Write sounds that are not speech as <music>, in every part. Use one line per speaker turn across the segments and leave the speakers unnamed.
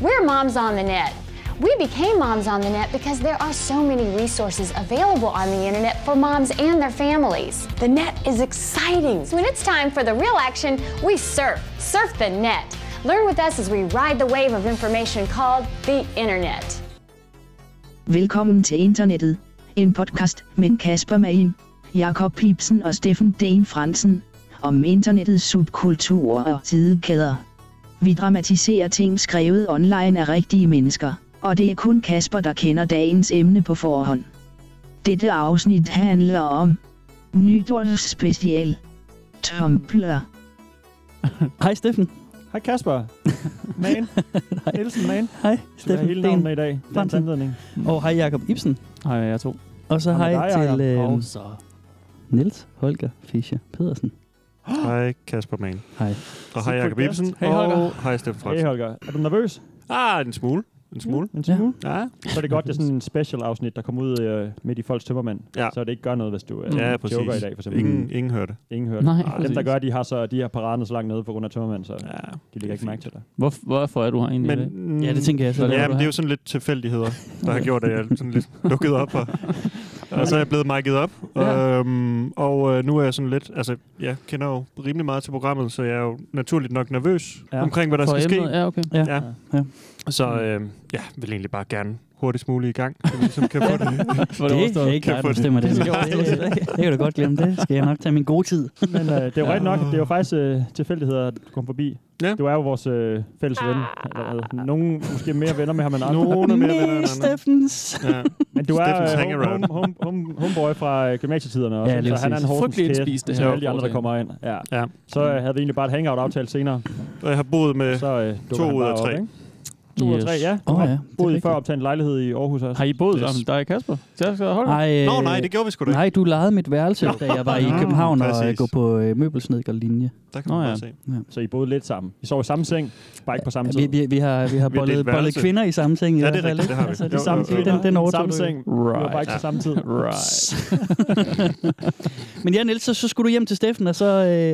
We're Moms on the Net. We became Moms on the Net because there are so many resources available on the internet for moms and their families.
The net is exciting.
When it's time for the real action, we surf, surf the net. Learn with us as we ride the wave of information called the internet.
Velkommen til internettet. En podcast med Kasper Magen, Jakob Pipsen og Steffen Den Fransen om internettets subkulturer og tidekæder. Vi dramatiserer ting skrevet online af rigtige mennesker, og det er kun Kasper, der kender dagens emne på forhånd. Dette afsnit handler om nytårsspecial. Tumblr.
Hej Steffen.
Hej Kasper. Man. Nielsen Man.
Hej
Du har
Steffen.
hele navnet med
Den.
i dag. Det er en
Fransen.
anledning.
Og hej Jakob Ibsen.
Hej, jeg er to.
Og så
Og med
hej
dig, Jacob.
til øh,
Og så.
Niels Holger Fischer Pedersen.
Hej Kasper Mann.
Hej.
Og hej
Secret
Jakob
guest.
Ibsen.
Hej, Holger.
og hej Steffen
Hey
Fransen.
Holger, er du nervøs?
Ah, en smule. En smule.
En
Ja.
smule?
Ja,
Så er det godt, det er sådan en special afsnit, der kommer ud øh, midt i folks tømmermand.
Ja.
Så det ikke gør noget, hvis du øh,
ja præcis.
joker i dag, for eksempel. Mm.
Ingen, ingen hører det.
Ingen hører
Nej,
det. Dem, der gør, de har, så, de har paraderne så langt nede på grund af tømmermand, så
Ja,
de lægger ikke mærke til dig.
Hvor, hvorfor er du her
Men,
egentlig? i dag?
mm,
Ja, det tænker jeg så.
Ja,
Ja,
men det er jo sådan lidt tilfældigheder, der har gjort, at jeg er sådan
<laughs>
lidt lukket op. Og, og så er jeg blevet mic'et op.
Ja.
Ja. Øhm, og øh, nu er jeg sådan lidt... Altså, jeg kender jo rimelig meget til programmet, så jeg er jo naturligt nok nervøs
Ja.
ja. omkring, hvad der
For
skal ske.
emnet? Ja, okay.
Ja. Så øh, jeg vil egentlig bare gerne hurtigst muligt i gang, så vi ligesom kan
<laughs>
få det.
For
det er ikke
Kan
dig,
få
der
det.
bestemmer det.
Det
Det,
skal overstås.
det, det kan du godt glemme. Det skal jeg nok tage min gode tid.
Men øh, det er jo rigtigt nok, det er jo faktisk øh, tilfældigheder, at du kom forbi.
Ja.
Du er jo vores øh, fælles ven. Eller, hvad? Nogle måske mere venner med ham end andre.
Nogen er mere venner end
Næh,
andre.
Steffens.
Ja.
Men du er
Steffens
øh, home,
hangaround.
home, home, home, homeboy fra øh, gymnasietiderne også,
Ja, lige
så han er en
præcis.
Horsens
Frygtelig
kæde,
indspist, det
som
her
alle de andre, der
foretagende.
kommer ind. Ja.
ja.
Så øh, havde vi egentlig bare et hangout aftalt senere.
Og jeg har boet med...
Så øh, dukker
to
han
ud af
bare op,
tre.
ikke? To ud af tre, ja.
Åh,
Og
ja, det er
Boede I
rigtigt.
før optaget en lejlighed i Aarhus også.
Har I boet
Yes.
sammen? Der er Kasper. Så jeg skal holde.
Ej, øh,
Nå nej, det gjorde vi sgu da ikke.
Nej, du lejede mit værelse, da jeg var i
Nå,
København og øh,
præcis.
gå på øh, møbelsnedgårdslinje.
Der kan
Nå,
man
ja.
bare se.
Så I boede lidt sammen. I sov i samme seng, bare ikke på samme tid.
Vi, vi, vi har, vi har
Vi har
bollet,
delt
bollet
værelse.
kvinder i samme ting. i
Ja,
hvert
det er
fald,
rigtigt,
ikke?
det har vi.
Altså,
Jo,
de samme
jo, jo.
kvinder, den overtog du.
samme seng. Vi var bare ikke på samme tid.
Right. <laughs> Men ja, Niels, så, så skulle du hjem til Steffen, og så,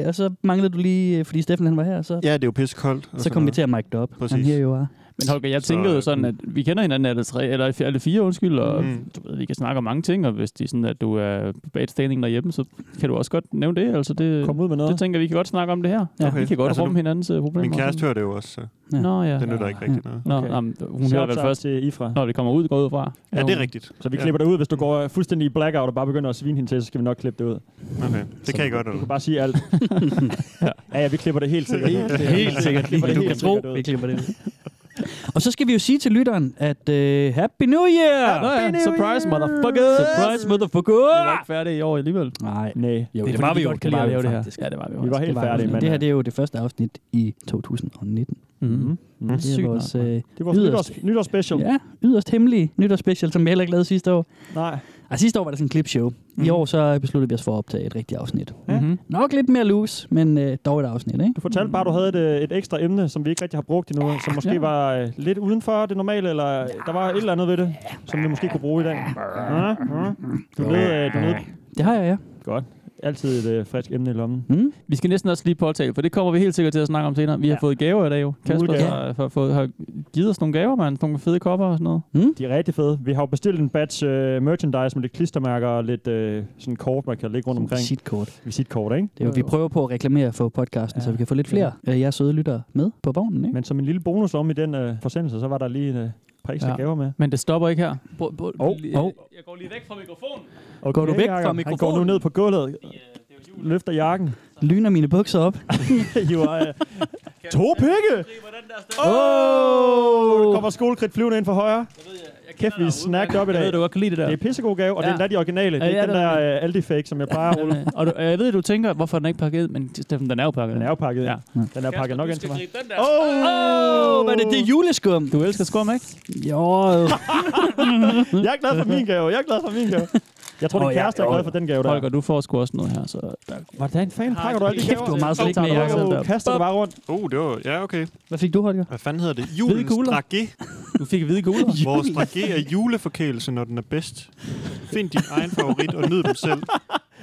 øh, og så manglede du lige, øh, fordi Steffen han var her, og så,
Ja, det er jo pissekoldt. og
så
sådan
kom vi
noget.
til at mic'e det op.
Præcis.
Han her jo er.
Men Holger, jeg
Så,
tænkede jo
øh,
sådan, at vi kender hinanden alle tre, eller f- alle fire, undskyld, og
Mm.
mm. du ved, vi kan snakke om mange ting, og hvis det er sådan, at du er på bagstanding derhjemme, så kan du også godt nævne det. Altså det,
Kom ud med noget.
det tænker jeg, vi kan godt snakke om det her.
Ja.
Ja. Vi kan godt
Altså,
altså, rumme
nu-
hinandens øh, problemer.
Min kæreste
hører.
hørte det jo også, så
Nå ja.
det nytter ikke rigtig noget.
Nå,
Okay.
okay. jamen, hun
Shout
hører vel
out
først,
til Ifra.
når det kommer ud, går ud fra.
Ja, det er rigtigt.
Så vi
Ja.
klipper det ud. Hvis du går øh, fuldstændig i blackout og bare begynder at svine hende til, så skal vi nok klippe det ud.
Okay. Det kan jeg godt,
Du
eller?
kan bare sige alt. ja, ja, vi klipper det helt sikkert.
Det er helt sikkert lige,
Klipper
<laughs>
det
du kan
helt
tro,
sikkert ud.
vi klipper det ud. Og så skal vi jo sige til lytteren, at øh, Happy New Year!
Nå ja, surprise, motherfuckers!
Surprise,
Vi var
motherfucker!
ikke færdige i år alligevel.
Nej,
Nej.
jo,
det var vi jo,
godt
det
kan
var
lide
vi jo det her.
faktisk.
Ja, det var vi jo.
Vi var helt
Det var
færdige,
vi.
men
Men det her det er jo det første afsnit i 2019.
Mhm.
Mm.
Det er
Sygt
vores, øh,
Det er vores
Yderst.
nytårs, nytårsspecial.
ja, yderst hemmelige nytårsspecial, som vi heller ikke lavede sidste år.
Nej.
Ej, Altså, sidste år var det sådan en clipshow. I
Mhm.
år så besluttede vi os for at optage et rigtigt afsnit.
Mhm.
Nok lidt mere loose, men øh, dog et afsnit, ikke?
Du fortalte bare, at du havde et, øh, et ekstra emne, som vi ikke rigtig har brugt endnu, som måske
Ja.
var øh, lidt uden for det normale, eller der var et eller andet ved det, som vi måske kunne bruge i dag. Ja, ja. Du ved, øh, du ved
Det har jeg, ja.
Mm. altid et øh, frisk emne i lommen.
Mm?
Vi skal næsten også lige påtale, for det kommer vi helt sikkert til at snakke om senere. Vi har
Ja.
fået gaver i dag jo. Kasper
Julegave.
har, har, fået, har givet os nogle gaver, mand. Nogle fede kopper og sådan noget.
De er rigtig fede. Vi har jo bestilt en batch øh, merchandise med lidt klistermærker og lidt øh, sådan kort, man kan lægge rundt omkring.
Sit kort.
Visitkort, ikke?
Det er jo, vi prøver på at reklamere for podcasten, ja.
Ja.
så vi kan få lidt flere af jer søde lyttere med på vognen, ikke?
Men som en lille bonus om i den øh, forsendelse, så var der lige en øh, par ekstra
Ja.
gaver med.
Men det stopper ikke her. Bo, bo,
Hov,
hov.
Jeg går lige væk fra mikrofonen.
Okay,
Går du væk fra
Jacob. Han går nu
mikrofonen?
ned på gulvet, <laughs> løfter jakken.
Lyner mine bukser op.
hiver øh, to pikke. Oh! Der kommer skolekridt flyvende ind fra højre. Kæft, vi er snacked op i
Jeg
dag.
ved, du godt kan lide det der.
Det er pissegod gave, og det er
Ja.
endda de originale. Det er
Ja,
ikke den
det er
der øh, Aldi-fake, som jeg plejer at rulle.
og du, jeg ved, du tænker, hvorfor er den ikke pakket, men Steffen, den er jo pakket.
Den er jo pakket ind.
Ja.
Den er pakket nok ind til mig.
Åh, oh, hvad er det? Det er juleskum.
Du elsker skum, ikke?
Jo,
Jeg er glad for min gave. Jeg er glad for min gave. Jeg tror,
Åh,
din
ja,
kæreste er
jo.
glad for den gave der.
Holger, du får sgu også noget her, så... Der,
Hvordan fanden pakker du alle de
kæft,
gaver?
du var meget slik
Åh,
med
tak.
jakken.
meget-
Du kaster det bare rundt.
Oh, det var... Ja, okay.
Hvad fik du, Holger?
Hvad fanden hedder det? Julens
kugler.
dragé.
du fik
<laughs>
hvide kugler.
Vores dragé er juleforkælelse, når den er bedst. Find din egen favorit og nyd dem selv.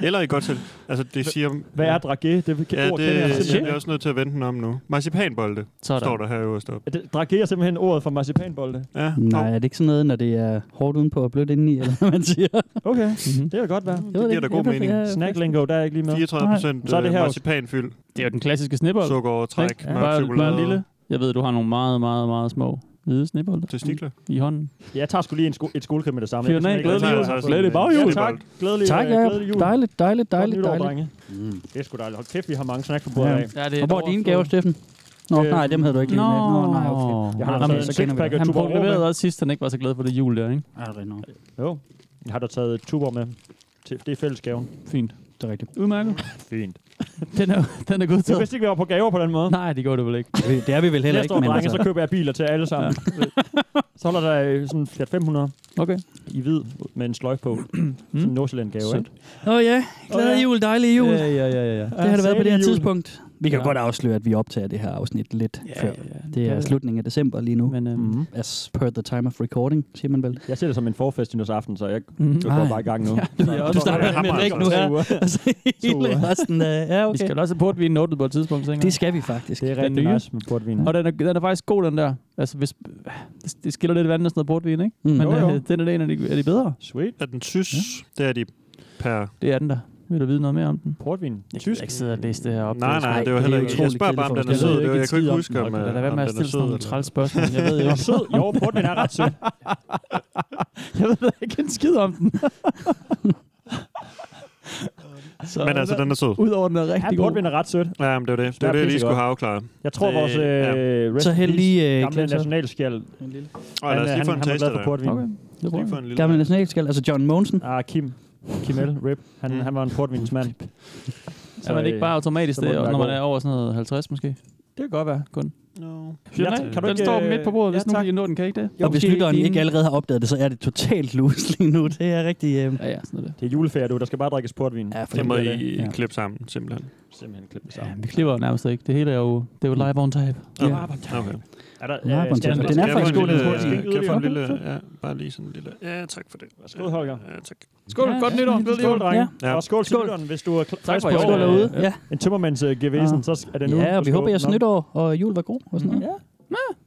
Eller i godt til. Altså, det siger...
Hvad er dragé? Det
Ja,
ja, ord det,
det,
kender jeg
jeg
simpelthen.
bliver også nødt til at vente den om nu. Marcipanbolde
Sådan.
står der her øverst op.
Er det- Dragé er simpelthen ordet for marcipanbolde.
Ja.
Nej, er det ikke sådan noget, når det er hårdt udenpå og blødt indeni, eller hvad man siger?
Okay,
Mhm.
det kan godt være.
Jeg ved
giver da god
Jeg ved
mening.
jeg-
Snack lingo, der er jeg ikke lige med.
34 procent øh,
Så er det her også-
marcipanfyld,
Det er jo den klassiske snibbold.
sukkerovertræk,
Ja.
ja.
Bare-
mørk chokolade,
bare lille. Jeg ved, du har nogle meget, meget, meget små hvide snibbolde
testikler.
i hånden.
Jeg tager sgu lige en sko- et skolekød med det samme.
Fyr den af.
Jeg kan
Glædelig
simpelthen
jul.
ikke-
altså
Glædelig
sådan en
baghjul.
Jo,
jættebold.
tak. Glædelig,
Tak,
øh,
ja.
glædelig jul.
Dejligt, dejligt,
Godt
dejligt,
nytår,
dejligt.
drenge. Det er sgu dejligt. Hold kæft, vi har mange snacks på bordet
Ja.
af.
Ja, det
Og hvor er dine gaver, Steffen? Nå,
Øh,
nej, dem havde du ikke lige med. Nå, nej, okay.
Jeg har
Nå, men
taget en sixpack af
Han
Tuborg med.
proklamerede også sidst, at han ikke var så glad for det jul der, ikke?
Ja, det er rigtigt nok.
Jo, jeg har da taget Tuborg med. Til- Det er fællesgaven.
Fint.
Det er <laughs> rigtigt.
Udmærket.
Fint.
Den er, den er
Jeg
godtaget.
vidste ikke, vi var på gaver på den måde.
Nej, det gjorde det vel ikke.
Det er vi vel heller
Næste
ikke,
år,
men
drenge,
altså...
så køber jeg biler til alle
<laughs>
sammen. så holder der øh, sådan en Fiat 500
Okay.
i hvid med en sløjf på. sådan
Mm.
en Nordsjælland gave, ikke?
Åh oh, ja, glade
Åh, ja. Øh,
jul, dejlige jul.
Ja, ja, ja, ja, ja.
Det har det været på det her
Salig jul.
tidspunkt. Vi kan
Ja.
ja. godt afsløre, at vi optager det her afsnit lidt
Ja,
før.
ja, ja.
Det er
Det-
slutningen af december lige nu.
Men, øh, mm.
Mm.
As per the time of recording, siger man vel.
Jeg ser det som en forfest i aften, så jeg
Mm.
jeg går
Ej.
bare i gang nu.
bliver også startet
med en
hammer,
væg
så
nu
to
her.
uger.
Altså, hele
uger.
resten af... Ja,
Vi
okay.
skal vel også på, at vi er notet på et tidspunkt, tænker
Det
jeg.
skal vi faktisk.
Det er
Den
rigtig
nye.
nice med portvin.
Og den er, den er faktisk god, den der. Altså, hvis, det- det skiller lidt vandet, sådan noget portvin, ikke?
Mm.
Men
Jo, jo.
øh, den er, en af de, er de bedre.
Sweet.
Er den tysk? Ja. Det er de per...
Det er den der. Vil du vide noget mere om den?
Portvin.
Jeg ikke sidde og læse det her op.
Nej, nej, det var
det
heller
er
ikke. Jeg
utroligt
spørger bare, om den er
kedeligt
sød.
forslag.
Det var- Jeg kunne ikke huske, om,
Kan
øh,
lad være
om
med at
den er
stille sådan
sød.
nogle
eller-
træls spørgsmål. Jeg ved
<laughs>
jo
Den er
ikke.
sød. Jo, portvin er ret sød.
<laughs> Jeg ved da ikke en skid om
<laughs>
den. så,
Men altså, den er sød.
Udover den er
Ja,
rigtig god.
portvin er ret sød.
Ja, men det var det. Det
Den er
var det, jeg lige
pissegodt.
skulle have afklaret.
Jeg tror,
Det-
vores øh,
ja.
rest
Så
in
hæld
peace,
lige, øh,
gamle
Glenn, så.
nationalskjald.
Og lad os lige få
han
en
var
taste
glad for
der.
portvin.
Okay, det
Lige få
prøver
en lille...
Gamle nationalskal, altså John Mogensen.
Ah, Kim. Kimel, rip. Han,
Mm.
han var en portvinsmand.
Er man ikke bare automatisk
så må
det,
den være
når man
god.
er over sådan noget 50 måske? Det kan godt være, kun.
No.
Ja,
Ja,
tak.
kan
Kan
du
du
den
ikke,
står
øh,
midt på bordet,
ja,
hvis nogen
tak.
kan nå den, kan ikke det?
Og hvis
måske
lytteren
din-
ikke allerede har opdaget det, så er det totalt loose lige nu. Det er rigtig... Øh...
Ja, ja, sådan er det.
Det er juleferie, du. Der skal bare drikkes portvin.
Ja, for
Det må
Jamen,
I
det er det. Ja.
klippe sammen, simpelthen.
Simpelthen klippet
Ja,
sammen.
vi klipper jo nærmest ikke. Det hele er jo, det er jo live on tape.
Ja.
Ja.
Okay.
Er der,
Nej,
øh,
Bon
skal jeg-
Tømmer.
skal
Den er
jeg
Kan jeg
få
få
en
faktisk
en
lille-
god.
skal jeg
lille-
ikke
Kan jeg få en
yderligere?
lille... Ja, bare lige sådan en lille... Ja, tak for det.
Skål, Holger.
Ja, tak.
Skål,
Ja,
godt
ja.
nytår. Glædelig
Skål,
jul.
drenge.
Ja.
Og skål til
Skål.
lytteren, hvis du er kl- frisk
for i
på
år.
Skål
en-
derude.
ja.
Ja.
en tømmermands øh, gevesen, så er det nu.
Ja, og vi
Skål.
håber, jeres
Nå.
nytår og jul var god og sådan noget.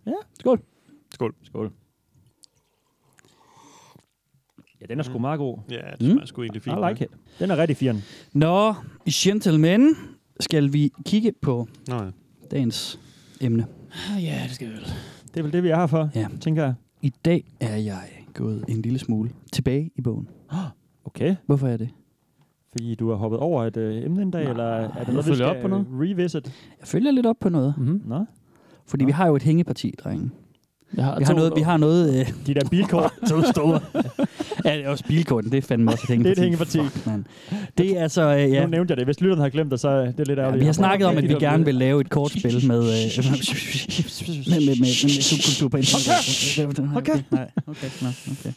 Ja.
Skål.
Skål. Ja, den er sgu meget god.
Ja, det smager sgu egentlig
I
fint.
like it. Den er rigtig fjern.
Nå, gentlemen, skal vi kigge på
Nå ja.
dagens emne.
Ja, det skal vi vel.
Det er vel det, vi er her for,
Ja.
tænker jeg.
I dag er jeg gået en lille smule tilbage i bogen.
Okay.
Hvorfor er jeg det?
Fordi du har hoppet over et øh, emne en dag, eller er det
jeg
noget, vi
følger
skal
op på noget.
revisit?
Jeg følger lidt op på noget,
Mm-hmm.
Nå?
fordi vi har jo et hængeparti, drenge.
Jeg har,
Vi har noget, vi har noget øh,
De der bilkort.
to store. <laughs> ja, det er også bilkorten, det er fandme også et hængeparti.
Det er et hængeparti.
Fuck, mand. det er altså, øh,
ja.
ja.
Nu nævnte jeg det. Hvis lytteren har glemt det, så er det lidt
Ja,
ærgerligt.
vi har snakket om, at vi
De der
gerne vil
bil-
lave et kortspil med, øh, med, med, med, med subkultur på internet. Okay. Okay. Nej, okay. Nå, okay.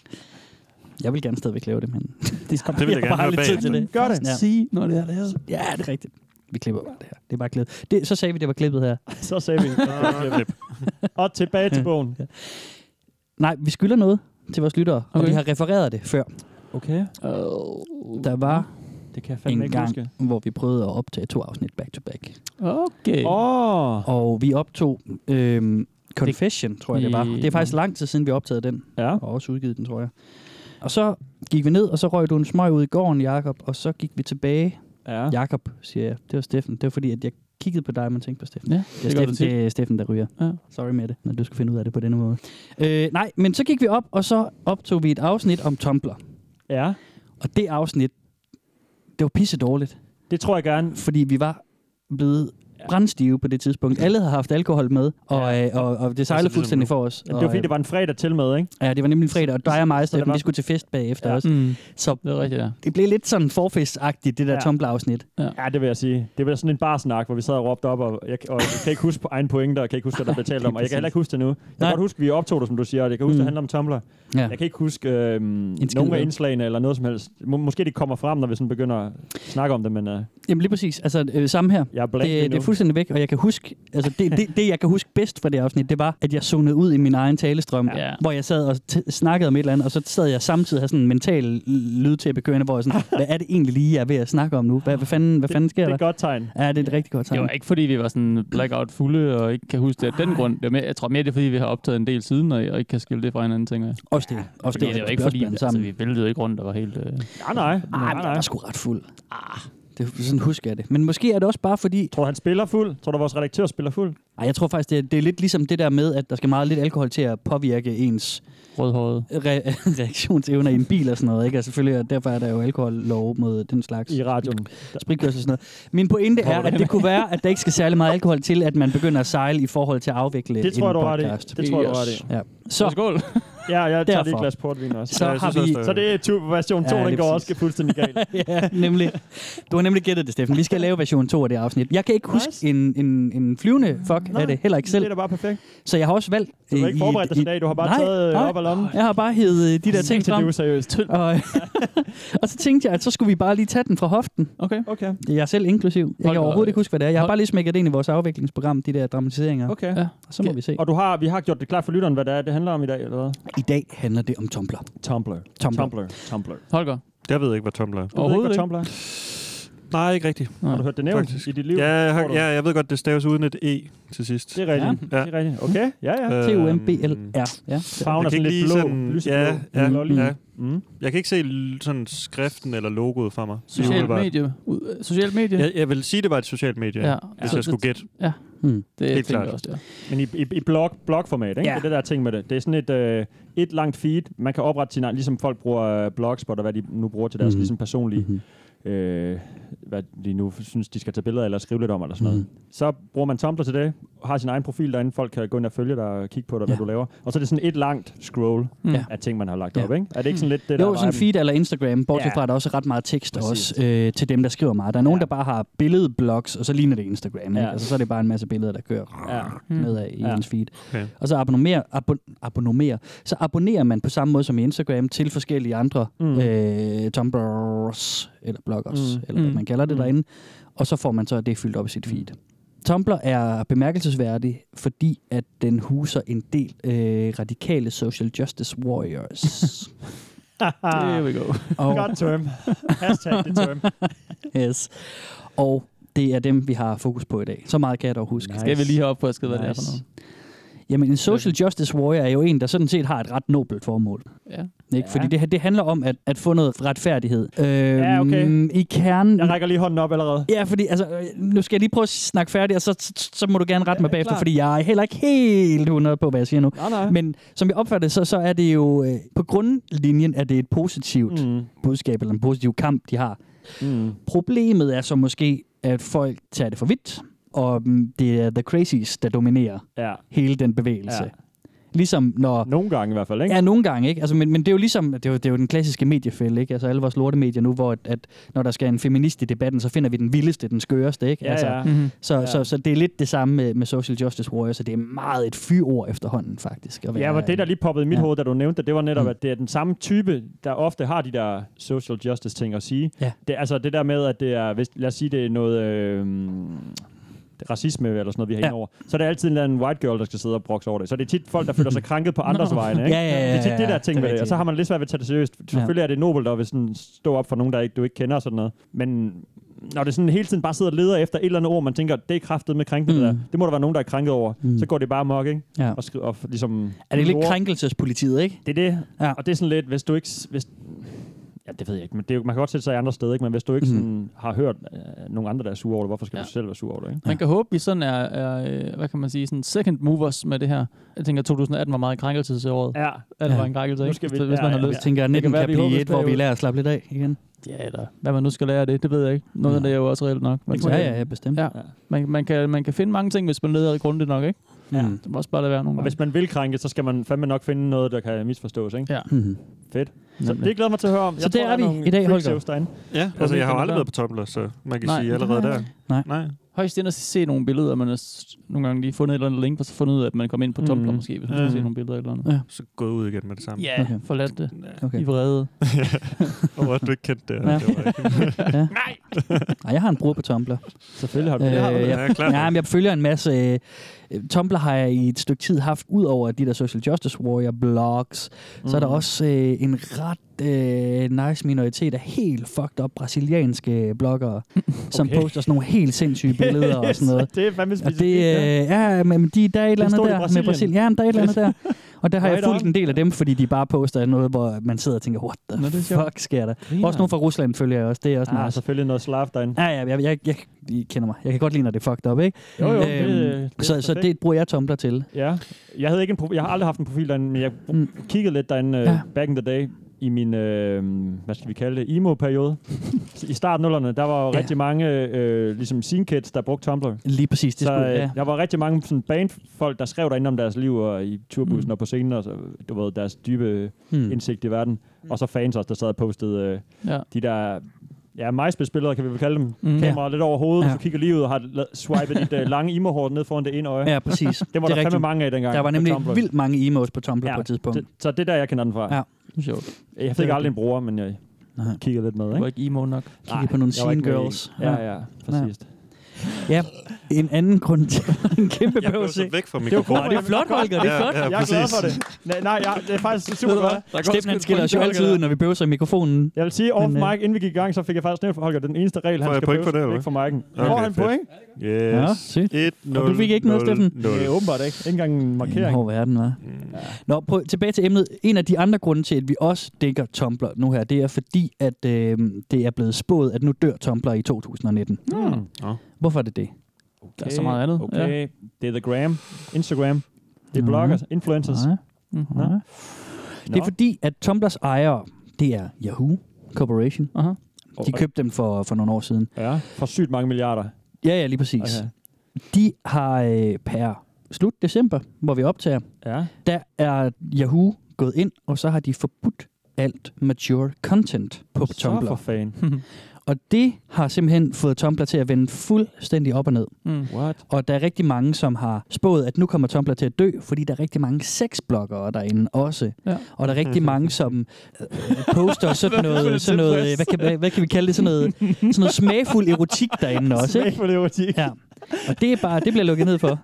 Jeg vil gerne stadigvæk lave det, men <laughs> det,
Det vil jeg
jeg
gerne
bare
høre
lidt tid til
bagefter.
det.
Gør det.
Ja.
sige, når det er lavet.
Ja, det er rigtigt. Vi klipper bare det her. Det er bare klippet. Det, så sagde vi, det var klippet her.
Så sagde vi. Og tilbage til bogen.
Nej, vi skylder noget til vores lyttere, okay.
Okay.
og vi har refereret det før. Øh,
Okay.
Der var
Det kan jeg
en
fandme ikke
gang,
huske.
hvor vi prøvede at optage to afsnit back-to-back.
Okay.
Åh. Oh.
Og vi optog øhm, Confession, tror jeg det var. Det er faktisk lang tid siden, vi optagede den,
Ja.
og også udgivet den, tror jeg. Og så gik vi ned, og så røg du en smøg ud i gården, Jakob, og så gik vi tilbage.
Ja.
Jakob, siger jeg. Det var Steffen. Det var fordi, at jeg kiggede på dig, men tænkte på Steffen.
Ja,
Det er,
gør
Steffen,
du tit.
det er Steffen, der ryger.
Ja.
Ja. Sorry med det, når du skal finde ud af det på denne måde. Øh, nej, men så gik vi op, og så optog vi et afsnit om Tumblr.
Ja.
Og det afsnit, det var pisse dårligt,
Det tror jeg gerne.
fordi vi var blevet brændstive på det tidspunkt. Alle havde haft alkohol med, og, øh, og, og det sejlede
ligesom
fuldstændig
nu.
for os.
Det var fordi,
og,
det var en fredag til med, ikke?
øh, ja, det var nemlig en fredag, og dig og mig,
så det
Steffen,
var-
vi skulle til fest bagefter
Ja.
også.
Mm,
Så
det er rigtigt, ja.
det blev lidt sådan forfestagtigt, det der
Ja.
ja. Tumblr-afsnit.
Ja, det vil jeg sige. Det var sådan en barsnak, hvor vi sad og råbte op, og jeg, og jeg kan ikke huske på egen pointer, og jeg kan ikke huske, hvad der blev talt om, og jeg kan heller ikke huske det nu. Jeg kan
Nej.
godt huske, at vi optog det, som du siger, og jeg kan huske, mm. det handler om Tumblr.
Ja.
Jeg kan ikke huske øh,
skid,
nogen af
vel?
indslagene eller noget som helst. Må, måske det kommer frem, når vi sådan begynder at snakke om det, men øh,
Jamen lige præcis, altså øh, samme her.
jeg er blank
Det,
lige
det
nu.
er fuldstændig væk, og jeg kan huske, altså det, det, det jeg kan huske bedst fra det afsnit, det var, at jeg zonede ud i min egen talestrøm,
Ja.
hvor jeg sad og t- snakkede om et eller andet, og så sad jeg samtidig og havde sådan en mental lydtæppe kørende, hvor jeg sådan, hvad er det egentlig lige, jeg er ved at snakke om nu? Hvad, hvad fanden, hvad fanden sker
Det er
der?
et godt tegn.
Ja, det er et rigtig godt
Det
tegn.
var ikke fordi, vi var sådan blackout fulde og ikke kan huske det af den grund. Det var mere, jeg tror mere, det er fordi, vi har optaget en del siden, og, og ikke kan skille det fra hinanden, tænker jeg.
Også det. Også
Fordi det er jo ikke
også
fordi,
blandet
altså, vi væltede jo ikke rundt og var helt... Øh...
Nej,
Nej,
nej. nej,
men jeg
nej.
var sgu ret fuld. Ah, det, sådan husker jeg det. Men måske er det også bare fordi...
Tror du, han spiller fuld? Tror du, vores redaktør spiller fuld?
Ej, jeg tror faktisk, det er, det er lidt ligesom det der med, at der skal meget lidt alkohol til at påvirke ens
Rødhåret.
re- <laughs> reaktionsevner i en bil og sådan noget. Ikke? Og selvfølgelig, og derfor er der jo alkohollov mod den slags.
I radioen.
spritkørsel og sådan noget. Min pointe er, at det kunne være, at der ikke skal særlig meget alkohol til, at man begynder at sejle i forhold til at afvikle
Det tror
en
jeg, du har ret
podcast.
i. Det tror jeg, du har ret i.
Ja.
Så
Så,
skål!
Ja, jeg tager lige
Derfor.
et glas portvin også.
så
Ja, jeg
har
synes også,
vi...
der
Så det er tu- version 2,
Ja,
ja, den
lige
går
præcis.
også fuldstændig galt.
<laughs> ja, nemlig. Du har nemlig gættet det, Steffen. Vi skal lave version 2 af det afsnit. Jeg kan ikke huske
Nice. Mm,
en, en, en flyvende fuck af <laughs> det, heller ikke
Det
selv.
er da bare perfekt.
Så jeg har også valgt...
Du har
øh,
ikke
i-
forberedt dig
i-
til i dag. Du har bare
Nej,
taget øh,
nej.
op af lommen.
Jeg har bare hævet øh, de der ting
til det
frem.
er useriøst.
Og, <laughs> og så tænkte jeg, at så skulle vi bare lige tage den fra hoften.
Okay.
Okay,
Jeg er selv inklusiv. Jeg
Hold
kan
da-
overhovedet ikke huske, hvad det er. Jeg har
hold-
bare lige smækket det ind i vores afviklingsprogram, de der dramatiseringer. Okay.
okay.
Ja.
Og så må vi se.
Og du har, vi har gjort det klart for lytteren, hvad det er, det handler om i dag, eller hvad?
I dag handler det om Tumblr.
Tumblr.
Tumblr.
Tumblr. Tumblr.
Holger,
Jeg ved ikke, hvad Tumblr
Du
er.
ved ikke,
overhovedet
hvad
ikke.
Tumblr er?
Nej, ikke rigtigt.
Har du hørt det nævnt
Faktisk.
i dit liv?
Ja, jeg,
Tror
har,
du?
ja, jeg ved godt, det staves uden et E til sidst.
Det er rigtigt.
Ja.
Det er rigtigt. Okay, ja, ja.
Øhm,
T-U-M-B-L-R. Ja.
Farven er
Jeg kan
sådan
ikke
lidt
lige
blå.
sådan...
lyseblå.
Ja, ja,
Lolly.
ja.
Mm.
Jeg kan ikke se l- sådan skriften eller logoet for mig.
Socialt
Umiddelbart.
medie. Ud- øh, Socialt medie?
Jeg, jeg vil sige, det var et socialt medie, ja. hvis
Så
jeg skulle
Altså, det-
gætte.
Hmm.
Det
Helt
tænker jeg
klart.
også, der.
Men i, i, i blog, blogformat, ikke?
Ja.
Det er det der ting med det. Det er sådan et, øh, et langt feed. Man kan oprette sin egen, ligesom folk bruger øh, blogspot, og hvad de nu bruger til deres
Mhm.
mm. ligesom personlige,
Mhm.
øh, hvad de nu synes, de skal tage billeder eller skrive lidt om, eller sådan
Mm-hmm.
noget. Så bruger man Tumblr til det, har sin egen profil derinde, folk kan gå ind og følge dig og kigge på dig, ja.
Ja.
hvad du laver. Og så er det sådan et langt scroll
Mm.
Ja.
af ting, man har lagt
Ja.
op, ikke? Er det ikke sådan lidt det, der
Jo, sådan
viben?
feed eller Instagram, bortset
Ja.
fra, at der også er ret meget tekst
Præcis.
også øh, til dem, der skriver meget. Der er nogen,
Ja.
der bare har billedblogs, og så ligner det Instagram. Ja.
Ja.
Altså, så er det bare en masse billeder, der kører
Ja.
Mm.
nedad i
Ja.
ens feed.
Okay.
Og så abonnerer, abon- abonnerer, så abonnerer man på samme måde som i Instagram til forskellige andre
Mm.
øh, Tumblrs, eller bloggers,
Mm.
mm. eller hvad
Mm.
man kalder det
Mm.
derinde. Og så får man så det fyldt op i sit feed. Tumblr er bemærkelsesværdig, fordi at den huser en del øh, radikale social justice warriors.
Ah.
There we go.
og,
Godt term. Hashtag det term.
yes. og det er dem, vi har fokus på i dag. Så meget kan jeg dog huske.
Nice.
Skal vi lige have opfrisket, hvad det er for
Nice.
noget?
Jamen, en social justice warrior er jo en, der sådan set har et ret nobelt formål.
Ja.
Ikke?
Ja.
Fordi det, her- det handler om at, at få noget retfærdighed. Øhm,
Ja, okay.
I kernen...
Jeg rækker lige hånden op allerede.
Ja, fordi altså, øh, nu skal jeg lige prøve at snakke færdig, og så, så, så må du gerne rette
Ja,
mig bagefter,
klart.
fordi jeg er heller ikke helt 100 på, hvad jeg siger nu.
Nej, nej.
Men som jeg opfatter det, så, så er det jo øh, på grundlinjen, at det er et positivt mm.
Mm.
budskab eller en positiv kamp, de har.
Mm.
Problemet er så måske, at folk tager det for vidt, og mm, det er the crazies, der dominerer
Ja.
hele den bevægelse.
Ja.
Ja. Ligesom når...
Nogle gange i hvert fald, ikke?
Ja, nogle gange, ikke? Altså, men, men det er jo ligesom, det er jo, det er jo den klassiske mediefælde, ikke? Altså alle vores lortemedier nu, hvor at, at, når der skal en feminist i debatten, så finder vi den vildeste, den skøreste, ikke?
Ja,
altså,
ja.
Mm.
Så,
Ja.
ja. så, så det er lidt det samme med, med Social Justice Warriors, så det er meget et fyord efterhånden, faktisk. At
Ja,
være
og det, der lige poppede i mit ja.
Ja.
hoved, da du nævnte det, det var netop,
Mm.
at det er den samme type, der ofte har de der social justice ting at sige.
Ja.
Det, altså det der med, at det er, hvis, lad os sige, det er noget øh, racisme eller sådan noget, vi har ja.
Ja.
indover, så er det altid en eller anden white girl, der skal sidde og brokse over det. Så det er tit folk, der
<laughs>
føler sig krænket på andres
Nå.
vegne. Ikke?
Ja, ja, ja,
det er tit
ja,
det
ja.
der ting
Det er
med det, og
rigtigt.
så har man lidt svært ved at tage det seriøst. Selvfølgelig er det nobelt at vil sådan stå op for nogen, der ikke, du ikke kender og sådan noget, men når det sådan hele tiden bare sidder og leder efter et eller andet ord, man tænker, det er kraftet med krænkende mm.
Mm.
der. Det må der være nogen, der er krænket over. Mm.
Mm.
Så går det bare mok, ikke?
Ja.
Og, skri- og f- ligesom
Er det lidt
Lort.
krænkelsespolitiet, ikke?
Det er det. Ja.
Ja.
Og det er sådan lidt, hvis du ikke... s- Hvis, ja, det ved jeg ikke, men det er, jo- man kan godt sætte sig i andre steder, ikke? men hvis du ikke mm.
Mhm.
sådan, har hørt øh, nogen andre, der er sure over det, hvorfor skal ja.
Ja.
du selv være sur over det? Ikke?
Man kan håbe, vi sådan er, er øh, hvad kan man sige, sådan second movers med det her. Jeg tænker, 2018 var meget krænkelsesåret.
Ja,
Ja. Det
Ja.
var en krænkelse,
Nu
ikke?
skal vi-
Så hvis
ja,
man har
ja,
Jeg
lyst.
tænker, at 19
være,
kan
vi håber,
blive
det
et, hvor
er
vi
jo-
lærer at slappe lidt af igen.
Ja, eller hvad man nu skal lære af det, det ved jeg ikke. Noget af det er jo også reelt nok. Man,
Ja, ja, ja, bestemt.
Ja. Man, man, kan, man kan finde mange ting, hvis man leder grundigt nok, ikke?
Ja.
Det må også bare lade være nogle
Og
gange.
hvis man vil krænke, så skal man fandme nok finde noget, der kan misforstås. Ikke?
Ja.
Mm.
Fedt. Så
Nemlig.
det glæder mig til at høre om.
Så der er vi i dag, Holger.
Holger.
Ja, altså jeg har jo
Tumblr.
aldrig været på Tumblr, så man kan
Nej.
sige allerede
Nej,
der.
nej.
Nej.
højst ind og se nogle billeder, man har s- nogle gange lige fundet et eller andet link, og så fundet ud af, at man kom ind på Tumblr
Mhm.
mm. måske, hvis man skal
Ja.
se nogle billeder eller noget.
Ja.
Så gået ud igen med det samme.
Ja,
Okay.
okay. forladt det.
Okay.
I vrede.
<laughs> Og at du ikke kendte det.
Ja.
det var ikke.
<laughs>
Ja. Nej! <laughs> Nej, jeg har en bror på Tumblr.
Selvfølgelig har du
Øh,
det.
har du det.
jeg,
Ja, klart.
nej, men jeg følger en masse... øh, Øh, Tumblr har jeg i et stykke tid haft, ud over de der Social Justice Warrior blogs, mm. så er der også øh, en ret øh, nice minoritet af helt fucked up brasilianske
<laughs>
bloggere, okay. som
Okay.
poster sådan nogle helt sindssyge billeder og sådan noget.
<laughs> det er fandme
Og
specifikt.
det,
ja.
øh, ja, men de, der er et eller andet
stort i
der med
Brasilien.
Brasilien. Ja, men der er et eller andet
<laughs>
der. Og der har jeg
Right
fulgt
on.
en del af dem, fordi de bare poster noget, hvor man sidder og tænker, what the
Nå, det er sjovt.
fuck sker der? Også nogle fra Rusland følger jeg også. Det er også
Ah,
nice.
selvfølgelig noget slav derinde.
Ja, ja, jeg, jeg, jeg, I kender mig. Jeg kan godt lide, når det er fucked up, ikke?
Jo, jo,
Øhm,
det, det er
så, så
perfekt.
det bruger jeg Tumblr til.
Ja. Jeg, havde ikke en pro- jeg har aldrig haft en profil derinde, men jeg
Mm.
kiggede lidt derinde uh,
Ja.
back in the day i min, øh, hvad skal vi kalde det, emo-periode. I starten af 00'erne, der var jo
Ja.
rigtig mange øh, ligesom scene kids, der brugte Tumblr.
Lige præcis. Det
så
skulle,
øh,
ja.
der var rigtig mange sådan, bandfolk, der skrev derinde om deres liv og i turbussen mm. og på scenen, og så, du ved, deres dybe mm.
Hmm.
indsigt i verden. Mm. Og så fans også, der sad og postede øh,
Ja.
de der ja, MySpace-billeder, kan vi vel kalde dem.
Mm.
Mm. Kamera lidt over hovedet,
Ja.
ja. så kigger lige ud og har la- swipet dit øh, lange emo ned foran det ene øje.
ja, præcis.
<laughs> Det
Det
var
er
det der fandme
rigtigt.
mange af dengang.
Der var
på
nemlig
Tumblr.
vildt mange emos på Tumblr ja, på et tidspunkt.
Det, så det er der, jeg kender den fra.
Ja.
Ja.
Sjovt.
Jeg fik
Det er
aldrig en bror, men jeg
Nej.
kiggede lidt med.
Du var
Ikke?
ikke emo nok.
Kigge på nogle
jeg
scene
var ikke med i-
girls.
Ja, ja, præcis. Ja.
ja. En anden grund til en kæmpe
Jeg blev så
bøvse.
væk fra
Det var
mikrofonen.
cool.
Nå, det er flot, Holger. Det er flot.
Ja, ja,
jeg er glad
præcis.
for det. Nej, nej jeg, det er faktisk super godt.
Der
Steffen han skiller os jo altid ud, når vi bøvser i mikrofonen.
Jeg vil sige, off
Men, øh,
mic, inden vi gik i gang, så fik jeg faktisk nævnt for Holger, den eneste regel,
Får
han
jeg
skal
point for
bøvse
det, eller
væk fra mic'en.
Okay,
Får han
fedt.
point?
Ja,
Yes.
sygt.
1-0.
Og du fik ikke noget, Steffen?
Det er åbenbart ikke. Ikke engang en
Det er en
markering.
hård verden, hva'?
Mm.
Nå, prøv, tilbage til emnet. En af de andre grunde til, at vi også dækker Tumblr nu her, det er fordi, at øh, det er blevet spået, at nu dør Tumblr i 2019.
Hmm.
Hvorfor er det det?
Okay.
Der er så meget andet. Ja.
Okay, det er The Gram. Instagram. Det er
Mhm.
bloggers, influencers.
Nej.
Mhm.
Nej. Det er
Nå.
fordi, at Tumblrs ejere, det er Yahoo Corporation.
Aha.
De købte dem for, for nogle år siden.
Ja, for sygt mange milliarder.
Ja, ja, lige præcis. Okay. De har øh, per slut december, hvor vi optager,
Ja.
der er Yahoo gået ind, og så har de forbudt alt mature content på
Så
Tumblr.
for fan.
Og det har simpelthen fået Tumblr til at vende fuldstændig op og ned.
Mm.
What?
Og der er rigtig mange, som har spået, at nu kommer Tumblr til at dø, fordi der er rigtig mange sexbloggere derinde også.
Ja.
Og der er rigtig mange, som øh, poster sådan
Hvad er
noget, sådan noget hvad, kan, hvad, hvad kan vi kalde det, sådan noget, sådan noget smagfuld erotik derinde også.
Smag
Ikke?
for det, erotik.
Ja. Og det, er bare, det bliver lukket ned for.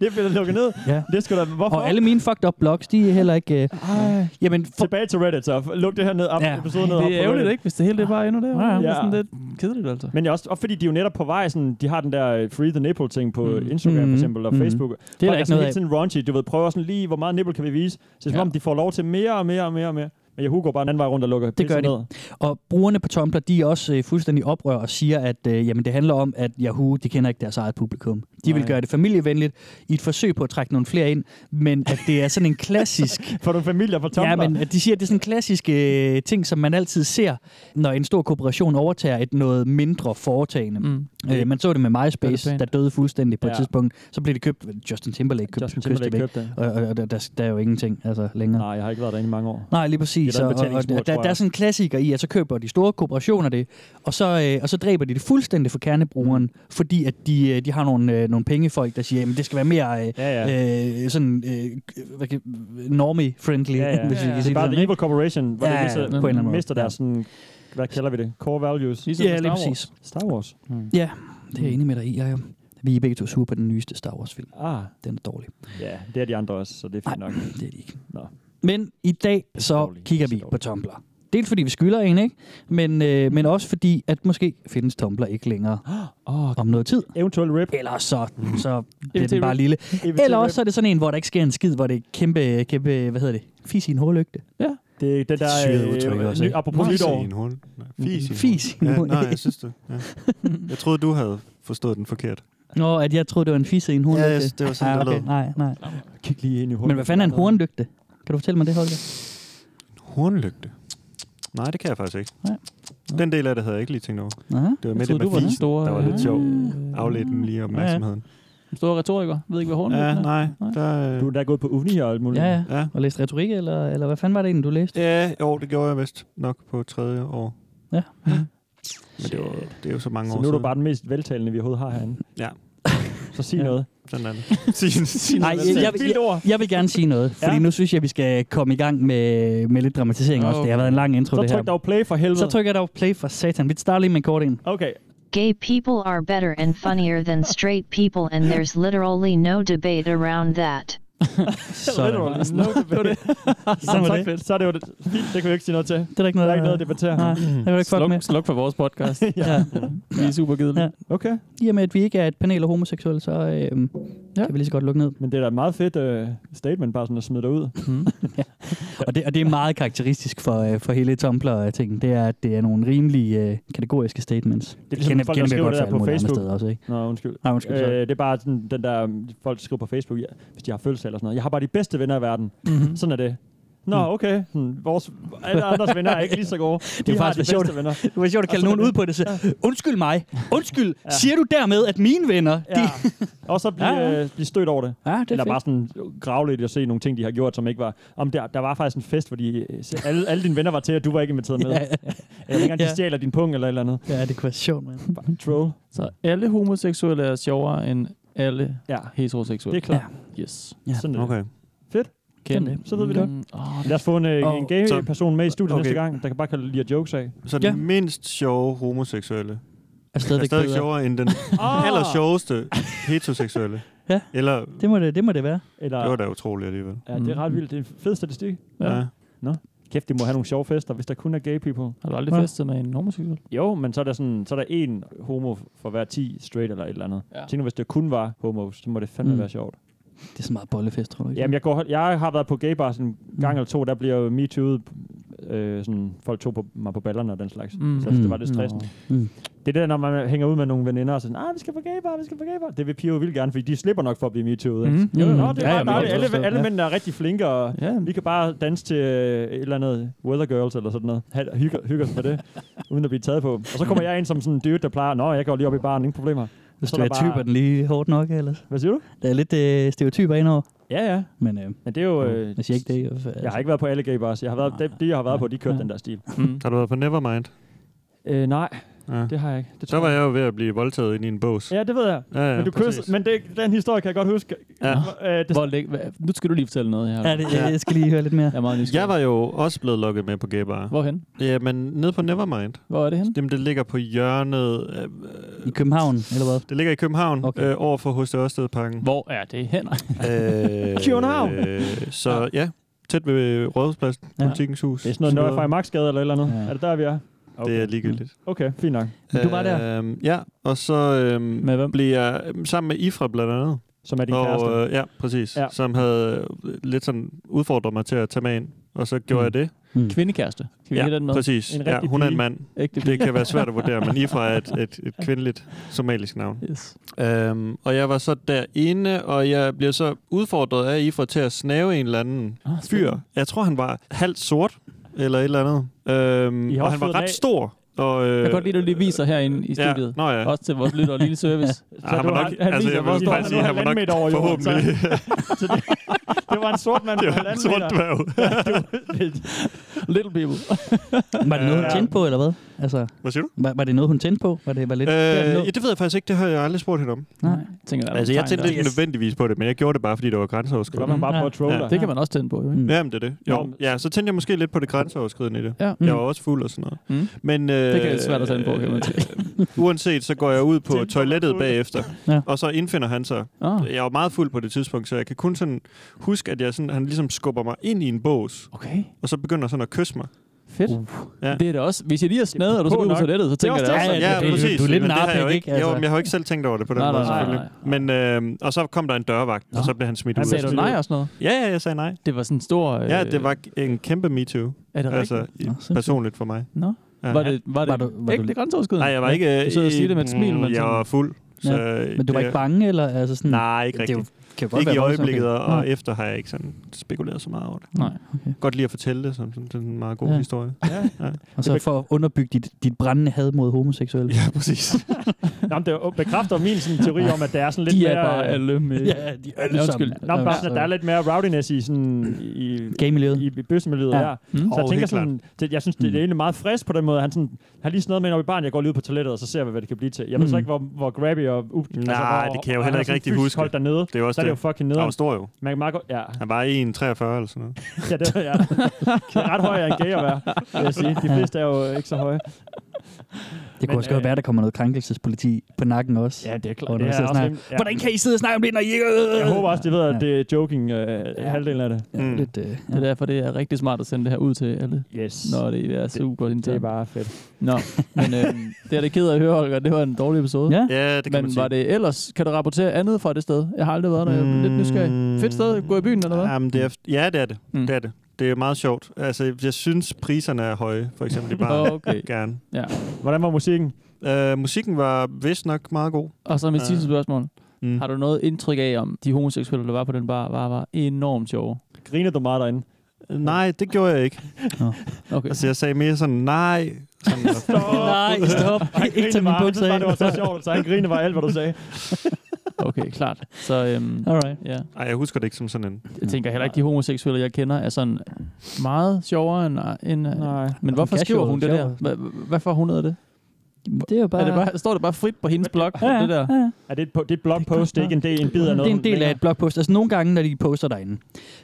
Det bliver lukket ned.
Ja.
Det skal da... Hvorfor?
Og alle mine fucked up blogs, de er heller ikke... Øh,
Ej.
jamen, for,
Tilbage til Reddit, så luk det her ned, op,
Ja.
ja. episoden ned. op
Det
på
er ærgerligt,
Reddit.
ikke? Hvis det hele det bare er endnu der.
Ja.
Det er sådan lidt kedeligt, altså.
Men jeg også, og fordi de er jo netop på vej, sådan, de har den der øh, Free the Nipple-ting på
Mm.
mm. Instagram
Mm.
for eksempel, og
Mm.
Facebook. Det
det er der
Folk
ikke
sådan
noget af.
hele tiden raunchy, du ved, prøver sådan lige, hvor meget nipple kan vi vise. Så det er som
Ja.
om, de får lov til mere og mere og mere og mere. Men Yahoo går bare en anden vej rundt og lukker
Det gør
pisse
de.
ned.
Og brugerne på Tumblr, de er også øh, fuldstændig oprør og siger, at øh, jamen, det handler om, at Yahoo, de kender ikke deres eget publikum. De vil
Nej.
gøre det familievenligt i et forsøg på at trække nogle flere ind, men at det er sådan en klassisk...
Får du familier på Tumblr?
ja, men at de siger, at det er sådan en klassisk øh, ting, som man altid ser, når en stor korporation overtager et noget mindre foretagende. Mm.
Mm.
Øh, man så det med
Det er
MySpace,
pænt.
der døde fuldstændig på ja. et
Ja.
tidspunkt. Så blev det købt... Justin Timberlake købte
Justin
Justin
Timberlake
Timberlake
købte den.
Og, og, og der, der, der er jo ingenting altså, længere.
Nej, jeg har ikke været derinde i mange år.
Nej, lige præcis.
Det er
Og,
der
og,
en
og
betalingsmur,
der,
tror jeg.
der er sådan en klassiker i, at så køber de store korporationer det, og så, øh, og så dræber de det fuldstændig for kernebrugeren,
Mm.
fordi at de, øh, de har nogle, øh, nogle pengefolk, der siger, at det skal være mere øh,
Ja, ja.
øh, sådan, øh, hvad kan, normie-friendly.
Ja, ja.
hvis vi
Ja, ja.
kan
Det
sige
er
sådan,
bare The
ikke?
Evil Corporation, hvor
Ja,
ja,
ja,
det
på en
mister,
eller anden måde.
mister
Ja.
deres sådan, hvad kalder vi det? Core values.
Ligesom
Ja,
på
lige
Star Wars.
præcis.
Star Wars. Mm.
Ja, det er jeg enig med dig i. Jeg, er jo. vi er begge to sure på den nyeste Star Wars-film.
Ah,
Den er dårlig.
ja, det er de andre også, så det er fint
Nej.
nok.
Det er de ikke.
Nå.
Men i dag
er
så
dårligt.
kigger
Det er
vi
så
på
dårligt.
Tumblr. Dels fordi vi skylder en, ikke? Men, øh, men også fordi, at måske findes Tumblr ikke <gasps> længere
Åh,
om noget tid.
Eventuel rip.
Eller så, så bliver
Eventuelt.
den bare lille.
Eventuel
E- Eller også
rip.
så er det sådan en, hvor der ikke sker en skid, hvor det er kæmpe, kæmpe hvad hedder det, fis i en hårlygte.
Det er den der...
syret
øh,
udtryk
altså.
også,
ny-
ikke?
Apropos
Fis
nytår.
i en hul. Nej, Fis i en
Fis i en
hul. Ja,
hul.
nej, jeg synes det. Ja. Jeg troede, du havde forstået den forkert.
Nå, at jeg troede, det var en fis i en
Ja,
hornlygte.
yes, det var sådan,
ah,
det
okay.
lød.
Nej, nej.
Kig lige ind i hovedet.
Men hvad fanden er en hornlygte? Kan du fortælle mig det, Holger?
Hornlygte? Nej, det kan jeg faktisk ikke.
Nej.
Den del af det havde jeg ikke lige tænkt over.
Aha.
Det var
Jeg
med
troede,
det
du var
med
den
fisen,
store,
der var lidt sjov.
øh,
Afledt den lige opmærksomheden.
Den store retoriker. Ved ikke, hvad hånden
Ja,
er.
nej. Der,
Du er
øh,
da gået på uni og alt muligt.
Ja, ja.
ja.
Og læste retorik, eller, eller hvad fanden var det egentlig, du læste?
Ja, jo, det gjorde jeg vist nok på tredje år.
Ja.
Men det er jo, det er jo så mange
Så
år
nu er du
siden.
bare den mest veltalende, vi overhovedet har herinde.
Ja.
Så sig
Ja.
noget.
Sådan er det. Sin, sin
Nej,
Det er
jeg,
et
jeg,
vildt ord.
jeg vil gerne sige noget, fordi
Ja.
ja. nu synes jeg, vi skal komme i gang med, med lidt dramatisering
Nå,
også. Det har
okay.
været en lang intro,
Så
det her.
tryk dog play for helvede.
Så trykker jeg dog play for satan. Vi starter lige med en kort
<laughs>
en.
Okay.
Gay people are better and funnier than straight people, and there's literally no debate around that.
Sådan. <laughs>
No debate.
Sådan var
<laughs> så,
det.
fedt. så er det jo det. Fint, det kan vi ikke sige noget til.
Det er der ikke
Der
noget,
er ikke noget at debattere. <laughs>
Nej, det vil jeg ikke fuck med.
Sluk, sluk for vores podcast.
Ja.
Vi er super kedelige.
Ja.
Okay.
I og med, at vi ikke er et panel af homoseksuelle, så øh, ja. kan vi lige så godt lukke ned.
Men det er da et meget fedt øh, statement, bare sådan at smide dig ud.
Og det, og det er meget karakteristisk for, øh, for hele Tumblr-tingen, det er, at det er nogle rimelig øh, kategoriske statements. Det
ligesom folk, der
vi
skriver
godt
det
fra
der
alle
på
mulige andre
Facebook.
Steder også, ikke?
Nå, undskyld.
Nej, undskyld.
Øh,
Øh,
det er bare sådan, den der, um, folk skriver på Facebook, ja, hvis de har følelser eller sådan noget. Jeg har bare de bedste venner i verden.
mm-hmm.
Sådan er det. Nå,
Mm.
okay. Hmm, Vores, alle andres venner er ikke lige så gode. Det
jo faktisk sjovt.
venner.
Det var sjovt at kalde nogen ud på det. Så, undskyld <laughs> mig. Undskyld. Ja. Siger du dermed, at mine venner... De...
Ja. Og så blive,
Ja,
ja,
ja.
ja. Øh, blive stødt over det.
Ja, det
Eller bare sådan grave lidt og se nogle ting, de har gjort, som ikke var... Om der, der var faktisk en fest, hvor de, øh, se- alle, alle dine venner var til, og du var ikke inviteret med.
Ja.
Eller ikke engang, de
Ja.
stjæler din pung eller et eller andet.
Ja, det kunne være sjovt, mand.
Bare en troll.
Så <laughs> alle homoseksuelle er sjovere end alle
Ja, det
heteroseksuelle.
er klart.
Yes.
Ja.
Ja. Sådan er det.
Okay.
Kend.
det.
Så ved vi det.
Mm, åh,
Lad os få en, øh,
Og-
en gay
Så-
person med i studiet okay.
okay.
næste gang, der kan bare kalde lige jokes af.
Så den
Ja.
ja. mindst sjove homoseksuelle
Er
er
stadigvæk
stadig
bedre.
sjovere end den
Ah!
aller sjoveste
<laughs>
heteroseksuelle.
Ja.
Eller,
Det må det, det må det være.
Eller,
det var da utroligt alligevel.
ja, det er ret vildt. Det er en fed statistik.
Ja.
Ja.
Kæft, de må have nogle sjove fester, hvis der kun er gay people.
Har du aldrig
Hvad?
festet med en homoseksuel?
Jo, men så er der sådan, så er der én homo for hver 10 straight eller et eller andet.
Ja.
Ja. Tænk nu, hvis det kun var homos, så må det fandme
Mm.
mm. være sjovt.
Det er så meget bollefest, tror du ikke?
Jamen, jeg, går, jeg har været på gay bars en gang
Mm.
eller to, der bliver jo MeToo'et, øh, sådan, folk tog på, mig på ballerne og den slags.
Mm.
Mm. Så det var
Mm.
lidt stressende.
Nå.
Mm.
Mm.
Det er det, når man hænger ud med nogle veninder og sådan, ah, vi skal på gay bar, vi skal på gay bar. Det vil piger jo vildt gerne, fordi de slipper nok for at blive MeToo'et. Mm.
Mm.
Jo,
Mm.
mm. Nå, det er ja,
Ja, ja,
bare
men
dejligt.
det er
Alle,
forstået,
alle
ja.
mænd er rigtig flinke, og
Ja,
vi kan bare danse til øh, et eller andet Weather Girls eller sådan noget. Ha- Hygge, hygge os med <laughs> det, uden at blive taget på. Og så kommer jeg ind som sådan en dude, der plejer, nå, jeg går lige op i baren, ingen problemer.
Hvis
Så
du
er
er
der
typer
bare-
den lige hårdt nok, ellers.
Hvad siger du?
Der er lidt øh, stereotyper indover,
Ja, ja.
men øh,
Men det er jo... Øh,
jeg siger ikke det. i hvert fald.
Jeg har ikke været på alle gay bars. Jeg har været,
Nej.
de, de, jeg har været på, de kørte
Ja.
den der stil.
Mm.
Har du været på Nevermind?
Øh, nej,
Ja.
det har jeg ikke. Det
Så var jeg jo ved at blive voldtaget ind i en bås.
Ja, det ved jeg.
Ja, ja,
men du
præcis.
kysser, men det, den historie kan jeg godt huske.
Ja.
Øh, det,
Hvor læg, hva- nu skal du lige fortælle noget her.
Ja, det, jeg, jeg skal lige høre lidt mere.
Jeg er meget nysgerrig.
Jeg var jo også blevet lukket med på gay bar.
Hvorhen?
Jamen, nede på Nevermind.
Hvor er
Mm.
det henne?
Jamen, det ligger på hjørnet. øh,
I København, eller hvad?
Det ligger i København,
Okay.
okay. øh, over for H.C. Ørstedparken.
Hvor er det henne?
Øh,
<laughs> København?
Øh, så ja, tæt ved Rådhuspladsen,
Ja.
ja. Politikens Hus.
det er sådan noget Nøje Maxgade eller et eller andet.
Ja.
Ja. Er det der, vi er? Okay.
Det er ligegyldigt.
Okay, fint nok.
Men du var der?
Øhm, ja, og så øhm,
Med hvem?
blev jeg øhm, sammen med Ifra blandt andet.
Som er din og, kæreste.
Og, øh, ja, præcis.
Ja.
Ja. Som havde øh, lidt sådan udfordret mig til at tage med ind. Og så gjorde
Mm.
mm. jeg det.
Kvindekæreste. Skal vi ja,
ja,
have den med?
præcis.
En
Ja,
rigtig
hun er en
pige.
mand.
Ægte
Det kan være svært at vurdere, men Ifra er et, et, et kvindeligt somalisk navn.
Yes.
Øhm, og jeg var så derinde, og jeg bliver så udfordret af Ifra til at snave en eller anden
Ah,
fyr. Jeg tror, han var halvt sort, eller et eller andet.
I
Øhm,
har
og
også
han
fået
var
den af.
ret stor. Og, øh,
Jeg kan godt lide, at du lige viser herinde i studiet.
Ja, nå ja.
Også til vores lytter. Lille
<laughs>
service.
Så
han
du
var
har-
nok-
han
altså,
viser,
jeg
hvor
vil
stor
faktisk sige,
han,
han
han
var
var
nok
meter over jorden.
forhåbentlig
Så,
<laughs>
så det, <laughs> det, var en sort mand på
det var en
halvanden
sort
meter.
dværg.
Little people.
Var det noget, hun
Ja.
tændte på, eller hvad? Altså,
Hvad siger du?
var, var det noget, hun tændte på? Var det var lidt... der, den lå?
Øh, ja, det ved jeg faktisk ikke. Det har jeg aldrig spurgt hende om.
Nej.
Tænker, der er
Altså,
nogle
jeg
tegn
tændte
der.
ikke nødvendigvis på det, men jeg gjorde det bare, fordi det var
Det var man
grænseoverskridende.
bare på at trolle
Ja.
dig.
Det kan man også tænde på, jo, ikke?
Mm.
Jamen, det er det.
Nå,
Jo.
men-
Ja, så tændte jeg måske lidt på det grænseoverskridende i det.
Ja.
hmm.
Jeg var også fuld og sådan noget.
Mm.
Men, øh,
Det kan være svært at tage på, kan man sige.
Uanset, så går jeg ud på
Tænd på
toilettet
dig.
bagefter,
Ja.
og så indfinder han sig.
Mm.
Ah,
Jeg var meget fuld på det tidspunkt, så jeg kan kun sådan huske, at jeg sådan, han ligesom skubber mig ind i en bås,
okay.
og så begynder sådan at kysse mig.
Fedt.
Ja.
Det er da også... Hvis jeg lige har snadet, og du så går ud på
nok.
toilettet, så tænker jeg
også
da
det.
også...
Ja, ja,
at-
det- du- du er lidt
men det
en
har jeg
narpik,
jo
ikke?
ikke,
Altså.
altså. jo, men jeg har jo ikke selv tænkt over det på den
Nej,
måde,
nej, nej,
selvfølgelig. Men, øh, og så kom der en dørvagt, og så blev han smidt
Han
ud.
Sagde du nej og sådan noget?
Ja, ja, jeg sagde nej.
Det var sådan en stor... Øh,
Ja, det var en kæmpe MeToo,
Er det rigtigt?
altså i-
Nå, sindssygt.
personligt for mig.
Nå.
Ja.
Var det, var det,
Var du- var du-
ægte grænseoverskridende?
Nej, jeg var ikke... øh,
Du sidder og siger det med et smil, men
men... Jeg
sådan-
var fuld, så...
Men du var
det-
Mm.
ikke bange, eller altså sådan...
Nej, ikke
Det er
rigtigt.
jo Kan godt
Ikke
være
i
voldsomt,
øjeblikket,
okay.
og, og
Nej.
efter har jeg ikke sådan spekuleret så meget over det.
Nej.
Godt lige at fortælle det, som, som sådan en meget god
Ja.
ja. historie. <laughs>
Og så for at underbygge dit, dit brændende had mod homoseksuelle.
Ja, præcis.
Nå, men det bekræfter min sådan, teori om, at der er
<laughs>
sådan lidt
De
mere...
er bare alle med.
Ja, de er alle
Ja,
sammen.
undskyld.
Nå, men bare sådan,
Ja.
at der er lidt mere rowdiness i, sådan, i,
Game-miljøet.
i, i bøssemiljøet
Ja.
ja. her.
Mm.
Så jeg
Og
tænker
helt
sådan, det, jeg synes, det, det er egentlig meget frisk på den måde. Han sådan, har lige sådan noget med, når vi barn, jeg går lige ud på toilettet, og så ser vi, hvad det kan blive til. Jeg ved så
Mm.
ikke, hvor, hvor grabby og... Uh,
Nej, det kan jeg jo heller ikke rigtig huske.
Holdt dernede,
Det er jo også
så er det jo
det.
fucking
Han
nederen.
var stor jo.
Man kan meget godt, ja,
Han var 1,43 eller sådan
<laughs>
noget.
<laughs> ja, det ja. Det er ret højere end gay at være, vil jeg sige. De fleste er jo ikke så høje.
Det
Men,
kunne også godt
øh,
være, der kommer noget krænkelsespoliti på nakken også.
Ja, det er
Og
klart.
når
Det
vi sidder
er
og
også
snakker,
rimelig- ja.
Hvordan kan I sidde og snakke om det, når I ikke...
Jeg håber også, de ved, at det er joking, øh, halvdelen af det.
Ja,
Mm.
lidt, øh,
Det er derfor, det er rigtig smart at sende det her ud til alle,
Yes.
når det er super det,
Det er bare fedt.
Nå, men
<laughs>
øhm, det er det ked af at høre, Holger. Det var en dårlig episode.
ja.
Ja, det kan
men
man sige.
var det ellers? Kan du rapportere andet fra det sted? Jeg har aldrig været der. Jeg er lidt nysgerrig. Fedt sted. Gå i byen, eller hvad?
Mm. Jamen, det er, ja, det er det.
Mm.
Mm. Det er det. Det er meget sjovt. Altså, jeg synes, priserne er høje, for eksempel i baren.
Okay.
<laughs>
Gerne.
Hvordan var musikken?
Øh, musikken var vist nok meget god.
Og så mit
Øh.
sidste spørgsmål.
Mm.
Har du noget indtryk af, om de homoseksuelle, der var på den bar, var, var enormt sjove?
Grinede du meget derinde?
Nej, det gjorde jeg ikke.
Okay.
Altså, jeg sagde mere sådan, nej. Sådan,
Nej, stop.
Han
Ikke
grinede
tage min
bare. Han
bukser
synes bare,
af.
det var <laughs> så sjovt, så han grinede bare alt, hvad du sagde.
<laughs> Okay, klart. Så øhm,
Alright.
ja.
Ej, jeg husker det ikke som sådan en.
jeg tænker heller ikke, de homoseksuelle, jeg kender, er sådan meget sjovere end... end øh,
Nej.
Men hvorfor
Hun er
skriver hun det der?
sjovere.
Hva- Hvad får hun ud af det?
Det er jo bare...
Er det bare, står det bare frit på hendes blog?
Ja, ja,
Det der?
ja, ja.
Er det et, po- det er et blogpost, det er ikke en, del, en bid af
<laughs> Det
noget?
er en del af
længere?
et blogpost. Altså nogle gange, når de poster derinde,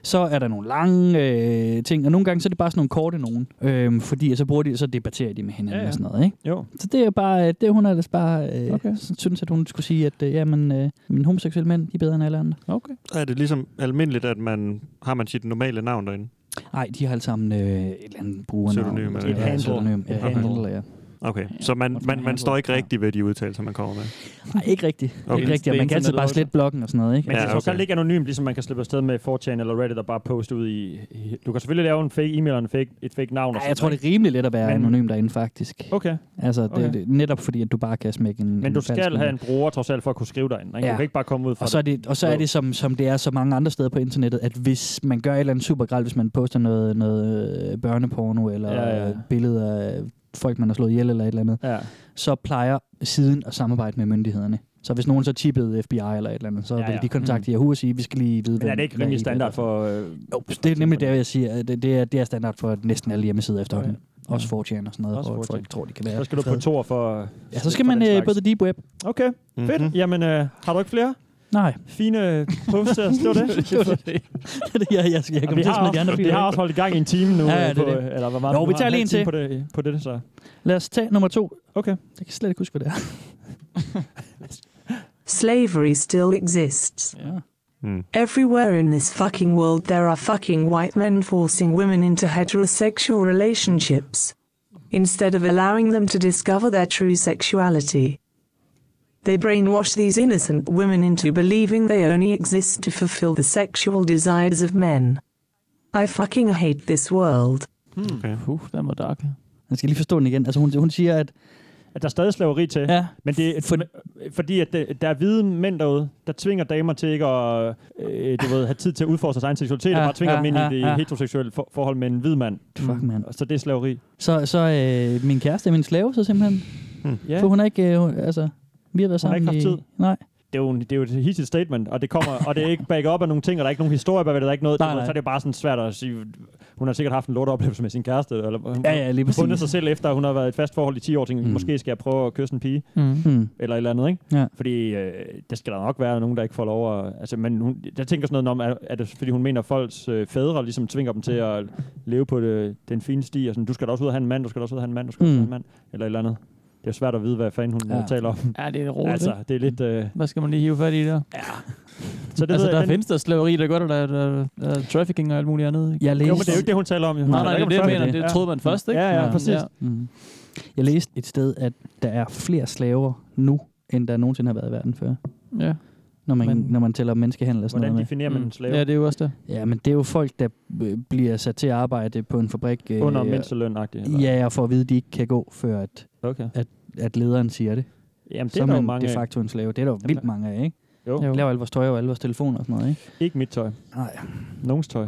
så er der nogle lange øh, ting, og nogle gange, så er det bare sådan nogle korte nogen. Øhm, fordi så bruger de, så debatterer de med hinanden
Ja,
ja,
ja.
ja. og sådan noget, ikke?
Jo.
Så det er bare, øh, det hun ellers bare øh,
Okay.
okay. synes, at hun skulle sige, at øh, jamen, øh, men homoseksuelle mænd, de er bedre end alle andre.
Okay.
Er det ligesom almindeligt, at man har man sit normale navn derinde?
Nej, de har alle sammen øh, et eller andet brugernavn.
Pseudonym, eller
Ja,
hvad?
ja, pseudonym. Ja,
Et
okay.
handle.
handle, ja.
Okay, så man, man, man står ikke rigtig ved de udtalelser, man kommer med.
Nej, ikke rigtigt. Okay.
Okay.
Ikke rigtigt. og Man
Det er
kan altid bare
internettet.
slette bloggen og sådan noget, ikke? Altså, Men,
Men ja,
Ja,
det er trods
okay.
alt ikke anonymt, ligesom man kan slippe afsted med 4chan eller Reddit og bare poste ud i... i- Du kan selvfølgelig lave en fake e-mail og en fake, et fake navn. og
Ej,
sådan
jeg tror,
noget,
det er rimelig let at være
Men-
anonym derinde, faktisk.
ikke? Okay,
Altså, det,
Okay.
okay. det, netop fordi, at du bare kan smække en
men
en
du
falsk
skal
e-mail.
have en bruger trods alt for at kunne skrive derinde. Ikke? Du
Ja.
kan ikke bare komme ud fra
Og så er
det.
det, og så er
Wow.
det som, som det er så mange andre steder på internettet, at hvis man gør et eller andet super gralt, hvis man poster noget, noget øh, børneporno eller
Ja,
ja,
ja.
ja. billeder af folk, man har slået ihjel eller et eller andet,
Ja.
så plejer siden at samarbejde med myndighederne. Så hvis nogen så tippede FBI eller et eller andet, så
Ja,
ja, ja.
ja.
vil
Mm.
de kontakte Yahoo og sige, vi skal lige vide,
Men er det ikke
hvad
rimelig
I-
standard for... Øh,
Jo, det er nemlig det, jeg siger. at Det, det, er, det er standard for næsten alle hjemmesider efterhånden.
Ja.
Også 4chan og sådan noget,
Også
hvor
4chan.
folk tror, de kan være.
så skal du på
fede.
tor for...
Ja, så skal
for
man
den
øh, på
slags.
the deep web.
Okay, fedt.
Mhm.
Jamen, øh, har du ikke flere
Nej, <laughs>
fine posts til os? Det var det.
det var det. jeg, jeg, jeg
Og
kommer
vi,
til at
har
smide de andre
også, vi har
filer.
også holdt i gang i en time nu.
Ja, ja,
øh,
det er
på,
det.
øh, Eller hvor meget?
Jo,
Du
vi
har
tager
en
lige
halv
en
time
til.
På det, på det, så.
Lad os tage nummer to.
Okay.
Jeg kan slet ikke huske, hvad det er.
Slavery still exists.
Ja.
Mm.
Everywhere in this fucking world, there are fucking white men forcing women into heterosexual relationships instead of allowing them to discover their true sexuality. They brainwash these innocent women into believing they only exist to fulfill the sexual desires of men. I fucking hate this world.
Puh, den var dark.
Jeg skal lige forstå den igen. Altså, hun, hun siger, at...
At der er stadig slaveri til.
Ja,
Men det er, for, fordi, at det, der er hvide mænd derude, der tvinger damer til ikke at øh, du ved, have tid til at udfordre sin egen seksualitet, ja, og
Ja,
bare tvinger
ja,
dem ind i
ja,
det
ja.
heteroseksuelle for, forhold med en hvid mand.
fuck, mand.
Og Så det er slaveri.
Så, så øh, min kæreste er min slave, så simpelthen.
Ja.
Hmm.
For hun er ikke... Øh, hun- altså, vi har været
Hun har
sammen
ikke haft
i... Nej.
Det er jo, en- det er jo et hissigt statement, og det kommer og det er ikke backet op af nogle ting, og der er ikke nogen historie bag, ved det, der er ikke noget.
Nej,
du ved,
nej.
Så er det bare sådan svært at sige, hun har sikkert haft en lort oplevelse med sin kæreste, eller hun
Ja, ja, lige præcis.
fundet sig selv efter, at hun har været i et fast forhold i 10 år, tænkte, mm.
Mm.
måske skal jeg prøve at kysse en pige,
Mm.
Hmm.
eller et eller andet, ikke?
Ja.
Fordi øh, der skal der nok være nogen, der ikke får lov at... Altså, men hun, jeg tænker sådan noget om, er, er det fordi hun mener, at folks øh, fædre ligesom tvinger dem til
Mm.
at leve på det, den fine sti, og sådan, du skal da også ud og have en mand, du skal da også ud og have en mand, du skal mm. også
Mm.
have en mand, eller et eller andet. Det er jo svært at vide, hvad fanden hun
Ja.
ja. taler om.
Ja, det er roligt. Altså,
Altså, det er lidt... Øh,
hvad skal man lige hive fat i der?
så det
Det altså,
ved
der
jeg,
findes der slaveri, der gør der, der, der, der er trafficking og alt muligt andet. Ikke?
Jeg
Jo,
læste...
men det er jo ikke det, hun taler om. jo. Hun
Nej,
taler
nej, det
ikke
er
om
det, jeg
slaveri.
mener. Det troede man først, ikke?
Ja, ja,
Ja.
præcis. Ja.
Mm. Jeg læste et sted, at der er flere slaver nu, end der nogensinde har været i verden før.
ja.
Når man,
Men-
men, når man tæller menneskehandel og sådan
Hvordan
noget.
definerer man en slave?
Mm. Ja, det er jo også det.
Med. Ja, men det er jo folk, der øh, bliver sat til at arbejde på en fabrik. Øh,
Under mindsteløn-agtigt? eller?
Ja, og får at vide, at de ikke kan gå, før at,
Okay.
at lederen siger det.
Jamen, det
så
er
er
der jo
man
mange
de
af.
facto en slave. Det er der jo vildt mange af, ikke?
Jo.
Vi laver alle vores tøj og alle vores telefoner og sådan noget, ikke?
Ikke mit tøj.
Nej.
Nogens tøj.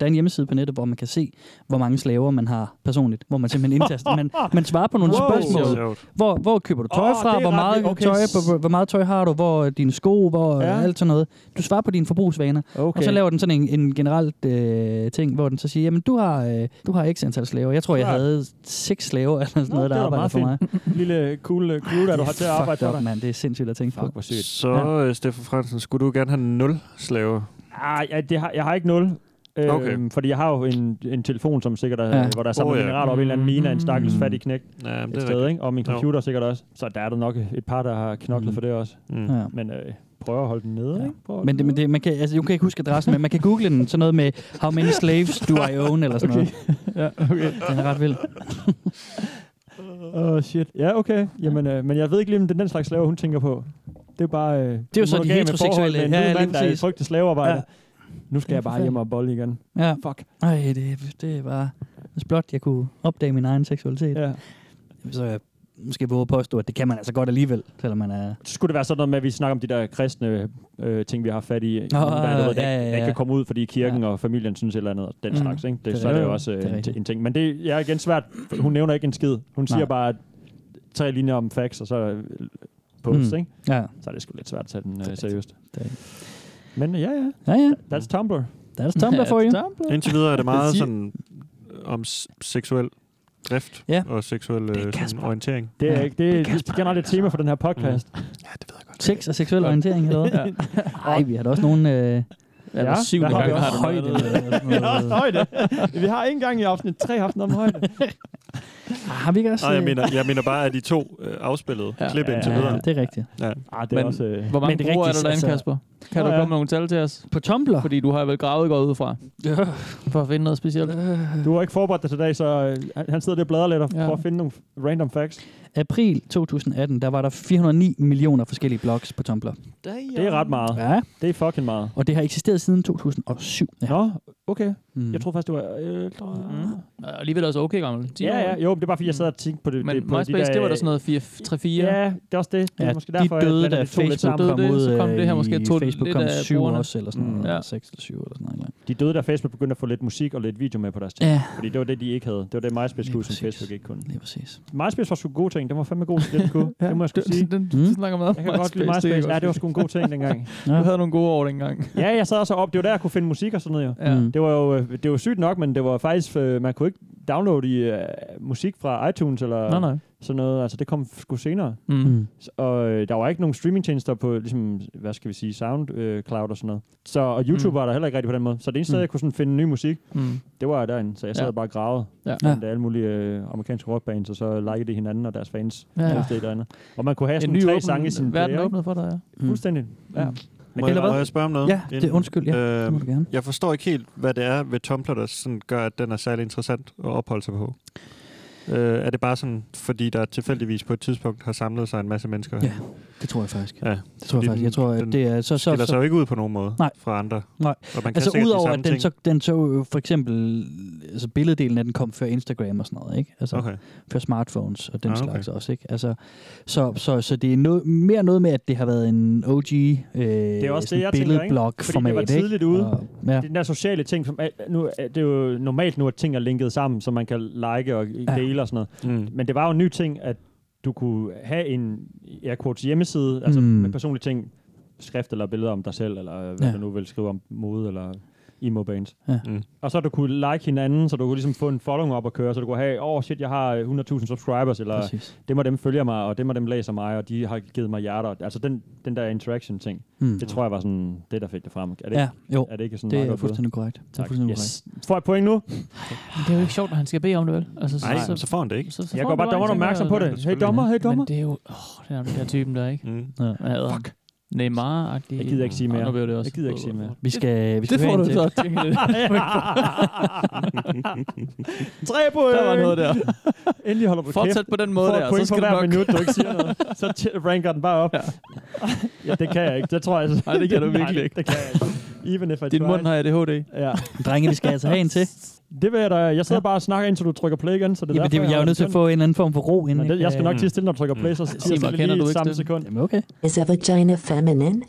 Der er en hjemmeside på nettet, hvor man kan se, hvor mange slaver man har personligt. Hvor man simpelthen indtaster.
<laughs>
Man, man svarer på nogle
Wow.
wow. spørgsmål.
Sjovt.
Hvor, hvor køber du tøj
Åh, det
fra?
er
Hvor
ret
meget,
vildt. Okay.
tøj, hvor, hvor meget tøj har du? Hvor er dine sko? Hvor
Ja.
ja. alt sådan noget. Du svarer på dine forbrugsvaner. Okay.
Okay.
Og så laver den sådan en, en generelt øh, ting, hvor den så siger, jamen du har, øh, du har x antal slaver. Jeg tror, jeg
Klart.
havde seks slaver eller sådan
Nå,
noget,
det
der
er da
arbejder
meget
for mig.
Lille cool øh, clue, der du har til at arbejde
Ah, Fucked
for
up,
dig.
mand. Det er sindssygt at tænke på.
Fuck, hvor sygt.
Så, ja. Steffen Fransen, skulle du gerne have nul slaver?
Ah, jeg, det har, jeg har ikke nul. Øhm,
Okay.
okay. Fordi jeg har jo en, en telefon, som sikkert er,
Ja.
ja. hvor der er samlet
Åh,
oh,
ja.
ja. mineraler op i en eller anden mine af en stakkels
Mm.
fattig knæk
Ja,
et sted, ikke? og min
Jo.
computer sikkert også. Så der er der nok et par, der har knoklet
Mm.
for det også.
Mm.
Ja.
Men øh, prøv at holde den nede.
Ja.
Ja. Ikke? Prøv at holde
Men, det,
den
men det, man kan, altså, du kan ikke huske adressen, men man kan google den. Sådan noget med, how many slaves do I own, eller sådan okay. noget.
Ja, okay.
Den er ret vild.
nede. Åh, oh, shit. Ja, okay. Jamen, øh, men jeg ved ikke lige, om det er den slags slaver, hun tænker på. Det er bare... Øh, det
jo så de heteroseksuelle.
Ja,
Ja,
ja,
lige
mand, der er
præcis.
frygtelig slavearbejde.
Ja.
Ja. Nu skal jeg bare hjem og bolle igen.
Ja.
Fuck.
Ej, det, det var... Hvis blot jeg kunne opdage min egen seksualitet, ja.
Ja.
så jeg måske våge at påstå, at det kan man altså godt alligevel, selvom man er...
Så skulle det være sådan noget med, at vi snakker om de der kristne øh, ting, vi har fat i.
Nå,
der, er noget, der,
ja,
ikke-
ja,
der ikke
ja.
kan komme ud, fordi kirken ja. og familien synes et eller andet, og den
Mm.
mm. slags. Ikke? Det,
Det
det,
er
så er det jo
rigtigt.
også
Det er
øh, en,
rigtigt.
en ting. Men det er igen svært. for Hun nævner ikke en skid. Hun siger
Nej.
bare tre linjer om facts, og så øh, posts. Mm.
Mm.
Ikke?
Ja,
Så er det sgu lidt svært at tage den øh,
rigtigt.
seriøst.
Det er
Men ja, ja.
ja, ja.
That's Tumblr.
That's Tumblr for you.
Indtil videre er det meget
Sig-
sådan om s- seksuel drift
Ja.
og seksuel øh, sådan,
<laughs>
orientering.
Det er,
Ja.
ikke, det, det er generelt et tema for den her podcast. Mm.
Sex og seksuel orientering, eller hvad?
Ja.
Ej, vi har da også nogen... Øh,
Ja, ja, syvende
hvad har vi
gang
også?
har du
højde.
noget.
Eller
<laughs>
<laughs>
sådan
Vi har også
noget.
højde. Vi har ikke engang i afsnit 3 haft noget om højde.
Har vi ikke også...
Nej, jeg
øh,
mener, jeg mener bare, at de to øh, afspillede ja,
Ja.
klip
Ja,
indtil videre.
Ja, det er rigtigt.
Ah, det er
Men-
også... Øh,
Hvor mange
Men det er
brugere er
rigtigt,
der derinde,
altså-
Kasper? Kan
Nå,
du
ja.
komme med nogle tal til os?
På Tumblr?
Fordi du har vel gravet godt ud fra, for at finde noget specielt.
Øh,
Mm.
Du har ikke forberedt dig til dag, så øh, han- han sidder der og bladrer lidt og
Ja.
ja. prøver at finde nogle random facts.
April 2018, der var der 409 millioner forskellige blogs på Tumblr.
Det er ret meget.
Ja.
Det er fucking meget.
Og det har eksisteret siden 2007. Ja.
Nå, okay.
Mm.
Jeg tror faktisk, du var ældre.
Mm. Og alligevel også okay gammel. 10
Ja,
år,
ja.
ikke?
Jo, men det var, fordi
Mm.
jeg sad og tænkte på det.
Men
det, på øh,
MySpace, det var da sådan noget 3-4.
Ja, det er også det. Det er
Ja,
ja, måske
de
derfor,
døde,
blander
da
de to lidt
Facebook
sammen.
kom
Døde det,
ud
så kom
øh,
det her måske
i
to
Facebook
lidt
kom
af
syv
brugerne.
også, eller sådan
Mm.
noget.
Ja.
Ja. 6 eller 7 eller sådan noget. ikke?
De døde, da Facebook begyndte at få lidt musik og lidt video med på deres ting.
Ja,
Fordi det var det, de ikke havde. Det var det, MySpace
Lige
kunne, som
præcis.
Facebook ikke kunne.
lige præcis.
MySpace var sgu en god ting. Den var fandme god til det, den
<laughs>
kunne. Det må jeg sgu sige.
Den,
Mm.
den snakker meget om
Jeg kan godt lide MySpace. Ja, det var sgu en god ting
<laughs>
dengang.
Du havde nogle gode år dengang.
Ja, jeg sad også op. Det var der, jeg kunne finde musik og sådan noget, jo.
Ja.
Mm.
Det var jo øh, det var sygt nok, men det var faktisk, øh, man kunne ikke downloade i, øh, musik fra iTunes eller
Nej, nej.
sådan noget. Altså, det kom sgu senere.
Mm.
Mm.
S- Og øh, der var ikke nogen streamingtjenester på, ligesom, hvad skal vi sige, SoundCloud øh, Cloud og sådan noget. Så, og YouTube
Mm.
var der heller ikke rigtig på den måde. Så det eneste sted,
Mm.
jeg kunne sådan finde ny musik,
Mm.
det var derinde. Så jeg sad
Ja.
ja. bare og gravede
Ja.
ja. blandt alle mulige øh, amerikanske rockbands, og så likede de hinanden og deres fans
Ja.
ja. alle steder derinde. Og man kunne have
En
sådan
ny
tre
åben,
sange i sin
verden
player, ikke?
åbnede for dig, ja.
Mm.
Fuldstændig. Ja.
Mm.
Må,
Eller
jeg,
hvad?
må jeg spørge om noget?
Ja, det er undskyld. Ja, det må
Øh,
du gerne.
jeg forstår ikke helt, hvad det er ved Tumblr, der sådan gør, at den er særlig interessant at opholde sig på. Øh, er det bare sådan, fordi der tilfældigvis på et tidspunkt har samlet sig en masse mennesker?
Ja, det tror jeg faktisk.
Ja,
det tror jeg
fordi
faktisk. Jeg
den-
tror, at
den
det er så...
Så,
så,
Skiller sig
så
jo ikke ud på nogen måde
Nej.
fra andre.
Nej.
Og man kan
altså
sikkert de
udover,
samme
at den
ting.
så, den så jo for eksempel... Altså billeddelen af den kom før Instagram og sådan noget, ikke? Altså,
Okay.
for smartphones og den
Ah,
ah,
okay.
okay. slags også. Ikke? Altså, så, så, så det er noget, mere noget med, at det har været en OG øh, det
er også det, jeg tænker, ikke? Fordi
billedblog-format.
det var tidligt ude.
Og, ja.
Den der sociale ting, som al- nu, er det er jo normalt nu, at ting er linket sammen, så man kan like og dele og sådan noget.
Mm.
Men det var jo en ny ting, at du kunne have en ja, quotes hjemmeside, altså
Mm.
mm. med personlige ting, skrift eller billeder om dig selv, eller hvad
Ja.
ja. du nu vil skrive om mode eller emo bands.
Ja.
Mm.
Og så du kunne like hinanden, så du kunne ligesom få en following op og køre, så du kunne have, åh oh, shit, jeg har øh, 100.000 subscribers, eller Præcis.
Præcis.
dem og dem følger mig, og dem og dem læser mig, og de har givet mig hjerter. Altså den, den der interaction ting,
Mm.
det tror jeg var sådan det, der fik det frem. Er det,
Ja, jo.
er det ikke sådan
Det
meget
er
godt bud?
fuldstændig korrekt. Det er
Tak.
fuldstændig korrekt.
Yes. Får jeg point nu?
Det er jo ikke sjovt, når han skal bede om det, vel? Altså,
Nej, men så får han det ikke.
så,
Jeg går bare dommeren opmærksom på det. Hey
Selvfølgelig.
dommer, hey
Men
dommer.
det er jo... Åh, det er den der typen, der, ikke?
Mm.
Ja.
Fuck. Neymar-agtig.
Jeg gider ikke sige
Nå,
mere.
nu blev det også.
Jeg gider ikke sige mere.
Vi skal, vi skal
Det får
høre
du
en til.
så <laughs> tænke lidt.
<laughs> Tre point!
Der var noget der.
Endelig holder du
Fortsæt på den måde
Får et
der,
point
så skal
på
du
hver
nok...
minut, du ikke siger noget. Så t- ranker den bare op. <laughs> Ja. ja, det kan jeg ikke. Det tror jeg.
Nej, det kan du virkelig
Nej,
ikke.
Det kan jeg ikke. Even if I
<laughs> Din
tried.
mund har ADHD.
Ja.
<laughs> Drenge, vi skal altså have en
<laughs>
til.
Det vil jeg da. Jeg
Ja.
sidder ja. bare og snakker, indtil du trykker play igen. Så det er
Jamen, det,
derfor,
jeg er jo
har
nødt til at
den.
få en eller anden form for ro inden.
Men det, jeg skal nok
Mm.
øh,
til stille, når du trykker play, så siger
Simon,
jeg
kender
lige
du
i
ikke
samme
den?
sekund.
Jamen, okay.
Is a vagina feminine?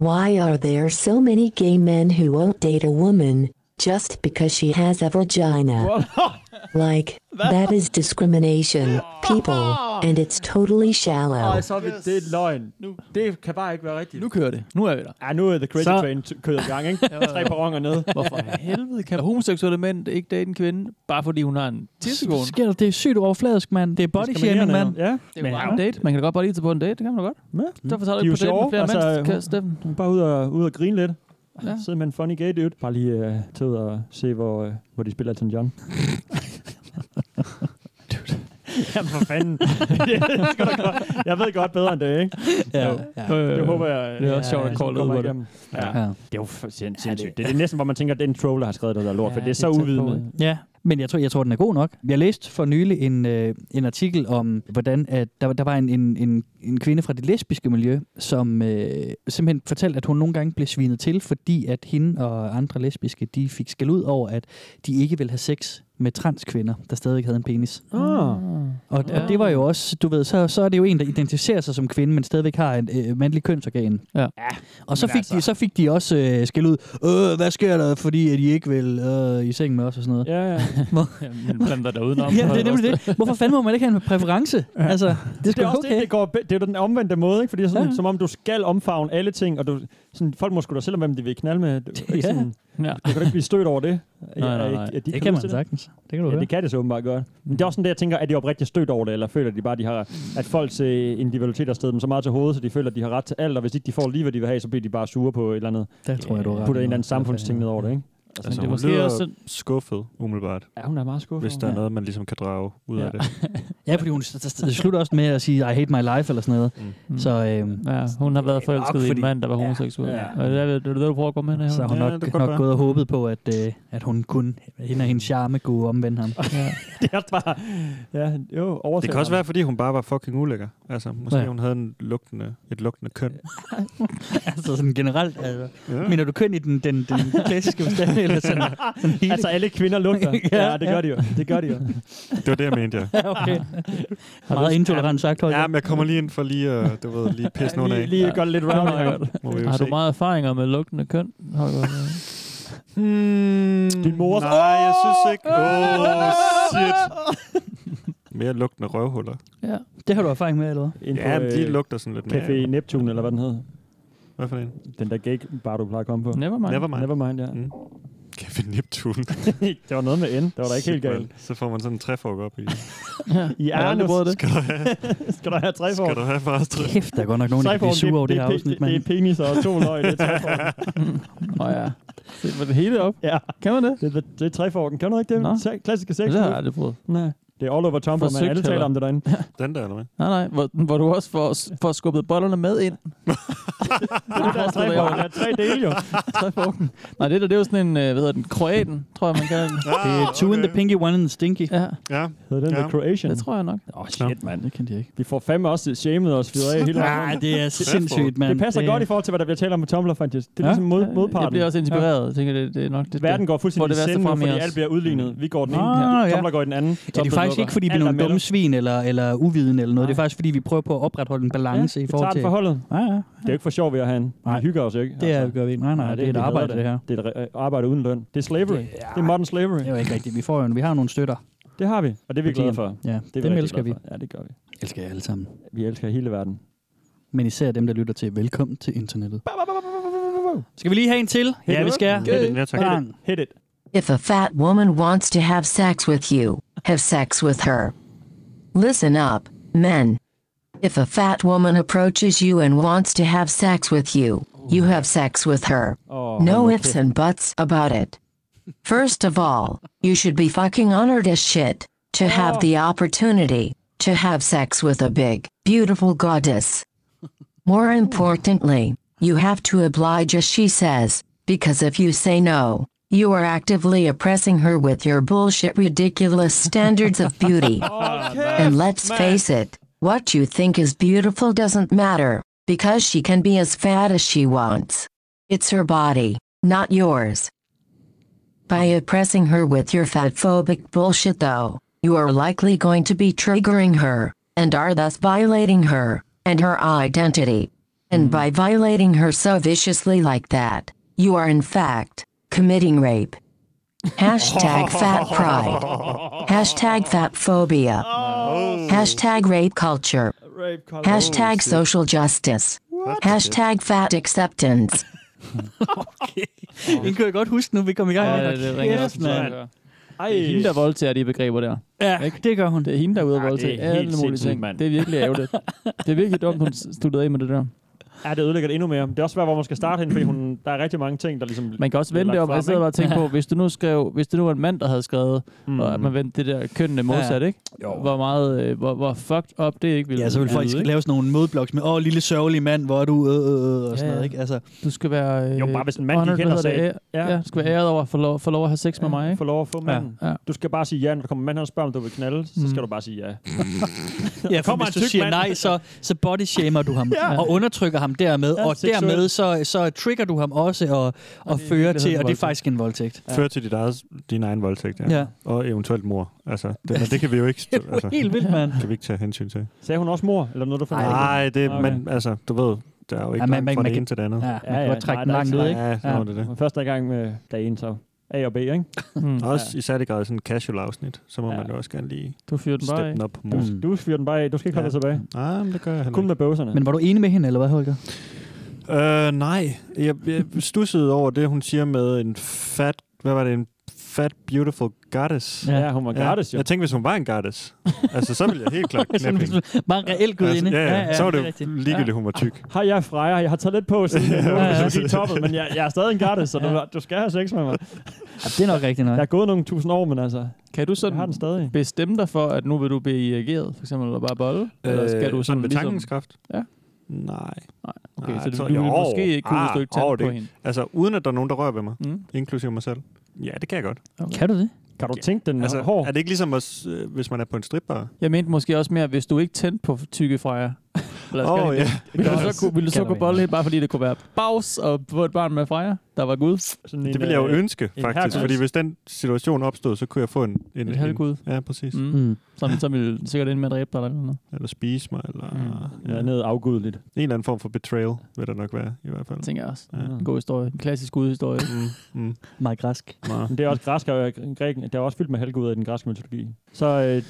Why are there so many gay men who won't date a woman just because she has a vagina? Like, that is discrimination, people, and it's totally shallow.
Nej, så er vi, det er løgn.
Nu.
Det kan bare ikke være rigtigt.
Nu kører det. Nu er vi der.
Ja, nu er The Crazy
Så-
Train t- kørt i gang,
<laughs>
ikke? Tre perroner nede.
Hvorfor i helvede kan homoseksuelle mænd ikke date en kvinde, bare fordi hun har en tissekone?
Sker der, det er sygt overfladisk, mand. Det er body shaming, mand.
Ja,
Det er
Men-
jo bare en date. Man kan da godt bare lide til på en date, det kan man da godt.
Ja.
Derfor tager du
Mm. De er
ikke på
jo sjove.
date med flere
Altså,
mænd,
hun-
kan- Steffen.
hun er bare ud og, ud og grine lidt.
Ja.
Ja. Sidde med en funny gay dude. Bare lige øh, tage ud og se, hvor, øh, hvor de spiller Elton
<laughs>
John. Jamen for fanden. <laughs> jeg, skal da godt. jeg ved godt bedre end det, ikke?
Ja.
Jo.
ja.
Det håber jeg.
det er også
øh,
sjovt at
jeg
call
kommer
ud på det.
igennem. Ja.
Ja.
Det er jo for- sind- sindssygt. Det er næsten, hvor man tænker, at det er en troll, der har skrevet noget, der er lort,
Ja,
for det
det
er
er
så
tæt på,
uvidende.
Ja, men jeg tror, jeg tror, den er god nok. Jeg læste for nylig en, øh, en artikel om, hvordan at der, var- der var en, en, en, en kvinde fra det lesbiske miljø, som øh, simpelthen fortalte, at hun nogle gange blev svinet til, fordi at hende og andre lesbiske, de fik skæld ud over, at de ikke ville have sex med transkvinder, der stadig havde en penis.
Ah.
Og, og det var jo også, du ved, så, så er det jo en, der identificerer sig som kvinde, men stadigvæk har et øh, mandligt kønsorgan.
Ja.
Og så
men
fik,
altså.
altså. de, så fik de også øh, skæld ud, øh, hvad sker der, fordi at I ikke vil øh, i seng med os og sådan noget.
Ja, ja.
Jamen, blander dig udenom.
Ja, det er nemlig det. Hvorfor fanden må man ikke have en præference? Altså, det er
Det
sgu
er, også
okay.
det, det, går, det er jo den omvendte måde, ikke? Fordi sådan,
Ja.
ja. som om du skal omfavne alle ting, og du, sådan, folk må sgu da selv om, hvem de vil knalde med. Du, ja.
Ja.
sådan,
Ja.
du kan da ikke blive stødt over det.
Nej, nej, nej.
At- at de
Det kan
lyst
man
til
sagtens. Det kan du
Ja,
høre.
det kan det så åbenbart godt. Men det er også sådan det, jeg tænker, at de er oprigtigt stødt over det, eller føler de bare, de har, at folks øh, individualitet har stedet dem så meget til hovedet, så de føler, at de har ret til alt, og hvis ikke de får lige, hvad de vil have, så bliver de bare sure på et eller andet.
Der tror jeg, du har ret.
Putter en eller anden samfundsting ned over det, ikke?
Altså,
det
det
er
hun
måske
lyder
også sådan-
skuffet, umiddelbart,
Ja, hun er meget skuffet.
hvis der er noget, man ligesom kan drage ud
Ja.
af det.
Ja, fordi hun s- s- slutter også med at sige, I hate my life eller sådan noget.
Mm.
Så, øhm,
Ja, hun har været forelsket i en
fordi-
mand, der var homoseksuel.
Ja.
Og det er det, er det, du prøver at gå med her.
så har hun
Ja,
nok,
det kan godt
nok
være.
gået og håbet på, at, øh, at hun kunne, hende og hendes charme kunne omvende <laughs> ham.
<laughs> det er bare... Ja, jo, oversæt
Det kan også
ham. <laughs>
være, <laughs> fordi hun bare var fucking ulækker. Altså, måske
Ja.
ja. hun havde en lugtende, et lugtende køn.
altså sådan generelt. Altså.
<laughs>
Ja.
Mener du køn i den, den, den klassiske forstand? Eller <laughs> sådan, sådan hele?
Altså, alle kvinder lugter.
Ja,
ja, det gør de jo. Det gør de jo.
Det var det, jeg mente, ja.
okay. Meget intolerant sagt, Holger.
Ja, men jeg kommer lige ind for lige, at, du ved,
<laughs>
lige pisse nogen
lige,
af.
lige gør det
<laughs>
lidt round
Ja.
her.
Må vi jo
Har du
se.
meget erfaringer med lugtende køn?
<laughs>
Holger?
Hmm,
Din mor-
Nej, jeg synes ikke. Oh, shit. Mere lugtende røvhuller.
Ja.
Det har du erfaring med, eller hvad?
Ind
Ja,
på, øh,
men de lugter sådan lidt mere.
Café Neptun, eller hvad den hed.
Hvad for en?
Den der gay bar, du plejer at komme på.
Nevermind.
Nevermind. Never. <laughs>
Nevermind, ja.
Mm. Café Neptun. Det
det var noget med N. Det var da ikke helt galt.
Så får man sådan en træfork op i.
Ja.
I
Jeg har aldrig
Arnes.
prøvet det.
Skal du have,
<laughs> Skal der have tre for?
skal du have forresten?
Kæft, der er godt nok nogen, der kan blive sure over det her afsnit,
Det
mand.
er penis og to løg. Det er treforken.
Nå
<laughs>
ja. Se, var det hele op?
ja,
Kan man det?
det, er- det er treforken. Kan du ikke det?
Nå.
Sa- Klassiske sex.
Det har jeg aldrig prøvet.
Nej. Det er all over Tom, man
Forsøgt
alle taler
heller.
om det derinde.
Den der, eller hvad?
Nej, nej. Hvor, hvor du også får, får skubbet bollerne med ind.
Det er der
forestiller jeg
treforken.
mig.
Der er tre dele jo.
Træforken. Nej, det der, det er jo sådan en, øh, hvad hedder den, kroaten, tror jeg, man kalder den.
Det er two in the pinky, one in the stinky.
Ja,
Ja,
Hedder den
Ja.
The Croatian.
det tror jeg nok.
Åh, oh, shit, mand.
Det kan de ikke.
Vi får fandme også shamed os
<laughs>
videre af hele vejen
Nej,
rundt.
det er sindssygt, mand.
Det passer godt i forhold til, hvad der bliver talt om på Tumblr, faktisk. Det er
Ja.
ligesom mod,
Jeg
modparten.
bliver også inspireret. Jeg tænker, det, det er nok det.
Verden går
Hvor
fuldstændig
det
i
værste
send nu,
frem i
fordi
os.
alt bliver udlignet. Vi går den ene,
Ah,
ah,
ja.
Tumblr går i den anden.
Ja, det er faktisk ikke, fordi vi er
Alt
nogle
er
dumme
mellem.
svin eller, eller uvidende eller noget. Det er
Nej.
faktisk, fordi vi prøver på at opretholde en balance
Ja,
i
vi
forhold
tager
til...
den forholdet.
Ja, ja.
Det er jo ikke for sjov, vi er herinde. Vi
Nej.
hygger os jo ikke. Altså,
Det er, gør vi ikke. Nej, nej, det, er et
vi
arbejde,
hader
det her.
Det er et re- arbejde uden løn. Det er slavery. Det, ja. det er modern slavery.
Det er jo ikke rigtigt. Vi, får jo, en- vi har nogle støtter.
Det har vi, og det er vi
Værdier.
glade for. Det
Ja,
er
det dem
rigtig
elsker vi.
glade for. Ja, det gør vi.
Elsker jeg alle sammen.
Vi elsker hele verden.
Men især dem, der lytter til. Velkommen til internettet. Skal vi lige have en til? Ja, vi skal.
ja tak.
Bang.
Hit it.
If a fat woman wants to have sex with you, have sex with her. Listen up, men. If a fat woman approaches you and wants to have sex with you, you have sex with her.
Oh,
No ifs and buts about it. First of all, you should be fucking honored as shit to have the opportunity to have sex with a big, beautiful goddess. More importantly, you have to oblige as she says, because if you say no, you are actively oppressing her with your bullshit ridiculous standards of beauty. And let's face it, what you think is beautiful doesn't matter, because she can be as fat as she wants. It's her body, not yours. By oppressing her with your fatphobic bullshit, though, you are likely going to be triggering her, and are thus violating her and her identity.
Hmm.
And by violating her so viciously like that, you are in fact committing rape. Hashtag fat pride.
<laughs>
Hashtag fat phobia. Hashtag rape culture.
Rape culture.
Hashtag
Oh, shit.
social justice.
What?
Hashtag fat acceptance.
Den kunne jeg godt huske, nu vi kom i gang.
Ja, det ringer
Kæft,
også en
mand.
klokke. Det er hende, der voldtager de begreber der.
Ja, ikke? det gør hun.
Det er hende, der er ude og
det
voldtage
er helt
alle mulige
sindssygt,
ting.
mand.
Det er virkelig ærgerligt. det er virkelig dumt, hun studerede af med det der.
Ja, det ødelægger det endnu mere. Det er også svært, hvor man skal starte hende, fordi hun, der er rigtig mange ting, der ligesom...
Man kan også
bliver
vende det
lagt
om. Jeg
frem,
sidder bare og
ikke?
tænker på, hvis du nu skrev, hvis det nu var en mand, der havde skrevet,
Mm.
og at man vendte det der kønnene modsat,
Ja.
ikke?
Jo.
Hvor meget, øh, hvor, hvor fucked up det ikke ville
Ja, så vil
lyde,
folk
ikke?
lave sådan nogle modblogs med, åh, lille sørgelig mand, hvor er du, øh, øh, øh, og sådan
Ja,
noget,
ja.
ikke? Altså,
Du skal være...
Jo, bare hvis en mand gik
honored,
hen og
hvad hedder
sagde,
det, ære- Ja, du skal være æret over at få lov, få lov at have sex med mig, ikke?
Få lov at få manden.
Ja.
Du skal bare sige ja, når der kommer en mand, han spørger, om du vil knalde, så skal
Mm.
du bare sige ja.
ja, for
Kommer
hvis
en
du
tyk
siger
mand.
nej, så, så body shamer du ham,
Ja.
og undertrykker ham dermed,
Ja,
og
seksuelt.
dermed så, så trigger du ham også, og, og
det er
fører
i
til,
virkeligheden
og det er
voldtægt.
faktisk en voldtægt.
Før til dit eget, din egen voldtægt, ja.
Ja.
Og eventuelt mor. Altså, det, men det kan vi jo ikke,
Det er jo
altså,
helt vildt, mand.
kan vi ikke tage hensyn til.
Sagde hun også mor? Eller noget, du fandt ud af?
Nej, det,
Okay.
men altså, du ved, der er jo ikke
Ja,
ja,
man-
langt
man-
fra
man
det
kan-
ene til det andet.
Ja,
Ja.
man kan godt trække
nej,
den
der er
langt
ikke
ud,
så
ikke?
Ja, sådan
Ja.
var det det.
Men Første gang med dagen, så A og B, ikke?
Mm.
Også i særlig grad sådan en casual afsnit, så må
Ja.
man jo også gerne lige
Du fyrer den bare
steppe
af.
den op på mor.
Mm.
Du fyrer den bare af. Du skal ikke holde
Ja.
dig tilbage.
Nej, men det gør jeg heller
Kun med bøvserne.
Men var du enig med hende, eller hvad, Holger?
Øh, nej, jeg, jeg stussede over det, hun siger med en fat, hvad var det, en fat beautiful goddess.
ja, hun var gratis, jo.
Jeg tænkte, hvis hun var en goddess, altså så ville jeg helt
<laughs>
klart
Sådan,
knappe
hvis
hende.
man- Bare en reel gudinde.
Altså, ja, ja, så var det
er
jo
rigtigt.
ligegyldigt, hun var tyk.
Hej, jeg er Freja. Jeg har taget lidt på siden. Jeg
Ja,
er
ja.
måske i toppet, men jeg, jeg er stadig en gratis, så
Ja.
du, du skal have sex med mig.
Ja, det er nok rigtigt nok.
Jeg er gået nogle tusind år, men altså,
Kan du
jeg har
sådan
den stadig.
bestemme dig for, at nu vil du blive reageret, for eksempel, eller bare bolle? Eller skal du sådan
med
ligesom...
tankens kraft?
Ja.
Øh, Nej.
Okay,
Nej,
så du,
så-
du vil
jo,
måske ikke kunne, hvis
ah,
du ikke
over
tændte på
det.
hende.
Altså, uden at der er nogen, der rører ved mig,
Mm.
inklusive mig selv. Ja, det kan jeg godt.
Kan du det?
Kan du tænke den
Altså,
altså, hård?
er det ikke ligesom, os, øh, hvis man er på en stripbar?
Jeg mente måske også mere, hvis du ikke tændte på tykke frejer. Eller skal
Åh,
det-
ja.
Vil
Kan
du
også-
så kunne, vil du
kan
så kunne
være.
bolle helt bare fordi det kunne være bags og få et barn med Freja, der var gud?
Sådan en,
Det ville jeg jo
øh,
ønske,
en
faktisk.
Hercules.
Fordi hvis den situation opstod, så kunne jeg få en... en
Et
en-
halvgud.
Ja, præcis.
Mm.
Mm.
Som, som ville sikkert ende med at dræbe dig eller noget.
Eller spise mig, eller...
Mm.
Ja,
Ja,
en
ned afgudeligt.
eller anden form for betrayal, vil der nok være, i hvert fald.
Det tænker jeg også.
Ja.
En god historie. En klassisk gudhistorie.
Mm. Mm.
Meget græsk.
Men det er også græsk og græken. Det er også fyldt med halvguder i den græske mytologi. Så øh,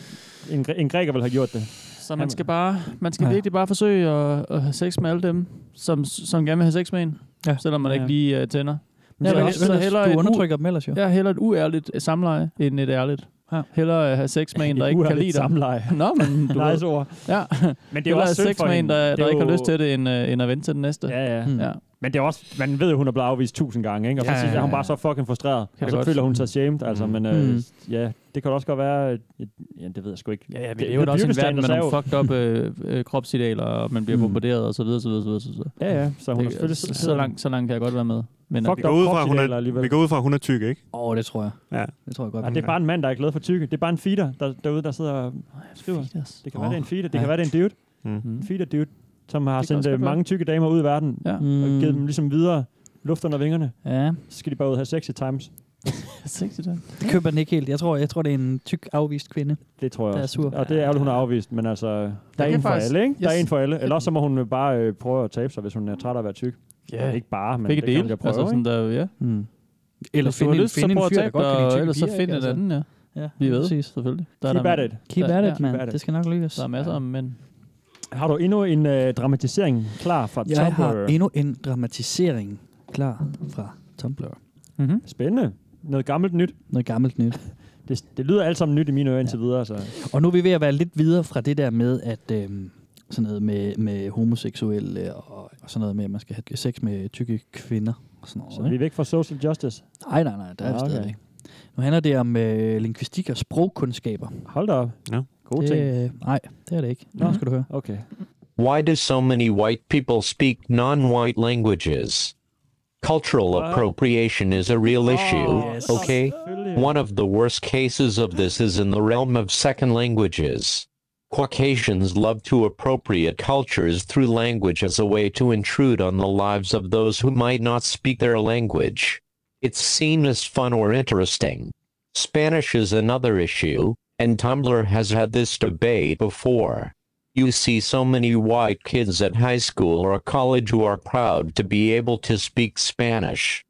en, græ- en græker ville have gjort det.
Så man skal bare, man skal virkelig bare forsøge at, at have sex med alle dem, som, som gerne vil have sex med en.
Ja.
Ja. Selvom man
Ja.
ikke lige uh, tænder. Men
Ja,
så,
men
også, så
ellers-
hellere
du
et, u-
undertrykker dem ellers jo.
ja, hellere et uærligt øh, samleje, end et ærligt.
Ja.
Hellere at have sex
<laughs>
med en, der
Et
ikke kan
uærligt
lide dig.
samleje.
Nå, men <laughs>
<laughs>
du ved.
Nice ord.
Ja.
Men det er jo
Hellere
også
have
synd
sex
for
med en,
hende.
der,
Det er
der ikke har
jo-
lyst til Hmm. det, end, øh, end at vente til den næste.
Ja, ja.
Mm.
ja.
Men det er også, man ved, at hun er blevet afvist tusind gange, ikke? Og så
Ja,
ja,
ja,
ja,
ja.
er hun bare så fucking frustreret.
Kan
og
det
så
godt. Hmm.
føler hun sig shamed, altså.
Mm.
Men øh,
Mm.
ja, det kan da også godt være... at- Ja, det ved jeg sgu ikke.
Ja, ja, vi
Det-
lever da også i en
Byrkestagen,
verden med
der
nogle fucked up øh, øh, kropsidealer, og man bliver
Mm.
bombarderet og så videre, så videre, så videre. Så, videre.
Ja, ja. Så hun er
Det,
selvfølgelig...
så, så, langt, så langt kan jeg godt være med. Men
Fuck
Vi
at-
går ud fra, at hun
Kropsidealer
er,
alligevel.
vi går ud fra, at hun er tyk, ikke?
Åh, oh, det tror jeg.
Ja.
Det tror jeg godt.
Ja, det er bare en mand, der er glad for tykke. Det er bare en feeder der, derude, der sidder og skriver.
Fetus.
Det kan være, det er en feeder. Det
Ja.
kan være, det er en dude.
Mm.
En feeder dude, som har
Det kan
sendt
også
øh,
godt være.
mange tykke damer ud i verden.
Mhm. Ja.
Og givet dem ligesom videre luft under vingerne.
Mm. Ja,
Så skal de bare ud og have sexy times.
Sexy time.
det køber den ikke helt. Jeg tror, jeg tror det er en tyk, afvist kvinde.
Det tror jeg
Der er
også.
sur.
Og det er ærgerligt, hun er afvist, men altså, der er
kan
en for
faktisk-
alle, ikke? Der er
jeg-
en for alle. Eller også så må hun bare øh, prøve at tabe sig, hvis hun er træt af at være tyk.
Ja,
Ikke bare, men
begge
det kan
dele.
hun jo prøve,
altså, sådan der, ja.
Mm.
Eller
Eller
hvis du har
finde, en,
lyst, så
finde
prøv
en
at
fyr, der
tage
godt kan lide
dig,
tykke
ellers så
piger,
find
ikke?
et
Altså,
andet, ja.
Ja,
Vi ved.
Præcis.
Selvfølgelig. Der
Keep
der,
at it.
Keep
Der-
at
ja.
it, mand.
Keep at it.
Det skal nok lykkes.
der er masser om mænd.
Har du endnu en øh, dramatisering klar fra
Jeg
Tumblr?
har endnu en dramatisering klar fra Tumblr.
Mm-hmm.
Spændende. Noget gammelt nyt.
Noget gammelt nyt.
Det, det lyder alt sammen nyt i mine ører indtil videre. Så.
Og nu er vi ved at være lidt videre fra det der med, at øhm, sådan noget med, med homoseksuelle og, og sådan noget med, at man skal have sex med tykke kvinder og sådan noget.
så vi er væk fra social justice.
Nej, nej, nej, der er vi
Ah, okay.
stadigvæk. Nu handler det om øh, lingvistik og sprogkundskaber.
Hold da op.
Ja.
Gode ting.
Det, øh, nej, det er det ikke. Nå,
Nå.
skal du høre.
Okay.
Why do so many white people speak non white languages? Cultural
What? Oh,
appropriation is a real issue,
Yes.
okay?
Selvfølgelig.
One of the worst cases of this is in the realm of second languages. Caucasians love to appropriate cultures through language as a way to intrude on the lives of those who might not speak their language. It's seen as fun or interesting. Spanish is another issue, and Tumblr has had this debate before. You see so many white kids at high school or college who are proud to be able to speak Spanish.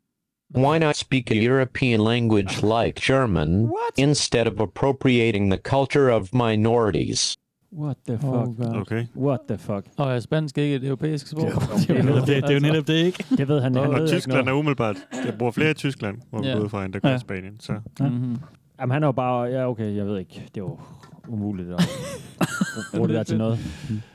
Why not speak a European language like German instead of appropriating the culture of minorities?
What the fuck?
Oh, God.
Okay.
What the fuck?
Og er spansk ikke et europæisk sprog?
Det er jo netop det- det er jo netop det, ikke? Det ved han ikke. Han ved
Og
ikke
Tyskland
noget.
er umiddelbart. Jeg bruger flere i Tyskland, hvor vi
Ja.
går ud fra, end der gør
Ja.
i Spanien. Så.
Ja. Mm-hmm. Jamen, han er jo bare... Ja, okay, jeg ved ikke. Det er jo umuligt at bruge det der til noget.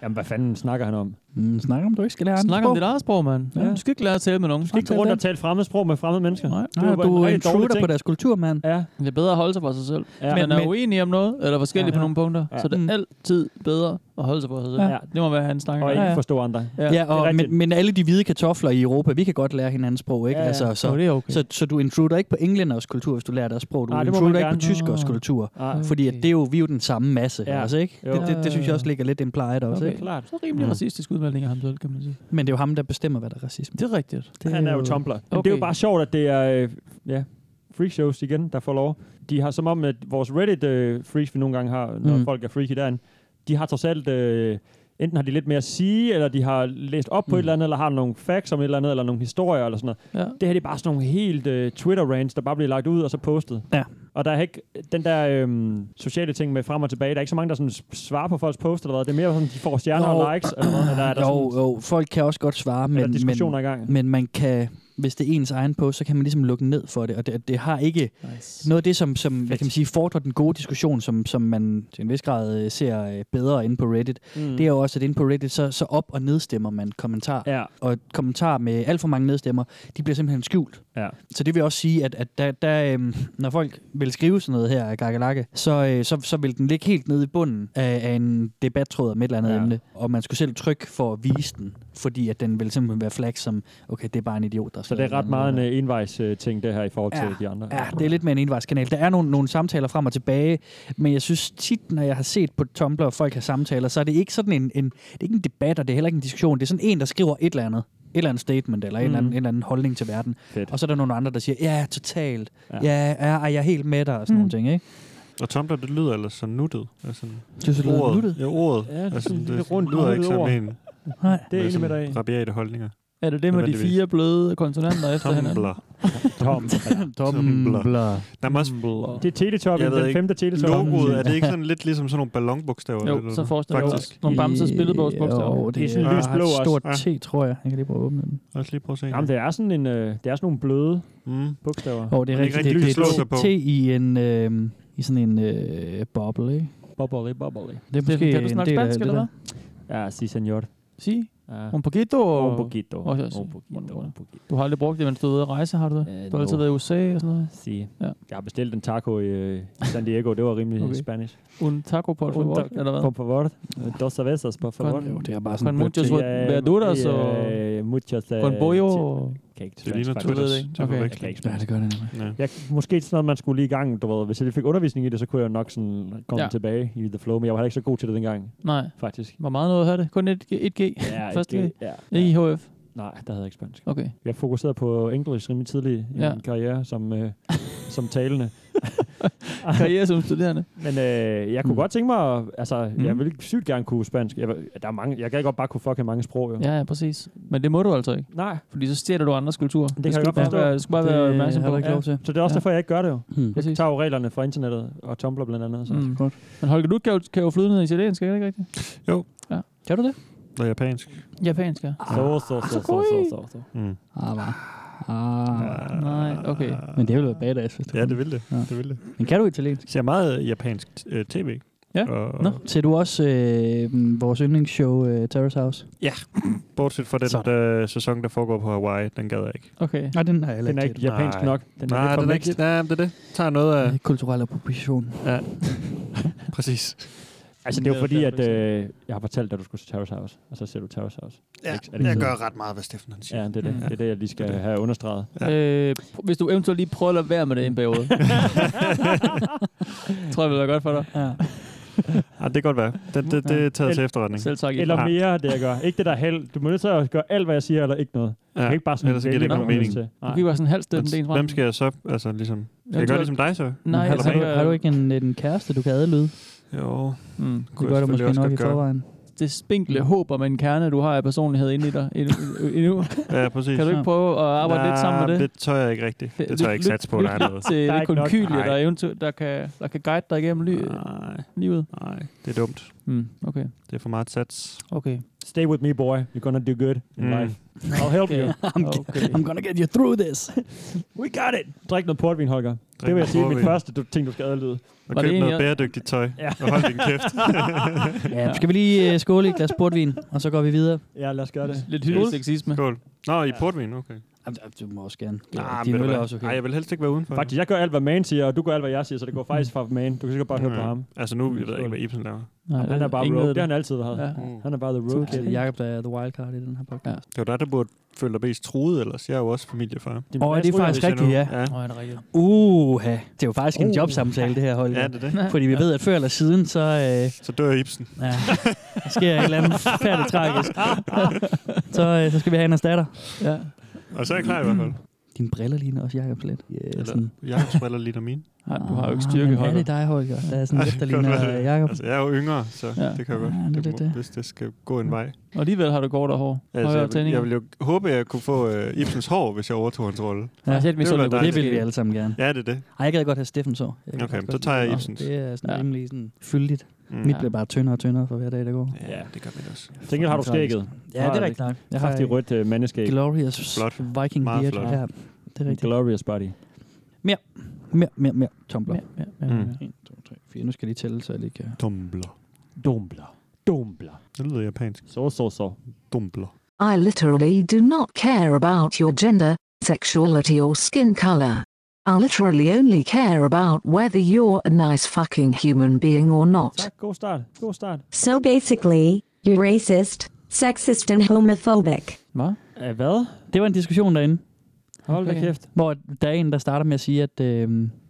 Jamen, hvad fanden snakker han om?
Mm, snak om, du ikke skal lære andre
Snak om
sprog.
dit eget sprog, mand. Ja. Du skal ikke lære at tale med nogen. Du skal
ikke gå rundt og
tale fremmed sprog med fremmede mennesker.
Nej,
Nej, du er intruder på deres kultur, mand.
Ja.
Det er bedre at holde sig for sig selv.
Ja.
Ja. Man
Men-
er
men-
uenig om noget, eller forskellige
Ja.
ja. på nogle punkter,
Ja. Mm.
ja. så det er altid bedre at holde sig for sig selv.
Ja.
Ja. Det må være, han snakker
Og
om.
ikke forstå andre.
Ja, ja og, men, men alle de hvide kartofler i Europa, vi kan godt lære hinandens sprog, ikke?
Ja, ja.
Altså, så,
Jo, det er okay.
så, så du intruder ikke på englænders kultur, hvis du lærer deres sprog. Du
Nej, det må
intruder
man
ikke på
gerne.
tyskers
Nå.
kultur,
Ah,
fordi at det er jo, vi er jo den samme masse,
Ja.
ja. altså, ikke?
Jo.
Det, det, det, synes jeg også ligger lidt implied også,
Okay,
ikke?
klart. Så rimelig
Mm.
racistisk udmelding af ham selv, kan man sige.
Men det er jo ham, der bestemmer, hvad der er racisme.
Det er rigtigt.
Han er jo tumbler. Okay. Det er jo bare sjovt, at det er øh, ja, freak shows igen, der får lov. De har som om, at vores Reddit-freaks, øh, freaks, vi nogle gange har, når
Mm.
mm. folk er freaky derinde, de har trods alt... Øh, Enten har de lidt mere at sige, eller de har læst op på mm. et eller andet, eller har nogle facts om et eller andet, eller nogle historier, eller sådan noget.
Ja.
Det her det er bare sådan nogle helt øh, Twitter-rants, der bare bliver lagt ud og så postet.
Ja.
Og der er ikke den der øh, sociale ting med frem og tilbage. Der er ikke så mange, der sådan svarer på folks post, eller hvad. Det er mere sådan, de får stjerner
Jo.
og likes, eller hvad. Eller er der
jo,
sådan,
jo, folk kan også godt svare,
er
men,
der diskussioner
men,
i gang?
men man kan, hvis det er ens egen post, så kan man ligesom lukke ned for det, og det, det har ikke
nice.
noget af det, som, som hvad kan man sige, fordrer den gode diskussion, som, som man til en vis grad øh, ser øh, bedre inde på Reddit.
Mm.
Mm. Det er jo også, at inde på Reddit, så, så op- og nedstemmer man kommentarer.
Mm. Ja.
Og kommentarer med alt for mange nedstemmer, de bliver simpelthen skjult.
Ja.
Så det vil også sige, at, at der, der, øhm, når folk vil skrive sådan noget her af Gagalakke, så, øh, så, så vil den ligge helt nede i bunden af, af en debattråd om et eller andet ja.
Ja.
emne, og man skulle selv trykke for at vise den, fordi at den vil simpelthen være flag som, okay, det er bare en idiot, der
Så det er ret meget en øh, envejs øh, ting, det her i forhold til de andre.
Ja, det er lidt mere en envejskanal. Der er nogle, nogle samtaler frem og tilbage, men jeg synes tit, når jeg har set på Tumblr, at folk har samtaler, så er det ikke sådan en, en, det er ikke en debat, og det er heller ikke en diskussion. Det er sådan en, der skriver et eller andet. Et eller andet statement, eller en, eller anden, en eller anden holdning til verden.
Fedt.
Og så er der nogle andre, der siger, ja, totalt.
Ja.
Ja, ja, ja ej, jeg er helt med dig, og sådan
Mm.
nogle ting, ikke?
Og Tumblr, det lyder ellers så nuttet. Altså,
Det er så lyder
ordet.
nuttet.
Ja, ordet.
Ja, det
altså,
er
det,
lidt rundt
lyder
nuttet
ikke som
ord.
en
Nej.
Det er enig med
sådan
dig i.
rabiate holdninger.
Er det det med de
Nødvendigvis.
fire bløde konsonanter efter hinanden?
Tumblr.
Tom.
Tumblr.
Der er også,
<laughs> Det er Teletubben,
Jeg ved
den
ikke.
femte Teletubben.
logoet, er det ikke sådan lidt ligesom sådan nogle ballonbogstaver?
Jo,
eller
så
noget?
forestiller jeg mig
Faktisk.
også nogle bamses billedbogsbogstaver.
Jo,
Det er
det
sådan
er
en lys
har
blå
et
også.
stort
Ja.
T, tror jeg. Jeg kan lige prøve at åbne den.
Lad os lige prøve at se.
Jamen, det er sådan en, øh, det er sådan nogle bløde
Mm.
bogstaver.
Åh, oh, det
Men
er
det
rigtigt.
er ikke
Det,
rigtig
det,
lys
det
låser
er
på.
T i, en, øh, i sådan en øh, boble, ikke?
Bubbly, bubbly.
Det er
Steffen,
måske
kan du
en
snakke
del af
spansk,
det
eller
der.
Ja, si senor.
Sige.
Ja.
Un Oh, poquito.
Un
og-
poquito.
Og- og-
Un poquito. Un poquito.
Du har aldrig brugt det, mens du er ude at rejse, har du det?
Øh,
Du har altid
no.
været i USA og sådan noget.
Si.
Ja.
Jeg har bestilt en taco i øh, San Diego. Det var rimelig
Okay.
spanish.
Un taco por
Un
favor,
taco,
eller hvad?
Por favor. Eh, Dos cervezas, por favor.
Con-
Jo, det er bare
Con
sådan en
muchos
Eh,
verduras
eh,
og
Muchas... eh,
con pollo.
chi-
og-
Kan ikke
Det ligner
spansk,
Du ved
Twitters.
det
Det
ikke.
er
Okay.
Jeg kan ikke spansk.
forveksling.
Ja, det gør det nemlig.
Ja.
Jeg, måske sådan noget, man skulle lige i gang, du ved. Hvis jeg lige fik undervisning i det, så kunne jeg nok sådan komme
Ja.
ja. tilbage i the flow, men jeg var heller ikke så god til det dengang,
Nej.
faktisk.
Hvor meget noget at høre det? Kun 1G? 1G?
Ja,
Første
ikke,
G?
ja,
Ikke
ja.
IHF?
Nej, der havde jeg ikke spansk.
Okay.
Jeg fokuserede på engelsk rimelig tidligt i
Ja.
ja. min karriere som, øh, som talende.
Karriere som studerende.
Men øh, jeg kunne
Mm.
mm. godt tænke mig, at- altså, mm. jeg
Mm.
ville sygt gerne kunne spansk. Jeg, der er mange, jeg kan godt bare kunne fucking mange sprog, jo.
Ja, ja, præcis. Men det må du altså ikke,
Nej,
fordi så stjæler du andres kultur. Det,
kan
skal
jeg
du
godt
bare
forstå.
Være, du skal bare være opmærksom på.
har du ikke
Ja.
lov til.
så det er også
Ja.
ja. derfor, jeg ikke gør det jo.
Hmm.
Jeg
Præcis.
tager jo reglerne fra internettet og Tumblr blandt andet. Så. Mm.
Mm.
Godt.
Men Holger, du kan jo, kan jo flyde ned i italiensk, er det ikke rigtigt?
Kan du det?
Noget japansk.
Japansk, ja.
Så, så, så, så, så, så, så.
Mm.
Ah, bare. Ah,
Nej, okay.
men det ville være badass, hvis du
Ja,
kunne.
det vil det.
Ja.
det, vil det.
Men kan du italiensk?
Jeg ser meget japansk øh, tv.
Ja.
Og,
Nå. Ser du også øh, mm, vores yndlingsshow, øh, Terrace House?
Bortset fra den øh, sæson, der foregår på Hawaii, den gad jeg ikke.
Okay.
Nej, den har jeg
Den er ikke japansk
Nej.
nok. Den er
Nej,
lidt for
den er ikke...
mægtig.
Nej, det er det. Tager noget af...
Kulturel appropriation.
Ja. Præcis.
Altså, det er jo
Netop
fordi,
derfor,
at øh, jeg har fortalt dig, at du skulle til Terrace House, og så ser du Terrace House.
Ja,
ikke- er det
jeg
ikke-
gør ret meget, hvad Steffen han siger.
Ja, det er det.
Mm.
Det er det, jeg lige skal have <laughs> understreget.
Ja.
Øh, pr- hvis du eventuelt
<laughs>
lige prøver at lade være med det i en periode. tror jeg, det vil være godt for dig.
Ja.
Ja, det kan godt være. Det, det, det er taget til efterretning.
Eller
Ja.
mere, det jeg gør. Ikke det, der er held. Du må nødt til at gøre alt, hvad jeg siger, eller ikke noget. Ja. Du kan ikke bare sådan
ellers giver det ikke nogen mening.
Du kan bare sådan halvt stemme den ene vej.
Hvem skal jeg så? Altså, ligesom... Skal
Jeg
jeg gøre
tror-
ligesom dig så?
Nej,
Halv
Altså, har,
ring?
du, har du ikke en, en kæreste, du kan adlyde?
Jo.
Mm.
Det gør du måske nok i forvejen.
Det spinkle håb om en kerne, du har af personlighed inde i dig endnu. endnu.
Ja, præcis. Ah,
Kan du ikke prøve at arbejde lidt sammen med det?
Det tør jeg ikke rigtigt. Det tør jeg ikke
Lyt-
satse på, der er
lyt
noget.
Til det konkylie, der,
Nej, Ah.
eventuelt- der, kan, der kan guide dig igennem ly- livet.
Nej. det er dumt.
Mm, okay.
Det er for meget sats.
Okay.
Stay with me, boy. You're gonna do good in
Mm.
life. I'll help you.
I'm, <laughs> okay. I'm gonna get you through this.
We got it. Drik noget portvin, Holger. det vil
noget
jeg sige er min
portvin.
første du- ting, du skal adlyde.
Og køb noget bæredygtigt tøj.
Ja.
Og hold din kæft.
ja, skal vi lige øh, skåle i et glas portvin, og så går vi videre?
Ja, lad os gøre det.
Lidt
hyggelig
sexisme.
Skål. Nå, i portvin, okay.
Du må også gerne.
Nej,
din øl er også okay.
Nej, jeg vil helst ikke være udenfor.
Faktisk, jeg gør alt, hvad man siger, og du gør alt, hvad jeg siger, så det går faktisk fra man. Du kan sikkert bare høre på
Ja.
ham.
Altså, nu ved jeg ikke, hvad Ibsen laver.
Nej,
han er bare
ingen
rogue.
ved
Det har han
det.
altid været.
Ja.
Han er bare the rogue
Det
kid.
er Jacob, der er the wildcard i den her podcast.
Det var dig, der burde føle dig mest truet ellers. Jeg er jo også familiefar.
Åh, oh, det er faktisk rigtigt, ja.
ja.
Åh, er det rigtigt?
Uha, det er jo faktisk en
Uh.
jobsamtale, det her hold.
Ja, det er det.
Fordi vi ved, at før eller siden, så... Øh,
så dør Ibsen. <laughs>
Ja, der sker et eller andet færdigt tragisk. så, øh, så skal vi have en erstatter.
Ja.
Og så er jeg klar i hvert fald.
Dine briller ligner også Jacobs lidt. Yeah,
Eller, Jacobs briller ligner mine.
Nej, du har jo ikke
Ah,
styrke,
men er
Holger.
det dig, Holger? Der er <laughs> sådan
Ej,
lidt, der
det kan godt
ligner
være.
øh, Jacob.
Altså, jeg er jo yngre, så ja. det kan jeg godt.
Ja, det er
det
lidt
må,
det.
hvis det skal gå en vej.
Og alligevel har du kortere hår.
Altså,
Højere
jeg, vil,
tændinger.
jeg ville jo håbe, at jeg kunne få øh, Ibsens hår, hvis jeg overtog hans rolle.
Ja,
Altså,
det ville være
det
dejligt.
vil vi alle sammen gerne.
Ja, det er det.
Ej, jeg gad godt have Steffens år. Jeg gad
Okay,
faktisk
så
godt
tager jeg
lide-
Ibsens.
Det er sådan
Ja.
rimelig sådan fyldigt.
Mm.
Mit
Ja.
bliver bare tyndere og tyndere for hver dag, der går.
Ja, det gør man også.
Til gengæld har du skægget.
Ja, det er rigtigt nok. Jeg
Jeg
har
har et rødt uh, mandeskæg.
Glorious
Flot.
Viking Beard.
Meget flot.
Ja, det er rigtigt.
Glorious body.
Mere, mere, mere, mere. Tumbler.
Ja, ja, ja, ja.
1, 2, 3, 4. Nu skal jeg lige tælle, så jeg lige kan...
Dumbler.
Dumbler. Dumbler.
Det lyder japansk.
Så, så, så.
Dumbler.
I literally do not care about your gender, sexuality, or skin color. I literally only care about whether you're a nice fucking human being or not.
Tak, god start. God start.
So basically, you're racist, sexist, and homophobic.
Hvad?
Æh, hvad?
Det var en diskussion derinde.
Hold da
Okay.
kæft.
Hvor der er en, der starter med at sige, at øh,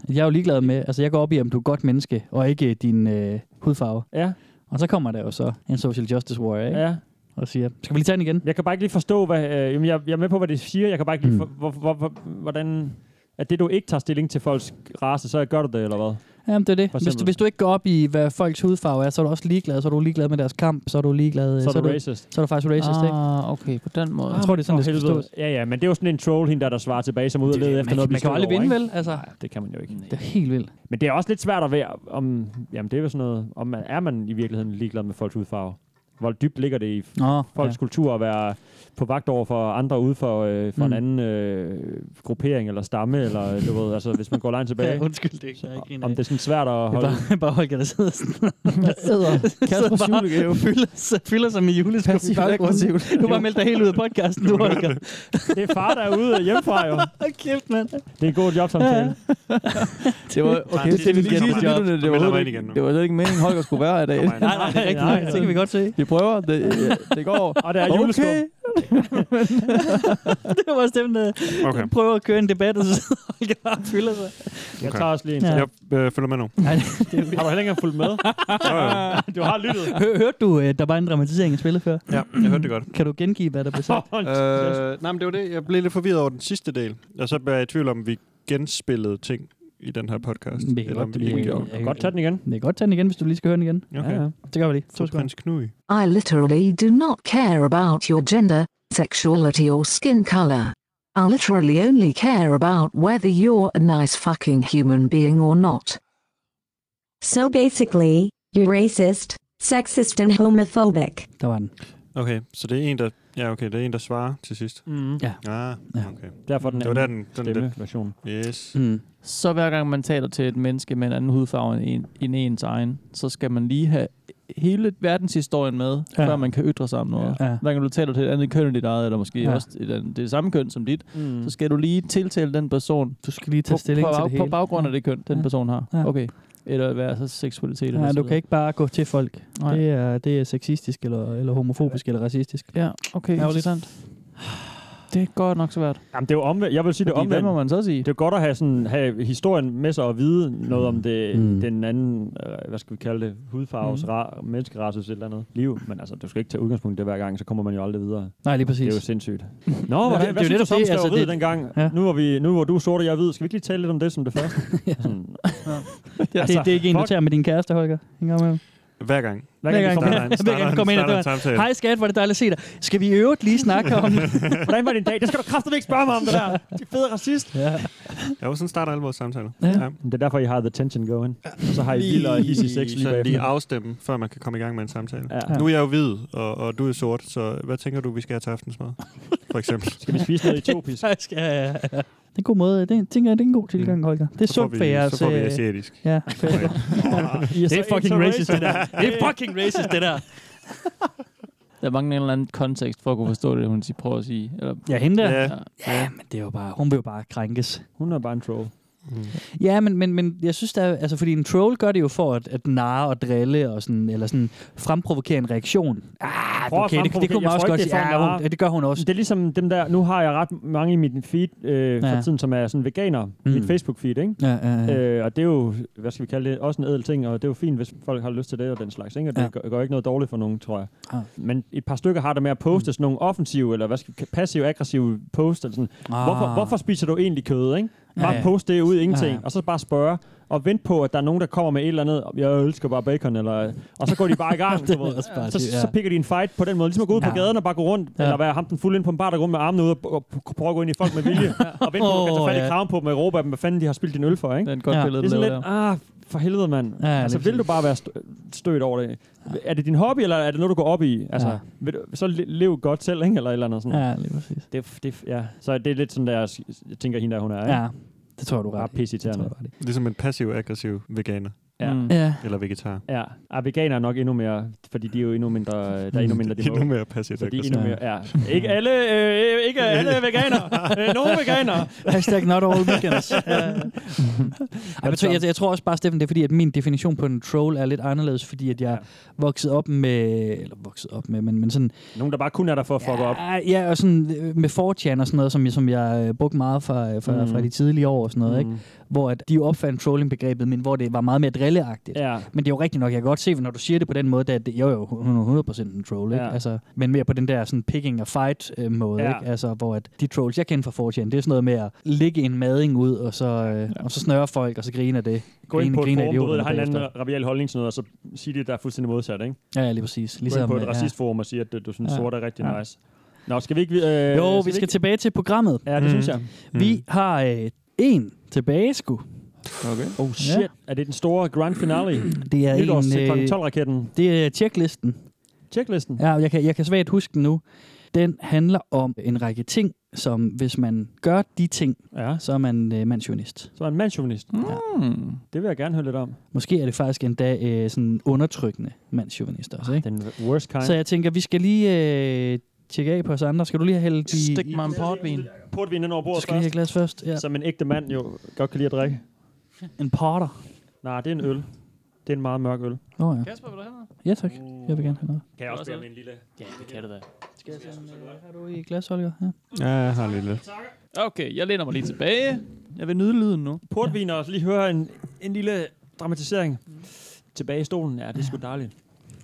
jeg er jo ligeglad med, altså jeg går op i, om du er et godt menneske, og ikke din øh, hudfarve.
Ja,
Og så kommer der jo så en social justice warrior, ikke? Ja.
ja.
og siger, skal vi lige tage den igen?
Jeg kan bare ikke lige forstå, hvad... Øh, jamen, jeg, jeg er med på, hvad det siger. Jeg kan bare ikke lige...
Mm.
For, hvor, hvor, hvor, hvordan... At det, du ikke tager stilling til folks race, så gør du det, eller hvad?
Jamen det er det.
For
Hvis du,
eksempel.
hvis du ikke går op i, hvad folks hudfarve er, så er du også ligeglad, så er du ligeglad med deres kamp, så er du ligeglad... øh,
Så er du
du,
racist.
så er du faktisk racist, ah, ikke?
Ah, okay, på den måde.
Jeg tror, det er sådan,
For
det skal
helvede.
forstås.
Ja, ja, men det er jo sådan en troll, hende der, der svarer tilbage, som ud og leder efter
man,
noget,
man kan jo aldrig vinde, vel? Altså,
Nej, det kan man jo ikke.
det er helt vildt.
Men det er også lidt svært at være, om, jamen det er jo sådan noget, om man, er man i virkeligheden ligeglad med folks hudfarve? Hvor dybt ligger det i
Nå,
folks ja. kultur at være på vagt over for andre ude for, øh, for mm. en
Mm.
anden øh, gruppering eller stamme, eller du ved, altså hvis man går
<laughs>
langt tilbage.
ja. ja, undskyld, det er ikke jeg er ikke en af-
om det er sådan svært at
Det er
holde...
bare, bare Holger, der sidder
<laughs>
sådan. <laughs>
Æder. Kasper
Sidder bare-
Sivlegave.
<laughs> fylder, sig- fylder sig med juleskub i
Passivt
baggrunden.
aggressivt.
Du har bare meldt dig helt ud af podcasten,
<laughs>
du Holger.
Det er far, der er ude hjemmefra jo.
Hold kæft, mand.
Det er en god <laughs> jobsamtale. Ja.
Det var, okay, det, det, det, det, det,
Kom
det,
her.
det,
Kom
det, var
her,
overhovedet
ind
ikke-
igen nu.
det var slet ikke meningen, Holger skulle være her i dag.
Kom her.
Nej, nej, <laughs> nej, nej, nej, det kan vi godt se.
Vi prøver. Det, det
<laughs>
går.
Og der er juleskum.
Okay.
Det var også dem, der
Okay.
prøver at køre en debat, og så sidder Holger bare og fylder sig.
Jeg
Okay.
tager også lige en.
Ja.
Ja.
Jeg øh, følger
<laughs>
med nu. øh,
Nej, det,
Har du heller ikke engang fulgt
<laughs>
med?
Jo, jo.
Du har lyttet.
hør, hørte du, øh, der var en dramatisering af spillet før?
Ja, jeg hørte det godt.
Kan du gengive, hvad der blev
<laughs>
sagt?
Øh, nej, men det var det. Jeg blev lidt forvirret over den sidste del. Og så blev jeg i tvivl om, vi genspillede ting i den her podcast.
Vi kan
Eller om
godt-
vi
vi
ikke
kan
gjorde.
Jeg kan godt tage den igen.
Det er godt tage den igen, hvis du lige skal høre den igen.
Okay. Ja,
Det gør vi lige. To
ja.
sekunder.
Prins Knud.
I literally do not care about your gender, sexuality, or skin color. I literally only care about whether you're a nice fucking human being or not.
So basically, you're racist, sexist, and homophobic.
Der var den.
Okay, så det er en, der... Ja, okay, det er en, der svarer til sidst.
Mm.
Ja.
Ah,
Ja.
okay.
Derfor den
Det var der, den, den, den,
stemme version.
Yes.
Mm.
Så hver gang man taler til et menneske med en anden hudfarve end, en, end ens egen, så skal man lige have hele verdenshistorien med,
Ja.
ja. før man kan ytre sig om noget.
Ja.
Ja. Hver gang du taler til et andet køn end dit eget, eller måske
Ja.
ja. også et andet, det samme køn som dit,
Mm.
så skal du lige tiltale den person
Du skal lige
på,
tage stilling
på,
til
bag-
det
på
hele.
baggrund af det køn, den
Ja.
person har.
Ja.
Okay. Eller hvad er så seksualitet? eller
Ja,
så
du kan
videre.
ikke bare gå til folk.
Nej.
Det er, det er sexistisk, eller, eller homofobisk, eller racistisk.
Ja, okay,
Ærgerligt.
interessant. Det er godt nok svært.
Jamen, det er jo omvendt. Jeg vil sige, det er
Fordi hvad
omvendt.
må man så sige?
Det er godt at have, sådan, have historien med sig og vide noget om det, mm. den anden, øh, hvad skal vi kalde det, hudfarves,
Mm.
mm. ra- menneskeraces et eller andet liv. Men altså, du skal ikke tage udgangspunkt i det hver gang, så kommer man jo aldrig videre.
Nej, lige præcis.
Det er jo <laughs> sindssygt. Nå,
det-
hvordan,
det er
det,
jo
hvad synes
netop
du
det,
så
altså,
altså,
det-
det, dengang? Ja. Nu, var vi, nu var du sort, og jeg er hvid. Skal vi ikke lige tale lidt om det som <laughs> det første? ja. Sådan,
Det, altså, det, det er ikke en, du
fuck.
tager med din kæreste, Holger. En gang imellem.
Hver gang.
Hver gang,
vi
hver
starter
gang,
en-
hver gang du kommer ind ad
starter en
døren.
samtale.
Hej skat, hvor er det dejligt at se dig. Skal vi i øvrigt lige snakke <laughs> om...
<laughs> Hvordan var din dag? Det skal du kraftedeme ikke spørge mig om, det der. <laughs> Det fede racist.
Ja.
Ja, jo, sådan starter alle vores samtaler.
Ja. Det er derfor, I har the tension going. Og så har I vild og hissig sex lige
sådan lige
bagefter.
afstemme, før man kan komme i gang med en samtale.
Ja.
Ja. Nu er jeg jo hvid, og, og du er sort, så hvad tænker du, vi skal have til aftensmad?
<laughs>
For eksempel.
skal vi spise noget
<laughs>
etiopisk?
ja, ja, ja. Det er en god måde. Det er, tænker jeg, det er en god tilgang, Holger. Det er
Så får
sundt
vi-
for jeres...
så får vi
øh,
asiatisk.
<laughs> Ja,
Ja.
fedt. det er fucking racist, det der. Det er fucking racist, det der.
Der mangler en eller anden kontekst for at kunne forstå det, hun sig- prøver at sige. Eller,
Ja, hende der. Ja. ja, men det er jo bare, hun vil jo bare krænkes.
Hun er bare en troll.
Ja, men, men, men jeg synes, der, er- altså, fordi en troll gør det jo for at, at narre og drille, og sådan, eller sådan fremprovokere en reaktion. Ah,
Prøv at
okay, det, det,
fremprovokere.
kunne man
Jeg
også
tror
godt
ikke,
sige.
det er for at
Ja, hun,
narre.
det gør hun også.
Det er ligesom dem der, nu har jeg ret mange i mit feed øh, for
Ja.
tiden, som er sådan veganer,
Mm.
mm. mit Facebook feed, ikke?
Ja, ja, ja.
Øh, og det er jo, hvad skal vi kalde det, også en ædel ting, og det er jo fint, hvis folk har lyst til det og den slags, ikke? Og det
Ja.
ja. gør, gør ikke noget dårligt for nogen, tror jeg.
Ah. Mm.
Men et par stykker har det med at poste sådan nogle offensive, eller hvad skal vi, passive-aggressive posts, eller sådan,
Ah.
hvorfor, hvorfor spiser du egentlig kød, ikke? Bare
Ja, ja.
post det ud, ingenting,
Ja, ja.
og så bare spørge, og vent på, at der er nogen, der kommer med et eller andet, jeg elsker bare bacon, eller, og så går de bare i
<laughs>
gang,
Det
du
er
ved.
også bare
så,
det, ja.
så picker de en fight på den måde, ligesom at gå ud ja.
Ja.
på gaden og bare gå rundt,
Ja.
ja. eller være ham den fulde ind på en bar, der går rundt med armene ud og, og prøver at gå ind i folk med
<laughs>
vilje, og vente på, at
Åh,
tage fat
ja.
i kraven på dem og råbe af dem, hvad fanden de har spildt din øl for, ikke?
Den godt Ja. billede,
det er sådan
den
lidt, ah, for helvede, mand.
Ja,
Ja,
ja,
altså,
lige
vil du bare være stø- stødt over det? Er det din hobby, eller er det noget, du går op i? Altså,
Ja.
ja. vil du, så le- lev godt selv, ikke? Eller et eller andet sådan.
Ja, lige præcis.
Det, det, ja. Så det er lidt sådan, der, jeg s- jeg tænker, hende der, hun er, ikke?
Ja, det tror jeg, du er ret.
Bare pissiterende.
Ligesom en passiv-aggressiv veganer.
Ja. Mm.
Ja.
Eller vegetar.
Ja, og veganer er nok endnu mere, fordi de er jo endnu mindre, <laughs> der er
<laughs>
endnu mindre de
Endnu mere passivt
Så de er endnu mere,
aggressive.
ja. Ikke alle, øh, <laughs> ikke alle veganere. Øh, Nogle veganere.
Hashtag not all
<laughs>
vegans. Ja. Ej, men jeg, tror, jeg, jeg tror også bare, Steffen, det er fordi, at min definition på en troll er lidt anderledes, fordi at jeg voksede op med, eller voksede op med, men, men sådan,
Nogen, der bare kun er der for at fuck op.
Ah, Ja, og sådan øh, med 4chan og sådan noget, som jeg, som jeg øh, brugte meget fra, øh, fra, mm.
Mm.
fra de tidlige år og sådan noget, mm. ikke?
Mm.
Hvor at de jo opfandt trolling-begrebet, men hvor det var meget mere drilleagtigt.
Ja.
Men det er jo rigtigt nok, jeg kan godt se, når du siger det på den måde, at det, jo jo, hun er 100% en troll, ikke?
Ja.
Altså, men mere på den der sådan picking og fight øh, måde,
Ja.
ikke? Altså, hvor at de trolls, jeg kender fra 4chan, det er sådan noget med at ligge en mading ud, og så, øh, ja. og så snøre folk, og så griner det.
Gå ind
Grine-
på et
grine af
forum, du ved,
idioterne
der har en
bagefter.
anden rabial holdning til noget, og så sige det, der er fuldstændig modsat, ikke?
Ja, ja, lige præcis.
Ligesom,
Ligesom,
Gå ind på
øh,
et
ja.
racistforum og sige, at øh, du synes,
Ja.
ja. sort er rigtig
Ja.
ja. nice. Nå, skal vi ikke... Øh,
Jo, vi
ikke-
skal tilbage til programmet.
Ja, det Mm. synes jeg.
Vi har øh, en tilbage, sgu.
Okay. Oh shit. Ja. Er det den store grand finale?
Det er
Nytårs
en,
til
øh,
klokken 12-raketten.
Det er checklisten.
Checklisten?
Ja, jeg kan, jeg kan svært huske den nu. Den handler om en række ting, som hvis man gør de ting,
ja.
så er man øh, mandsjournalist.
Så er en mandsjournalist. Mm.
Hmm.
Det vil jeg gerne høre lidt om.
Måske er det faktisk endda øh, sådan undertrykkende mandsjournalist også, ikke?
Den worst kind.
Så jeg tænker, vi skal lige øh, tjekke af på os andre. Skal du lige hælde de...
Stik mig en portvin.
Portvin ind over bordet
Skal vi have et glas først? Ja.
Som en ægte mand jo godt kan lide at drikke.
En porter?
Nej, det er en øl. Det er en meget mørk øl.
Nå ja. Kasper, vil du have noget? Ja tak, jeg vil gerne have noget.
Kan jeg også bede om en lille... Ja, det kan det da.
Skal jeg tage en, øh, har du i et glas, Holger? Ja.
Mm. Ja, jeg har lidt.
Okay, jeg læner mig lige tilbage. Jeg vil nyde lyden nu.
Portvin og lige høre en, en lille dramatisering. Tilbage i stolen. Ja, det er sgu dejligt.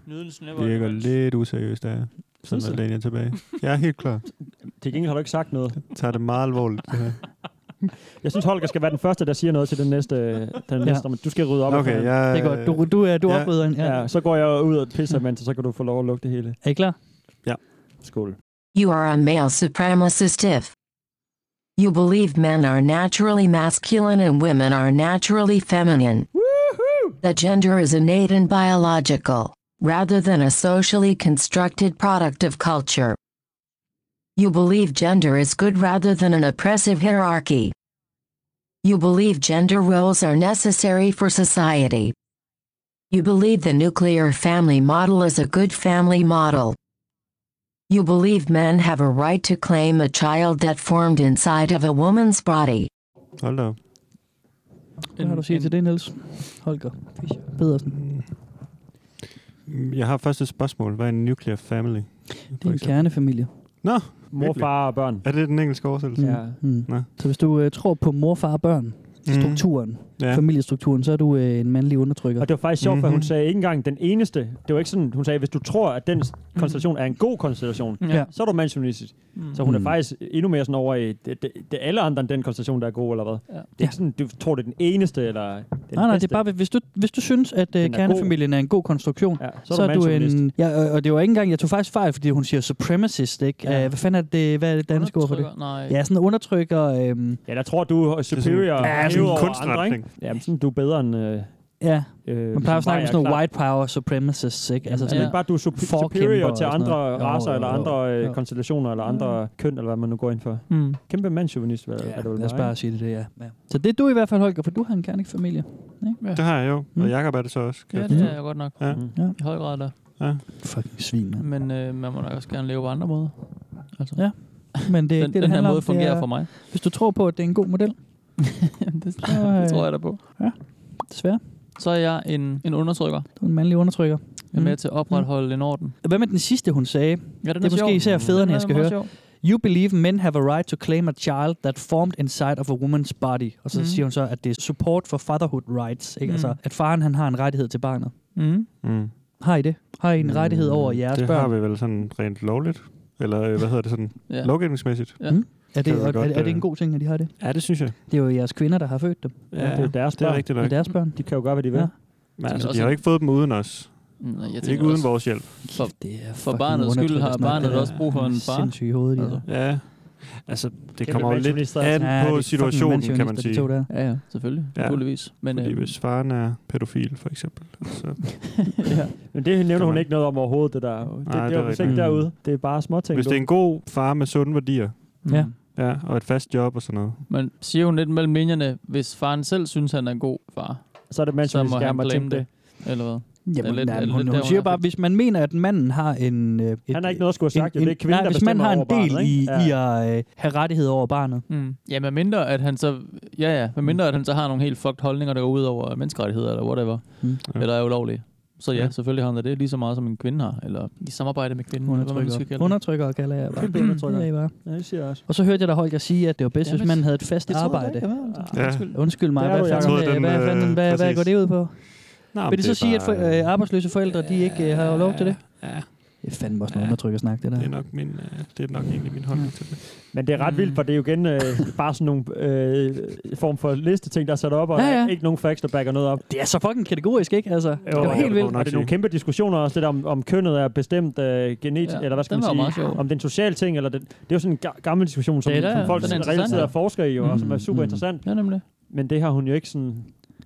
Nydelsen er
Virker lidt useriøst, der.
Synes
Sådan
du?
er jeg tilbage. Jeg er helt klar.
Til gengæld har du ikke sagt noget.
Jeg tager det meget alvorligt, det her.
Jeg synes, Holger skal være den første, der siger noget til den næste. Den ja. næste men du skal rydde op.
Okay,
efter-
jeg- Det er godt. Du-
du er- du er
ja.
oprydderen, ja.
Ja. ja. så går jeg ud og pisser, mens så kan du få lov at lukke det hele.
Er I klar?
Ja.
Skål.
You are a male supremacist if you believe men are naturally masculine and women are naturally feminine. That gender is innate and biological, rather than a socially constructed product of culture. You believe gender is good rather than an oppressive hierarchy. You believe gender roles are necessary for society. You believe the nuclear family model is a good family model. You believe men have a right to claim a child that formed inside of a woman's body.
Hold da op.
Hvad har du at sige til det, Niels? Holger Fischer
Mm.
Pedersen.
Jeg har først et spørgsmål. Hvad er en nuclear family?
Det er en kernefamilie.
Nå,
Mor, far og børn.
Er det den engelske oversættelse?
Ja. Mm.
Nå. Mm.
Så hvis du øh, tror på mor, far og børn, strukturen,
Mm. Ja.
ja. familiestrukturen, så er du øh, en mandlig undertrykker.
Og det var faktisk sjovt, mm-hmm.
Mhm.
for hun sagde ikke engang den eneste. Det var ikke sådan, hun sagde, hvis du tror, at den s- konstellation er en god konstellation,
Ja.
så er du mandsjournalistisk.
Mm.
Hmm.
Mm. Så hun er
Mm.
faktisk endnu mere sådan over i, det, det, det er alle andre end den konstellation, der er god, eller hvad? Ja. Det er ikke sådan, du tror, det er den eneste, eller den
Nej, nej,
bedste.
det er bare, hvis du, hvis du synes, at øh,
Den er
kernefamilien er en god konstruktion, ja,
så er du mandsjournalist.
Ja, og, og det var ikke engang, jeg tog faktisk fejl, fordi hun siger supremacist, ikke? Ja. hvad fanden er det, hvad er det danske ord for det?
Nej.
Ja, sådan en undertrykker. Øhm,
Ja, der tror du er superior.
sådan- Ja,
hæver
sådan en
over
kunstretning.
andre, ikke? Jamen, sådan, du er bedre end... Øh,
ja.
øh,
Man plejer at
hvis du bare
snakke om
er
sådan
klar.
nogle white power supremacists, ikke?
Altså, ja.
sådan-
ikke bare, du er sup-
Forkæmper
superior
og
til
sådan
andre
noget. Jo,
racer,
jo,
eller
jo,
andre øh,
jo.
konstellationer, eller andre køn, eller hvad man nu går ind for.
Mm.
Kæmpe mandsjuvenist, hvad, ja, er det
Øh, lad os bare sige det, det er. Ja. Så det er du i hvert fald, Holger, for du har en kernefamilie. Ikke?
Det har jeg jo. Og
Mm.
Jacob er det så også. kan
Ja,
jeg
det
forstå.
er jeg godt nok.
Mhm.
Ja.
Ja.
I høj grad der.
Ja.
Fucking svin, mand.
Men øh, man må nok også gerne leve på andre måder. Altså.
Ja. Men det, er ikke
den,
det, det
den her
handler om.
måde
Det
fungerer
er-
for mig. <laughs>
Hvis du tror på, at det er en god model.
det, det tror jeg da på.
Ja, desværre.
Så er jeg en, en undertrykker.
Du er en mandlig undertrykker.
Jeg er med til at opretholde mm. en orden.
Hvad med den sidste, hun sagde?
Ja, den
det
er
er
sjov.
måske især fædrene,
Den er
jeg skal høre.
meget sjov.
You believe men have a right to claim a child that formed inside of a woman's body. Og så
Mm.
mm. siger hun så, at det er support for fatherhood rights. Ikke?
Mm.
Mm. Altså, at faren han har en rettighed til barnet.
Mm.
Mm.
Har I det? Har I en rettighed over jeres
det
børn?
har vi vel sådan rent lovligt. Eller øh, hvad hedder det sådan?
Ja.
ja. Lovgivningsmæssigt.
Ja. Mm. Er,
Kan
det,
vi
er, er,
godt,
er det en
øh,
god ting, at de har det?
Ja, det synes jeg.
Det er jo jeres kvinder, der har født dem.
Ja, det er jo deres
det er
børn.
rigtigt nok. Det er deres børn.
De kan jo gøre, hvad de vil.
Ja.
Men
tænker
altså, de
også,
har jo
at-
ikke fået dem uden os.
Mm, Nej, jeg tænker
ikke uden
også-
vores hjælp.
For,
det er
for barnets skyld har barnet også brug for en
Mm.
far.
Sindssyge hoved, de altså.
Ja. Altså, det
Kæmpe
kommer jo lidt
mandsjournalister,
an
altså. Ja, det er
på
fucking
situationen, kan man
mandsjournalister, de
sige.
to der.
Ja, ja, selvfølgelig. Naturligvis. Men,
Fordi
øh,
hvis faren er pædofil, for eksempel, altså, så...
ja.
Men det nævner
Kan
hun
man-
ikke noget om overhovedet, det der. Det,
Nej,
det,
det
det
er
er jo
rigtigt.
ikke
Mm.
derude. Det er bare småting.
Hvis det er en god far med sunde værdier,
Mm. Ja.
ja, og et fast job og sådan noget.
Men siger hun lidt mellem linjerne, hvis faren selv synes, han er en god far,
så er det
så må
mandsjournalistisk,
han
gerne må
blame
tænke
det. Eller hvad? Det er
Jamen,
lidt-
lidt,
er
nej,
det
hun,
lidt
hun
der,
siger
hun
bare, hvis man mener, at manden har en... øh, Et,
Han har ikke noget at skulle have sagt, jo. Det er kvinden,
nej,
der
hvis manden
bestemmer
har en
over
del
barnet,
i,
ikke?
i at øh, have rettighed over barnet.
Mm. Ja, med mindre, at han så, ja, ja, med mindre, at han så har nogle helt fucked holdninger, der går ud over menneskerettigheder eller whatever,
Mm.
eller er ulovlige. Så ja,
Ja.
selvfølgelig har han da det lige så meget, som en kvinde har, eller i samarbejde med kvinden, eller hvad man skal kalde
Undertrykker.
det.
Undertrykker kalder jeg bare.
Kæmpe undertrykker.
Det er I bare.
Ja, det siger jeg også.
Og så hørte jeg da Holger sige, at det var bedst,
Jamen,
hvis manden havde et fast
det tror jeg da
arbejde.
ikke, det var.
Ah, Undskyld. Undskyld mig,
Der er
hvad
du, Jacob.
fanden,
Jeg troede,
øh,
den,
hvad, fanden,
øh,
hvad, hvad
præcis.
går det ud på?
Nå, men
Vil det,
det
så
er
sige, at for,
bare-
øh, arbejdsløse forældre de ikke øh, har lov til det?
Ja.
Det er fandme også noget undertrykkersnak, det der.
Det er nok, min, øh, det er nok egentlig min holdning til det.
Men det er ret vildt, for det er jo igen øh, bare sådan nogle øh, form for listeting, der er sat op, og
Ja,
ja,
ja.
ja. ikke nogen facts, der backer noget op.
Det er så fucking kategorisk, ikke? Altså, det var helt vildt.
Og det er nogle kæmpe diskussioner også, det der om, om kønnet er bestemt øh, genetisk,
Ja,
ja, eller hvad skal
den var
man
meget
sige,
sjov.
om det er en social ting, eller det, det er jo sådan en ga- gammel diskussion, som,
Det er da-
som folk
den er
reelt
interessant,
sidder
ja.
og forsker i, og
Mm,
som er super
mm.
interessant.
Ja, nemlig.
Men det har hun jo ikke sådan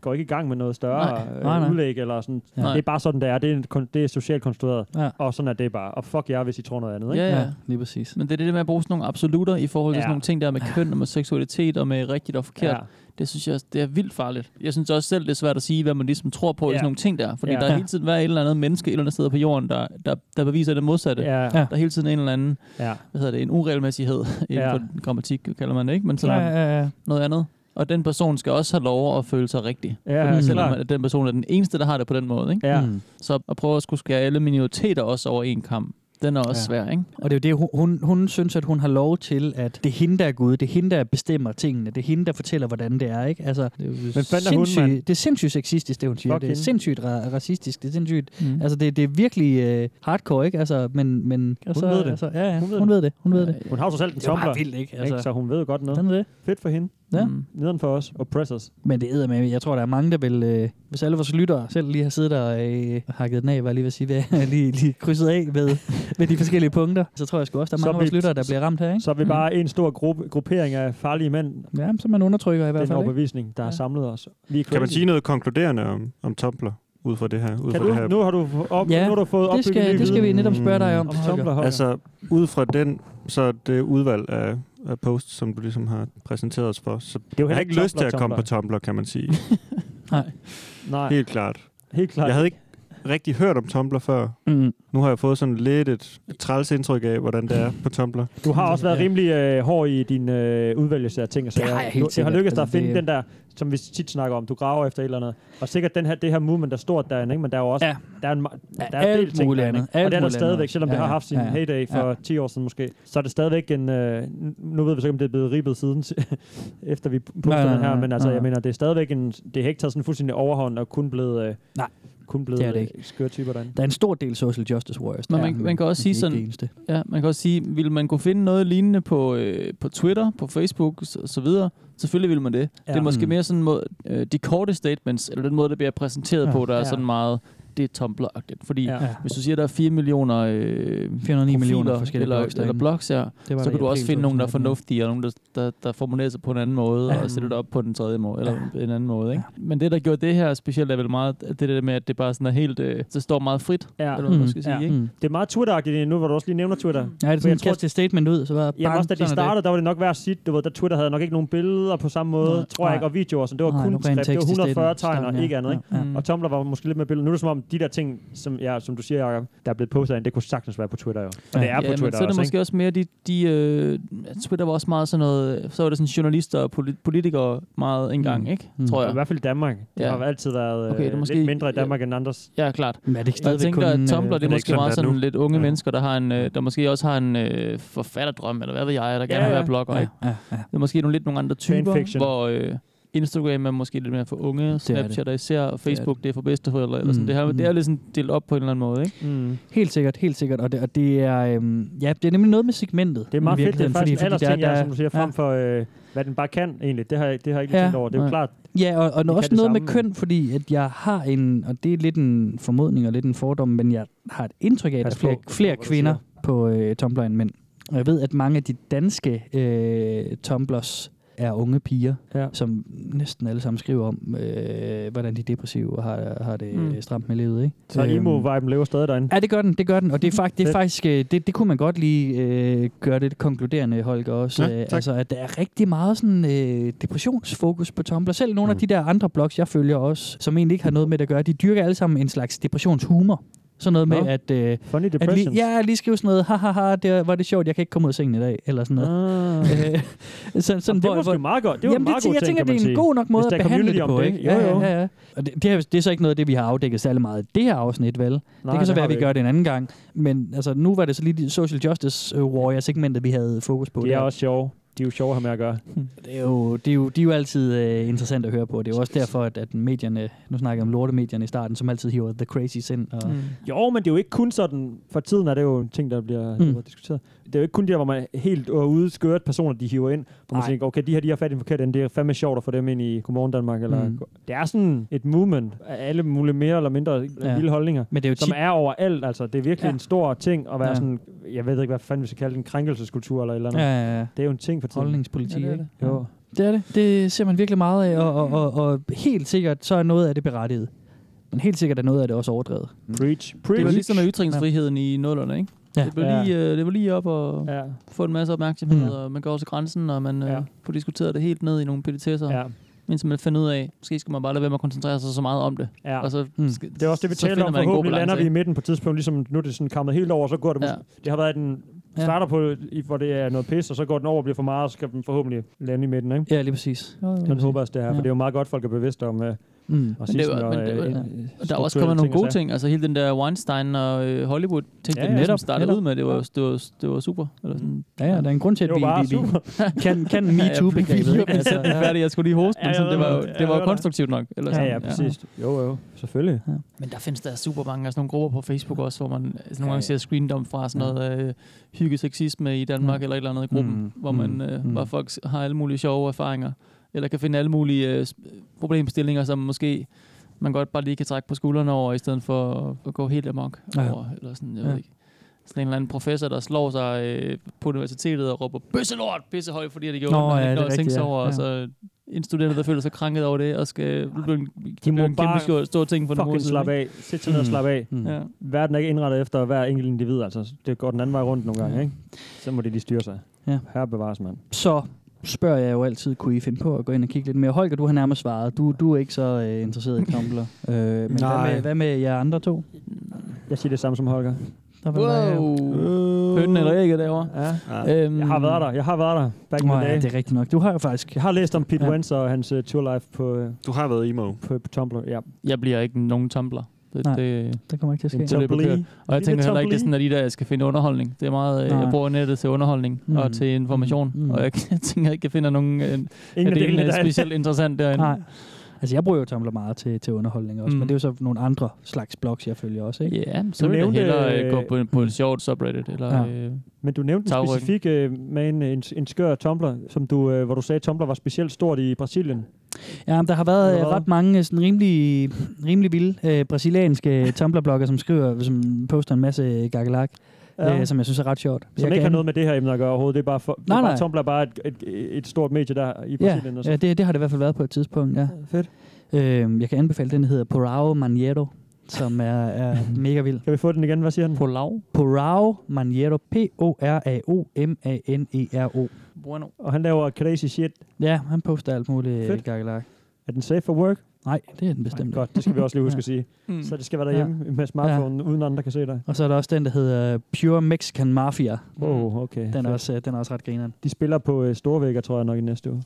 går ikke i gang med noget større
Nej.
nej,
Nej, nej.
udlæg eller sådan.
Ja.
Ja.
Nej.
Det er bare sådan, det er. Det er, en kon- det er socialt konstrueret.
Ja.
Og sådan er det bare. Og fuck jer, hvis I tror noget andet. Ikke?
Ja, ja.
lige præcis.
Men det er det der med at bruge sådan nogle absolutter i forhold til ja.
Ja.
sådan nogle ting der med køn og med seksualitet og med rigtigt og forkert. Ja.
Ja.
Det synes jeg også, det er vildt farligt. Jeg synes også selv, det er svært at sige, hvad man ligesom tror på ja. i
Ja.
sådan nogle ting der. Fordi ja.
Ja.
der er
Ja.
hele tiden hver et eller andet menneske et eller andet sted på jorden, der, der, der beviser det modsatte.
Ja. Ja.
Der er hele tiden en eller anden,
ja.
hvad hedder det, en uregelmæssighed <laughs> inden
Ja.
for grammatik, kalder man det, ikke? Men sådan
Ja, ja, ja.
noget andet. Og den person skal også have lov at føle sig rigtig.
Ja, ja,
Fordi selvom
klart.
at den person er den eneste, der har det på den måde, ikke?
Ja. Mm.
Så at prøve at skulle skære alle minoriteter også over en kamp, den er også ja. svær, ikke?
Og det er jo det, hun, hun, hun synes, at hun har lov til, at det er hende, der er Gud, det er hende, der bestemmer tingene, det er hende, der fortæller, hvordan det er, ikke? Altså, det er, jo
fanden er hun,
sindssygt-
mand?
det er sindssygt sexistisk, det hun siger.
Fuck
det er
hende.
sindssygt ra- racistisk, det er sindssygt...
Mm.
Altså, det, det er virkelig øh, hardcore, ikke? Altså, men... men
Hun
så,
ved det.
Altså, ja, ja, hun,
Hun
ved,
ved
hun ved det. Hun ved det.
Hun har jo så selv den
Det er bare
tumbler.
vildt, ikke? Altså.
Altså. Så hun ved jo godt noget.
Sådan er det.
Fedt for hende.
Ja.
Mm. Nederen for os. Oppressors.
Men det æder med, jeg tror, der er mange, der vil... Øh, hvis alle vores lyttere selv lige har siddet og øh, hakket den af, var jeg lige ved at sige, <laughs> hvad, lige, lige krydset af ved, ved de forskellige punkter, så tror jeg sgu også, der er
Så
mange af vores
vi-
lyttere, der bliver ramt her, ikke? Mm.
Så er vi bare en stor gruppe, gruppering af farlige mænd.
Ja, så man undertrykker i hvert
Den
fald, ikke?
overbevisning, der har samlet os. Vi er
Kan man
crazy.
sige noget konkluderende om, om Tumblr? Ud fra det her. Ud
Kan
fra
du,
det her.
nu har du f- op,
Ja,
ja, nu har du fået
det
opbygget
skal-
ny
det skal vi
viden.
netop spørge dig om, Holger.
Tumblr, Holger.
Altså, ud fra den, så er det udvalg af, af posts, som du ligesom har præsenteret os for, så
jo
jeg har
heller
ikke
ikke
lyst til at
Tumblr,
komme på Tumblr, kan man sige.
Nej.
Nej.
Helt klart.
Helt klart.
Jeg havde ikke rigtig hørt om Tumblr før.
Mm.
Nu har jeg fået sådan lidt et træls indtryk af, hvordan det er på Tumblr.
Du har også været rimelig øh, hård i din øh, udvælgelse af ting og sager.
har jeg helt
Du- det har
sikkert.
lykkedes dig at
Altså,
finde
det-
den der, som vi tit snakker om, du graver efter et eller andet. Og sikkert den her, det her movement er stort derinde, ikke? men der er jo også ja. der er en, ma- der er en
alt
del ting
muligt
derinde,
andet.
ikke? Og
Alt
det er der
muligt
stadigvæk,
andet.
selvom
Ja,
det har
ja.
haft sin
Ja, ja.
heyday for
Ja.
10 år siden måske, så er det stadigvæk en... Øh, nu ved vi så ikke, om det er blevet ribet siden, <laughs> efter vi
Nej,
postede
nej,
den her,
nej,
men altså,
nej.
jeg mener, det er stadigvæk en... Det har ikke taget sådan fuldstændig overhånd og kun blevet... Øh,
Nej,
kun
det er
blevet
det
det
ikke.
skøre typer derinde.
Der er en stor del social justice warriors.
Men
der,
man, man kan også
de er
sige
ikke
sådan,
det eneste.
ja, man kan også sige, vil man kunne finde noget lignende på, øh, på Twitter, på Facebook s- og så videre, selvfølgelig vil man det.
Ja.
Ja. Det er måske
Mm.
mere sådan måde, øh, de korte statements, eller den måde, det bliver præsenteret
Ja.
ja. på, der er
Ja.
sådan meget, det er Tumblr-agtigt. Fordi
Ja.
ja. hvis du siger, at der er 4 millioner øh,
409 millioner
profiler
forskellige
eller,
blogs derinde.
eller blogs
Det
her,
var
så
der i
kan du også
april
finde nogle, der er
2018.
fornuftige, og nogle, der, der, der formulerer sig på en anden måde,
Ja.
ja. og sætter det op på den tredje måde, eller ja. en anden måde. Ikke? Men det, der gjorde det her specielt, er vel meget det der med, at det bare sådan er helt, øh, så står meget frit,
ja.
eller hvad man
Mm.
skal sige.
Ja.
Ikke?
Mm. Det er meget Twitter-agtigt nu, hvor du også lige nævner Twitter.
Ja, det er
For
sådan,
jeg tror,
kaste et statement ud, så var bang,
Jamen også da de
sådan er det.
startede, der var det nok hver sit, du ved, der Twitter havde nok ikke nogen billeder på samme måde,
Nej.
nej, tror jeg
Nej.
ikke, og videoer, så det var
Nej,
kun
nu rent
skrift, det var
tekst i
140
stedet.
tegn og
Sådan, ja.
ikke andet, ikke? Mm.
Ja,
Mm.
ja.
Og Tumblr var måske lidt med billeder. Nu er det som om, de der ting, som, ja, som du siger, Jacob, der er blevet postet derinde, det kunne sagtens være på Twitter jo. Og det er på Twitter
men så er det
også,
måske
ikke?
også mere de... de øh, Twitter var også meget sådan noget... Så var det sådan journalister og polit- politikere meget engang,
Mm.
mm. ikke?
Mm.
Tror jeg.
I hvert fald i Danmark. Det har altid været, øh, lidt mindre i Danmark end andres.
Ja, klart.
Men er det ikke
Og jeg
stadigvæk
tænker, at
kun, øh,
Tumblr, det
det
er
er ikke
måske
sådan,
meget
det er
sådan
nu.
lidt unge mennesker, der har en, øh, der måske også har en øh, forfatterdrøm, eller hvad ved jeg, der gerne
ja.
vil være blogger,
Ja,
ikke?
Ja, ja.
Det er måske nogle lidt nogle andre typer,
Fanfiction.
hvor øh, Instagram er måske lidt mere for unge, Snapchat er især, og
Det er det.
Facebook det er for bedsteforældre, eller
Mm.
sådan. Det, her, det er
Mm.
lidt sådan delt op på en eller anden måde, ikke?
Mm.
Helt sikkert, helt sikkert. Og det, og det er, øhm, ja, det er nemlig noget med segmentet.
Det er meget
i
fedt, det er
virkeligheden,
faktisk en
der-
aldersting,
der-
ja, som du siger, frem for, øh, hvad den bare kan egentlig. Det har jeg, det har jeg ikke lige
Ja.
tænkt over. Det er jo
Nej.
klart.
Ja, og, og
de
også
kan det
noget med
samme.
køn, fordi at jeg har en, og det er lidt en formodning og lidt en fordom, men jeg har et indtryk af, at der er
Pas
flere,
på,
flere
hvad du
kvinder på øh, Tumblr end mænd. Og jeg ved, at mange af de danske øh, Tumblers er unge piger,
ja.
som næsten alle sammen skriver om, øh, hvordan de er depressive og har, har det
Mm.
mm. stramt med livet. Ikke?
Så emo-viben lever stadig derinde.
Ja, det gør den, det gør den. Og det er, fakt, det er
Fedt.
faktisk, øh, det, det kunne man godt lige øh, gøre det konkluderende, Holger, også.
Ja,
øh,
tak.
altså, at der er rigtig meget sådan, øh, depressionsfokus på Tumblr. Selv nogle
Mm.
af de der andre blogs, jeg følger også, som egentlig ikke har noget med det at gøre, de dyrker alle sammen en slags depressionshumor. Sådan noget med,
Nå.
at... Øh,
Funny
at lige,
<laughs> depressions.
ja, lige skrive sådan noget, ha, ha, ha, det var det sjovt, jeg kan ikke komme ud af sengen i dag, eller sådan noget. Øh,
Ah.
<laughs> sådan, sådan,
det er
hvor-
måske
hvor-
meget godt. Det er jo en
Jamen,
meget god
jeg
ting,
tænker,
kan man
det er en
sige.
god nok måde
Hvis der
at
er
behandle
community
det
om
på,
det,
ikke?
ikke? Jo, jo.
Ja, ja, ja. Og det, det, er, det er så ikke noget af det, vi har afdækket særlig meget i det her afsnit, vel? Nej, det kan så
det
være,
har
at vi
vi
gør det en anden gang. Men altså, nu var det så lige de social justice øh, warrior-segmentet, vi havde fokus på.
De
der.
er også sjove. De er jo sjove at have med at gøre.
Det er jo, det er jo, de er jo altid øh, interessant at høre på. Det er jo også derfor, at, at medierne, nu snakker jeg om lortemedierne i starten, som altid hiver the crazy ind. Og, mm.
Jo, men det er jo ikke kun sådan, for tiden er det jo en ting, der bliver
Mm.
mm. diskuteret. Det er jo ikke kun de der, hvor man helt er ude skørt personer, de hiver ind, hvor man
Nej.
tænker, okay, de her, de har fat i en forkert ende, det er fandme sjovt at få dem ind i Godmorgen Danmark, eller
Mm.
mm. det er sådan et movement af alle mulige mere eller mindre
Ja.
ja. vilde holdninger,
Men det er jo
som
tit-
er overalt, altså. Det er virkelig
Ja.
ja. en stor ting at være
Ja.
ja. sådan, jeg ved ikke, hvad fanden vi skal kalde det, en krænkelseskultur eller et eller andet.
Ja, ja, ja.
Det er jo en ting for tiden.
Holdningspolitik, Ja, det er ikke? det.
Jo.
Det er det. Det ser man virkelig meget af, og, og, og, og helt sikkert, så er noget af det berettiget. Men helt sikkert er noget af det også overdrevet.
Preach.
Det var ligesom med ytringsfriheden i nullerne, ikke?
Ja.
Det, blev
Ja.
lige, øh, det var lige op og
ja.
få en masse opmærksomhed,
Mm.
mm. og man går over til grænsen, og man ja. øh, får diskuteret det helt ned i nogle petitesser.
Ja.
Indtil man finder ud af, måske skal man bare lade være med at koncentrere sig så meget om det.
Ja.
Og så,
mm.
skal,
Det er også det, vi
så
taler
finder
om.
man en god
Forhåbentlig lander
balance,
vi i
ikke?
midten på et tidspunkt, ligesom nu er det sådan kommet helt over, så går det... Ja. Det har været den starter på, i- hvor det er noget pis, og så går den over og bliver for meget, og så skal den forhåbentlig lande i midten, ikke?
Ja, lige præcis.
Jo, jo.
Man håber også det her, for
Ja.
det er jo meget godt, folk er bevidste om uh,
Mm.
mm.
Men det
racisme
var,
og
men det var,
øh,
ja.
øh,
Og der er også
strukturelle
kommet nogle
og
gode
sager.
ting. Altså hele den der Weinstein og øh, Hollywood ting,
Ja,
ja,
ja,
den netop,
netop,
startede
netop.
ud med, det var, det var, det var super. Eller sådan.
Ja, ja, der er en grund til, at
Det
vi,
var bare
vi, vi
<laughs>
super.
kan, kan
<laughs> Ja, jeg blev
MeToo-begrebet.
lige
ikke?
altså,
ja.
færdig, jeg skulle lige hoste,
Ja,
men
jeg
sådan, det
ved
var,
det.
jo-
Ja, jeg
det var jo
ved det.
konstruktivt nok. Eller
Ja,
sådan.
ja, præcis. Jo, jo, selvfølgelig. Ja.
Men der findes der super mange af sådan nogle grupper på Facebook også, hvor man altså, nogle gange ser screendom fra sådan noget øh, hyggeseksisme i Danmark eller et eller andet i gruppen,
Mm.
hvor, man, øh,
Mm.
hvor folk har alle mulige sjove erfaringer, eller kan finde alle mulige øh, s- problemstillinger, som måske man godt bare lige kan trække på skuldrene over, i stedet for at, at gå helt amok
Ja.
ja. over, eller sådan, jeg
Ja.
ved ikke. Sådan en eller anden professor, der slår sig øh, på universitetet og råber, bøsselort, pissehøj, fordi det gjorde,
Nå,
at man
ja,
ikke
det er
når at tænke
rigtigt,
sig
ja.
over,
Ja.
og så en studerende, der føler sig krænket over det, og skal blive en, det
må
blev en kæmpe
bare
stor, stor ting for nogle uger
Fucking
siden,
slap
ikke?
af. Sæt til ned og
Mm.
slap af.
Mm. Ja.
Verden er ikke indrettet efter hver enkelt individ, altså. Det går den anden vej rundt nogle gange,
Ja.
ikke? Så må de lige styre sig.
Ja.
Her bevares, mand.
Så spørger jeg jo altid, kunne I finde på at gå ind og kigge lidt mere? Holger, du har nærmest svaret. Du, du er ikke så øh, interesseret i Tumblr. øh, men
Nej.
Hvad, med, hvad med jer andre to?
Jeg siger det samme som Holger.
Der var der,
Wow. Hønnen øh, eller ægget derovre.
Ja. Øhm. Jeg har været der. Jeg har været der. Back in
Nå
the
ja,
day.
det er rigtigt nok. Du har jo faktisk...
Jeg har læst om Pete
Ja.
ja. Wentz og hans uh, tour life på... Uh,
du har været emo.
På, på Tumblr, ja.
Jeg bliver ikke nogen tumbler. Det,
Nej,
det,
det kommer ikke til at ske.
det løber
Tumblee.
kørt. Og jeg
Lille
tænker heller ikke, det
Tumblee.
er sådan, at I der jeg skal finde underholdning. Det er meget, øh,
Nej.
jeg bruger nettet til underholdning
Mm.
mm. og til information.
Mm.
Mm. Og jeg, <laughs> jeg tænker ikke, jeg finder nogen øh, Ingen
af
af
delene
delene
der er-
er specielt interessant derinde.
Nej. Altså, jeg bruger jo Tumblr meget til, til underholdning også, mm.
Mm.
men det er jo så nogle andre slags blogs, jeg følger også, ikke?
Ja, så vil jeg hellere øh, gå på, en- på et sjovt subreddit. Eller,
Ja.
øh,
Men du nævnte en
tagryggen.
specifik uh, med en, en, en skør Tumblr, som du, uh, hvor du sagde, at Tumblr var specielt stort i Brasilien.
Ja, men der har været øh,
Eller hvad?
ret mange øh, sådan rimelig, rimelig vilde øh, brasilianske Tumblr-blogger, som skriver, som poster en masse gakkelak, ja.
Ja.
øh, som jeg synes er ret sjort.
Som
jeg
ikke
kan-
har noget med det her emne at gøre overhovedet. Det er bare, for, det
Nej,
er bare
nej.
Tumblr er bare et, et, et stort medie der i
Ja,
Brasilien. altså. og så.
ja det, det har det i hvert fald været på et tidspunkt, ja.
Fedt.
Øhm, jeg kan anbefale, den hedder Porao Maniero, som er, er
<laughs>
mega vild.
Kan vi få den igen? Hvad siger den?
Porao?
Porao Maniero. P-O-R-A-O-M-A-N-E-R-O.
Bueno.
Og han laver crazy shit.
E Ja, han poster alt muligt
Fedt.
gakkelak.
Er den safe for work?
Nej, det er den bestemt.
Godt, det skal vi også lige huske at sige.
Mm.
Så det skal være derhjemme med smartphone, uden andre kan se dig.
Og så er der også den, der hedder Pure Mexican Mafia.
Wow, okay.
Mm. Den er,
Fedt.
også, øh, den er også ret grineren.
De spiller på øh, Storvækker, tror jeg nok, i næste uge.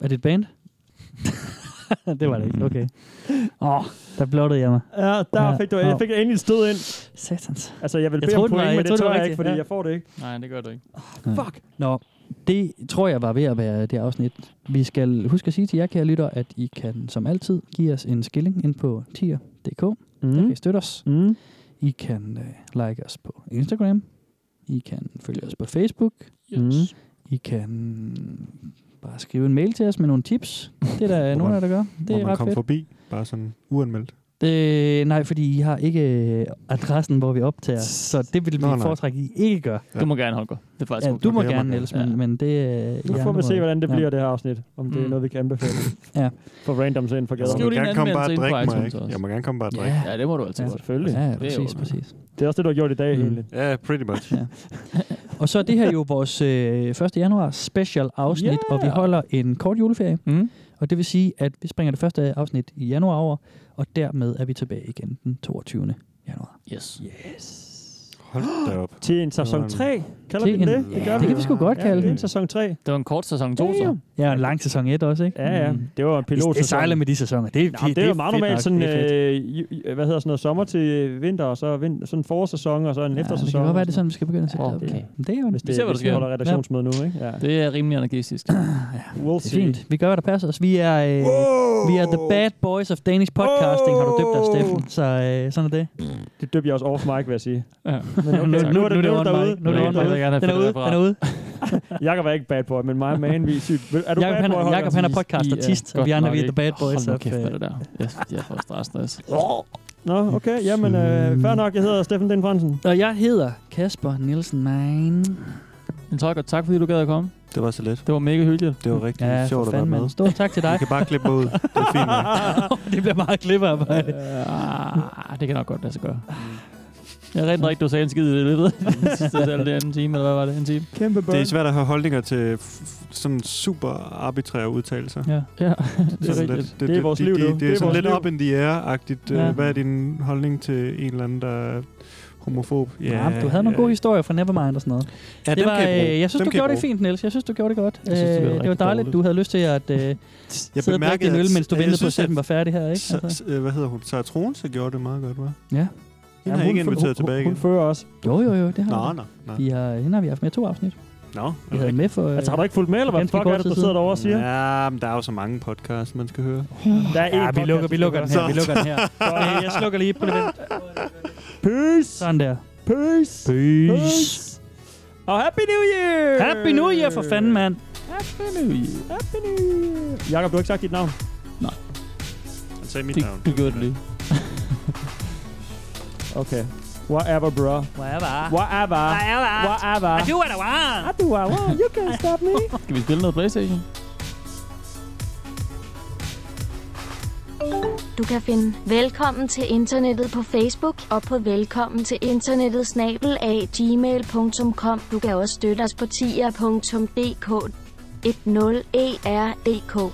Er det et band? <laughs> det var det ikke,
<laughs>
okay. Åh, oh, der blottede jeg mig.
Ja, der fik du, jeg fik endelig et stød ind.
Satans.
Altså, jeg vil
Jeg
bede
troede,
om
den var-
point,
jeg
men
troede, den
det tør
var
jeg ikke,
rigtig.
fordi
Ja.
jeg får det ikke.
Nej, det gør du ikke.
Fuck!
Mm. Nå, det tror jeg var ved at være det afsnit. Vi skal huske at sige til jer, kære lytter, at I kan som altid give os en skilling ind på tier.dk. Mm. Der kan I støtte os.
Mm.
I kan øh, like os på Instagram. I kan følge os på Facebook.
Yes.
I kan bare skrive en mail til os med nogle tips. Det er der nogen
Hvor
af
man-
jer, der gør. Det
Må
er
man
ret
komme
fedt.
forbi, bare sådan uanmeldt.
Det, nej, fordi I har ikke øh, adressen, hvor vi optager, så det vil vi
Nå, nej.
foretrække, I ikke gør.
Du må gerne, Holger. Det er faktisk
Ja,
okay.
du må
Okay, jeg
gerne,
gerne.
Niels, men, men det... Øh,
Nu
I
får
andre
vi se,
må-
hvordan det
ja.
bliver, det her afsnit. Om det er
Mm.
noget, vi kan
<laughs>
anbefale.
Ja.
For randoms ind fra
Jeg
gaden.
må gerne komme bare og
anmeldelse ind på
drikke mig,
iTunes
ikke?
også.
Jeg må gerne komme bare og drikke.
Ja,
Ja, det må du altid
Ja,
godt.
Selvfølgelig.
ja, ja,
Det er
præcis,
jo-
præcis.
Det er også det, du har gjort i dag,
Mm.
egentlig.
Ja, yeah, pretty much.
Og så er det her jo vores øh, 1. januar special afsnit, yeah. og vi holder en kort juleferie.
Mm.
Og det vil sige, at vi springer det første afsnit i januar over, og dermed er vi tilbage igen den 22. januar.
Yes.
Hold da op.
Til en sæson
Sådan.
3. Kalder
Til
vi den
en-
det? Det gør
Det kan vi
vi.
sgu godt
Ja,
kalde
det er en
den.
sæson 3.
Det var en kort sæson to, så.
Ja, og en lang sæson 1 også, ikke?
Ja, ja.
Mm.
Det var en
Det,
pilot.
det sejler med de sæsoner. Det,
Nå, det, det er jo meget
fedt nok.
normalt sådan,
Det er fedt.
øh, ju- ju- hvad hedder sådan noget, sommer til vinter, og så vind, sådan en forårssæson, og så en ja,
Ja, det
eftersæson.
kan godt være,
og
det er
sådan
sådan, vi skal begynde at sætte
Okay.
det op. Men Det er jo
noget. Hvis det,
Vi ser, hvad der
hvis vi
sker.
holder redaktionsmøde nu, ikke? Ja.
Det er rimelig anarkistisk.
We'll
Det er
see.
fint. Vi gør, hvad der passer os. Vi er, øh, vi er the bad boys of Danish podcasting, har du døbt dig, Steffen. Så øh, sådan er det.
Det døbte jeg også off mic, vil jeg sige.
Ja.
Men okay,
nu,
tak.
nu, nu, er det
derude.
on mic. Nu er det on
Jeg
mic.
vil gerne have
Den er
fedt
ude.
referat.
Den er ude.
Jacob er ikke bad boy, men mig og man, vi er sygt. Er du
Jakob
bad
han,
boy,
er-
Holger?
Jakob, han er
I
podcaster-artist, og
godt
vi andre,
nok
vi er the
ikke-
bad boys.
Hold nu
Of,
kæft
øh,
med det der. Jeg, jeg får stress.
Nå, okay. Jamen,
Hmm.
øh, fair nok. Jeg hedder Steffen Den Fransen.
og jeg hedder Kasper Nielsen Nein.
Men tak, og tak fordi du gad at komme.
Det var så let.
Det var mega hyggeligt.
Det var rigtig
Ja,
sjovt
for
at være
fanden,
med.
mand. Stort tak til
<laughs> Du
dig.
kan bare klippe mig ud. Det er fint. nok.
<laughs> det bliver meget klipperarbejde.
Ah, det kan nok godt lade sig gøre. Jeg er rent ikke, du sagde en skid i løbet af den sidste halvdel af en time, eller hvad var det, en time?
Kæmpe
Det er svært at have holdninger til f- f- sådan super arbitrære udtalelser.
Ja.
Ja,
Det
det
er,
er
sådan lidt-
rigtigt.
det,
Det er vores liv
det,
nu.
det,
Det
er
er
sådan
vores
lidt
liv.
op in the air-agtigt.
Ja.
Ja. Hvad er din holdning til en eller anden, der er homofob?
Ja, du havde nogle gode historier fra Nevermind og sådan noget.
Ja,
det
dem
var,
kan jeg, bruge.
øh, jeg synes,
Dem
du
kan
gjorde det
bruge.
fint, Niels. Jeg synes, du gjorde det godt.
Jeg synes, det
Øh,
lyder
det var
rigtig
dejligt.
dårligt.
Du havde lyst til at
<laughs>
øh, sidde og drikke
bemærkede,
din øl,
at-
mens du
at jeg
ventede på, at
synes,
sætten var færdig her. Ikke?
Så,
Altså.
så- hvad hedder hun? Sarah Troense gjorde det meget godt, hva'?
Ja.
Hun har ikke inviteret tilbage
Hun
igen.
fører os.
Jo, jo, jo, det har
Nå,
vi.
nå, nå.
Vi har, hende har vi haft med i to afsnit.
Nå,
Vi havde med for... Øh,
Altså, har du ikke fulgt med, eller hvad
Ganske
fuck er
kort
det,
tid
du
siden.
sidder derovre og siger?
Ja, men der er jo så mange podcasts, man skal høre.
Der er
ja, vi
én
lukker,
podcast,
vi lukker den her, vi lukker den her. Øh, jeg slukker lige på det.
Peace!
Sådan der.
Peace!
Peace.
Peace! Og Happy New Year!
Happy New Year for fanden, mand.
Happy New Year.
Happy New Year! Jakob, du har ikke sagt dit navn.
Han sagde mit
Det,
navn.
det gjorde det lige.
Okay. Whatever, bro.
Whatever.
Whatever.
Whatever.
Whatever.
I do what I want.
I do what I want. You can't stop me.
Skal vi spille noget Playstation?
Du kan finde Velkommen til internettet på Facebook og på velkommen til internettet snabel af gmail.com. Du kan også støtte os på tier.dk. E @rdk.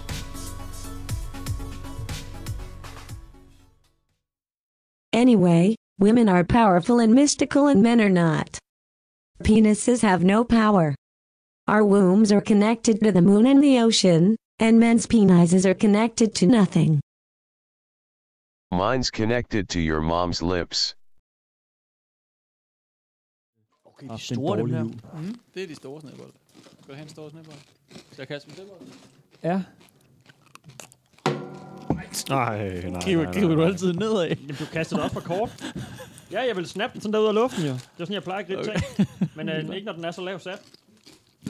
Anyway, women are powerful and mystical and men are not. Penises have no power. Our wombs are connected to the moon and the ocean, and men's penises are connected to nothing.
Mine's connected to your mom's lips.
Okay,
de store, dem her.
Mm. Det er de store snedbold. Skal du have en stor snedbold? Skal jeg kaste en snedbold?
Ja.
Nej, nej, nej.
Kigger-
nej,
kigger du
nej.
altid nedad?
<laughs> Jamen, du kaster det op for kort. Ja, jeg vil snappe den sådan der ud af luften, jo. Det er sådan, jeg plejer at gribe okay. ting. Men øh, ikke når den er så lav sat.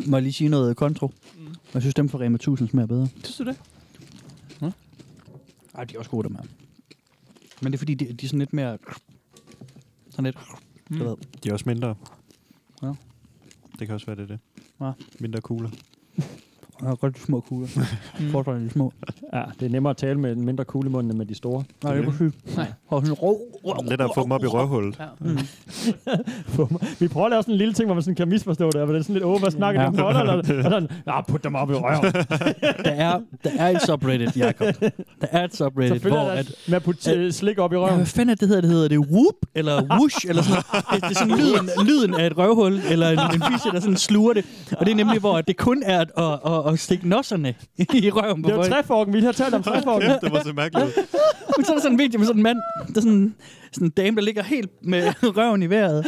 Må jeg lige sige noget kontro? Mm. Jeg synes, dem fra Rema 1000 smager bedre.
Synes du det?
Ej, de er også gode, dem her. Men det er fordi, de, de er sådan lidt mere... Sådan lidt... Mm.
Mm. De er også mindre.
Ja.
Det kan også være det, er det.
Ja.
Mindre kugler.
Jeg har godt de små kugler. Mm. Forstår de små.
Ja, det er nemmere at tale med en mindre kugle i munden, end med de store. <laughs>
Nej, det er præcis. Nej. Og sådan rå, rå,
Lidt at få dem op i røvhullet.
Ja.
Mm. Vi prøver at lave sådan en lille ting, hvor man sådan kan misforstå det, hvor det er sådan lidt, åh, hvad snakker ja.
Ja.
de om boller? Eller, <laughs> og sådan, ja, put dem op i røven.
der, er, der er et subreddit, Jacob. Der er et subreddit,
Selvfølgelig
hvor...
er der
At,
med at putte øh, slik op i
ja,
røven.
hvad fanden er det, hedder? Det hedder det whoop, eller whoosh, eller sådan noget. Det, det er sådan lyden, lyden af et røvhul, eller en, en fisse, der sådan sluger det. Og det er nemlig, hvor det kun er at, at, at, at stikke nosserne i røven på
Det var
folk.
træforken, vi har talt om træforken.
Kæft, det var
så mærkeligt.
Men så er der sådan en video med sådan en mand, der er sådan, sådan en dame, der ligger helt med røven i vejret,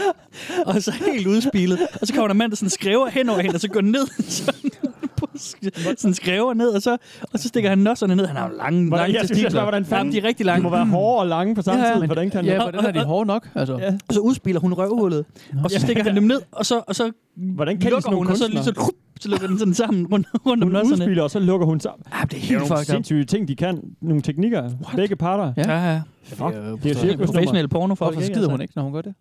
og så helt udspilet. Og så kommer der en mand, der sådan skræver hen over hende, og så går ned, sådan, på, sk- sådan skræver ned, og så, og så stikker han nosserne ned. Han har jo lange,
Hvordan-
lange
jeg synes
testikler.
også bare, hvordan fanden-
Jamen, de er rigtig lange.
de må være hårde og lange på samme tid, men hvordan kan- Ja, hvordan er de
hårde
nok? Altså.
Ja. Og så udspiller hun røvhullet, og så stikker han dem ned, og så, og så hvordan
kan de sådan nogle
hun, og så, lige så,
kunstnere?
så lukker den sådan sammen rundt, rundt om
Hun
nosserne.
udspiller, og så lukker hun sammen.
Ja, det er
det er
helt
nogle
fucked up.
sindssyge ting, de kan. Nogle teknikker. What? Begge parter.
Ja, ja.
Fuck, det er jo
professionelle
cirkusnummer.
porno for
Folk,
folk,
ikke?
altså.
når hun gør det?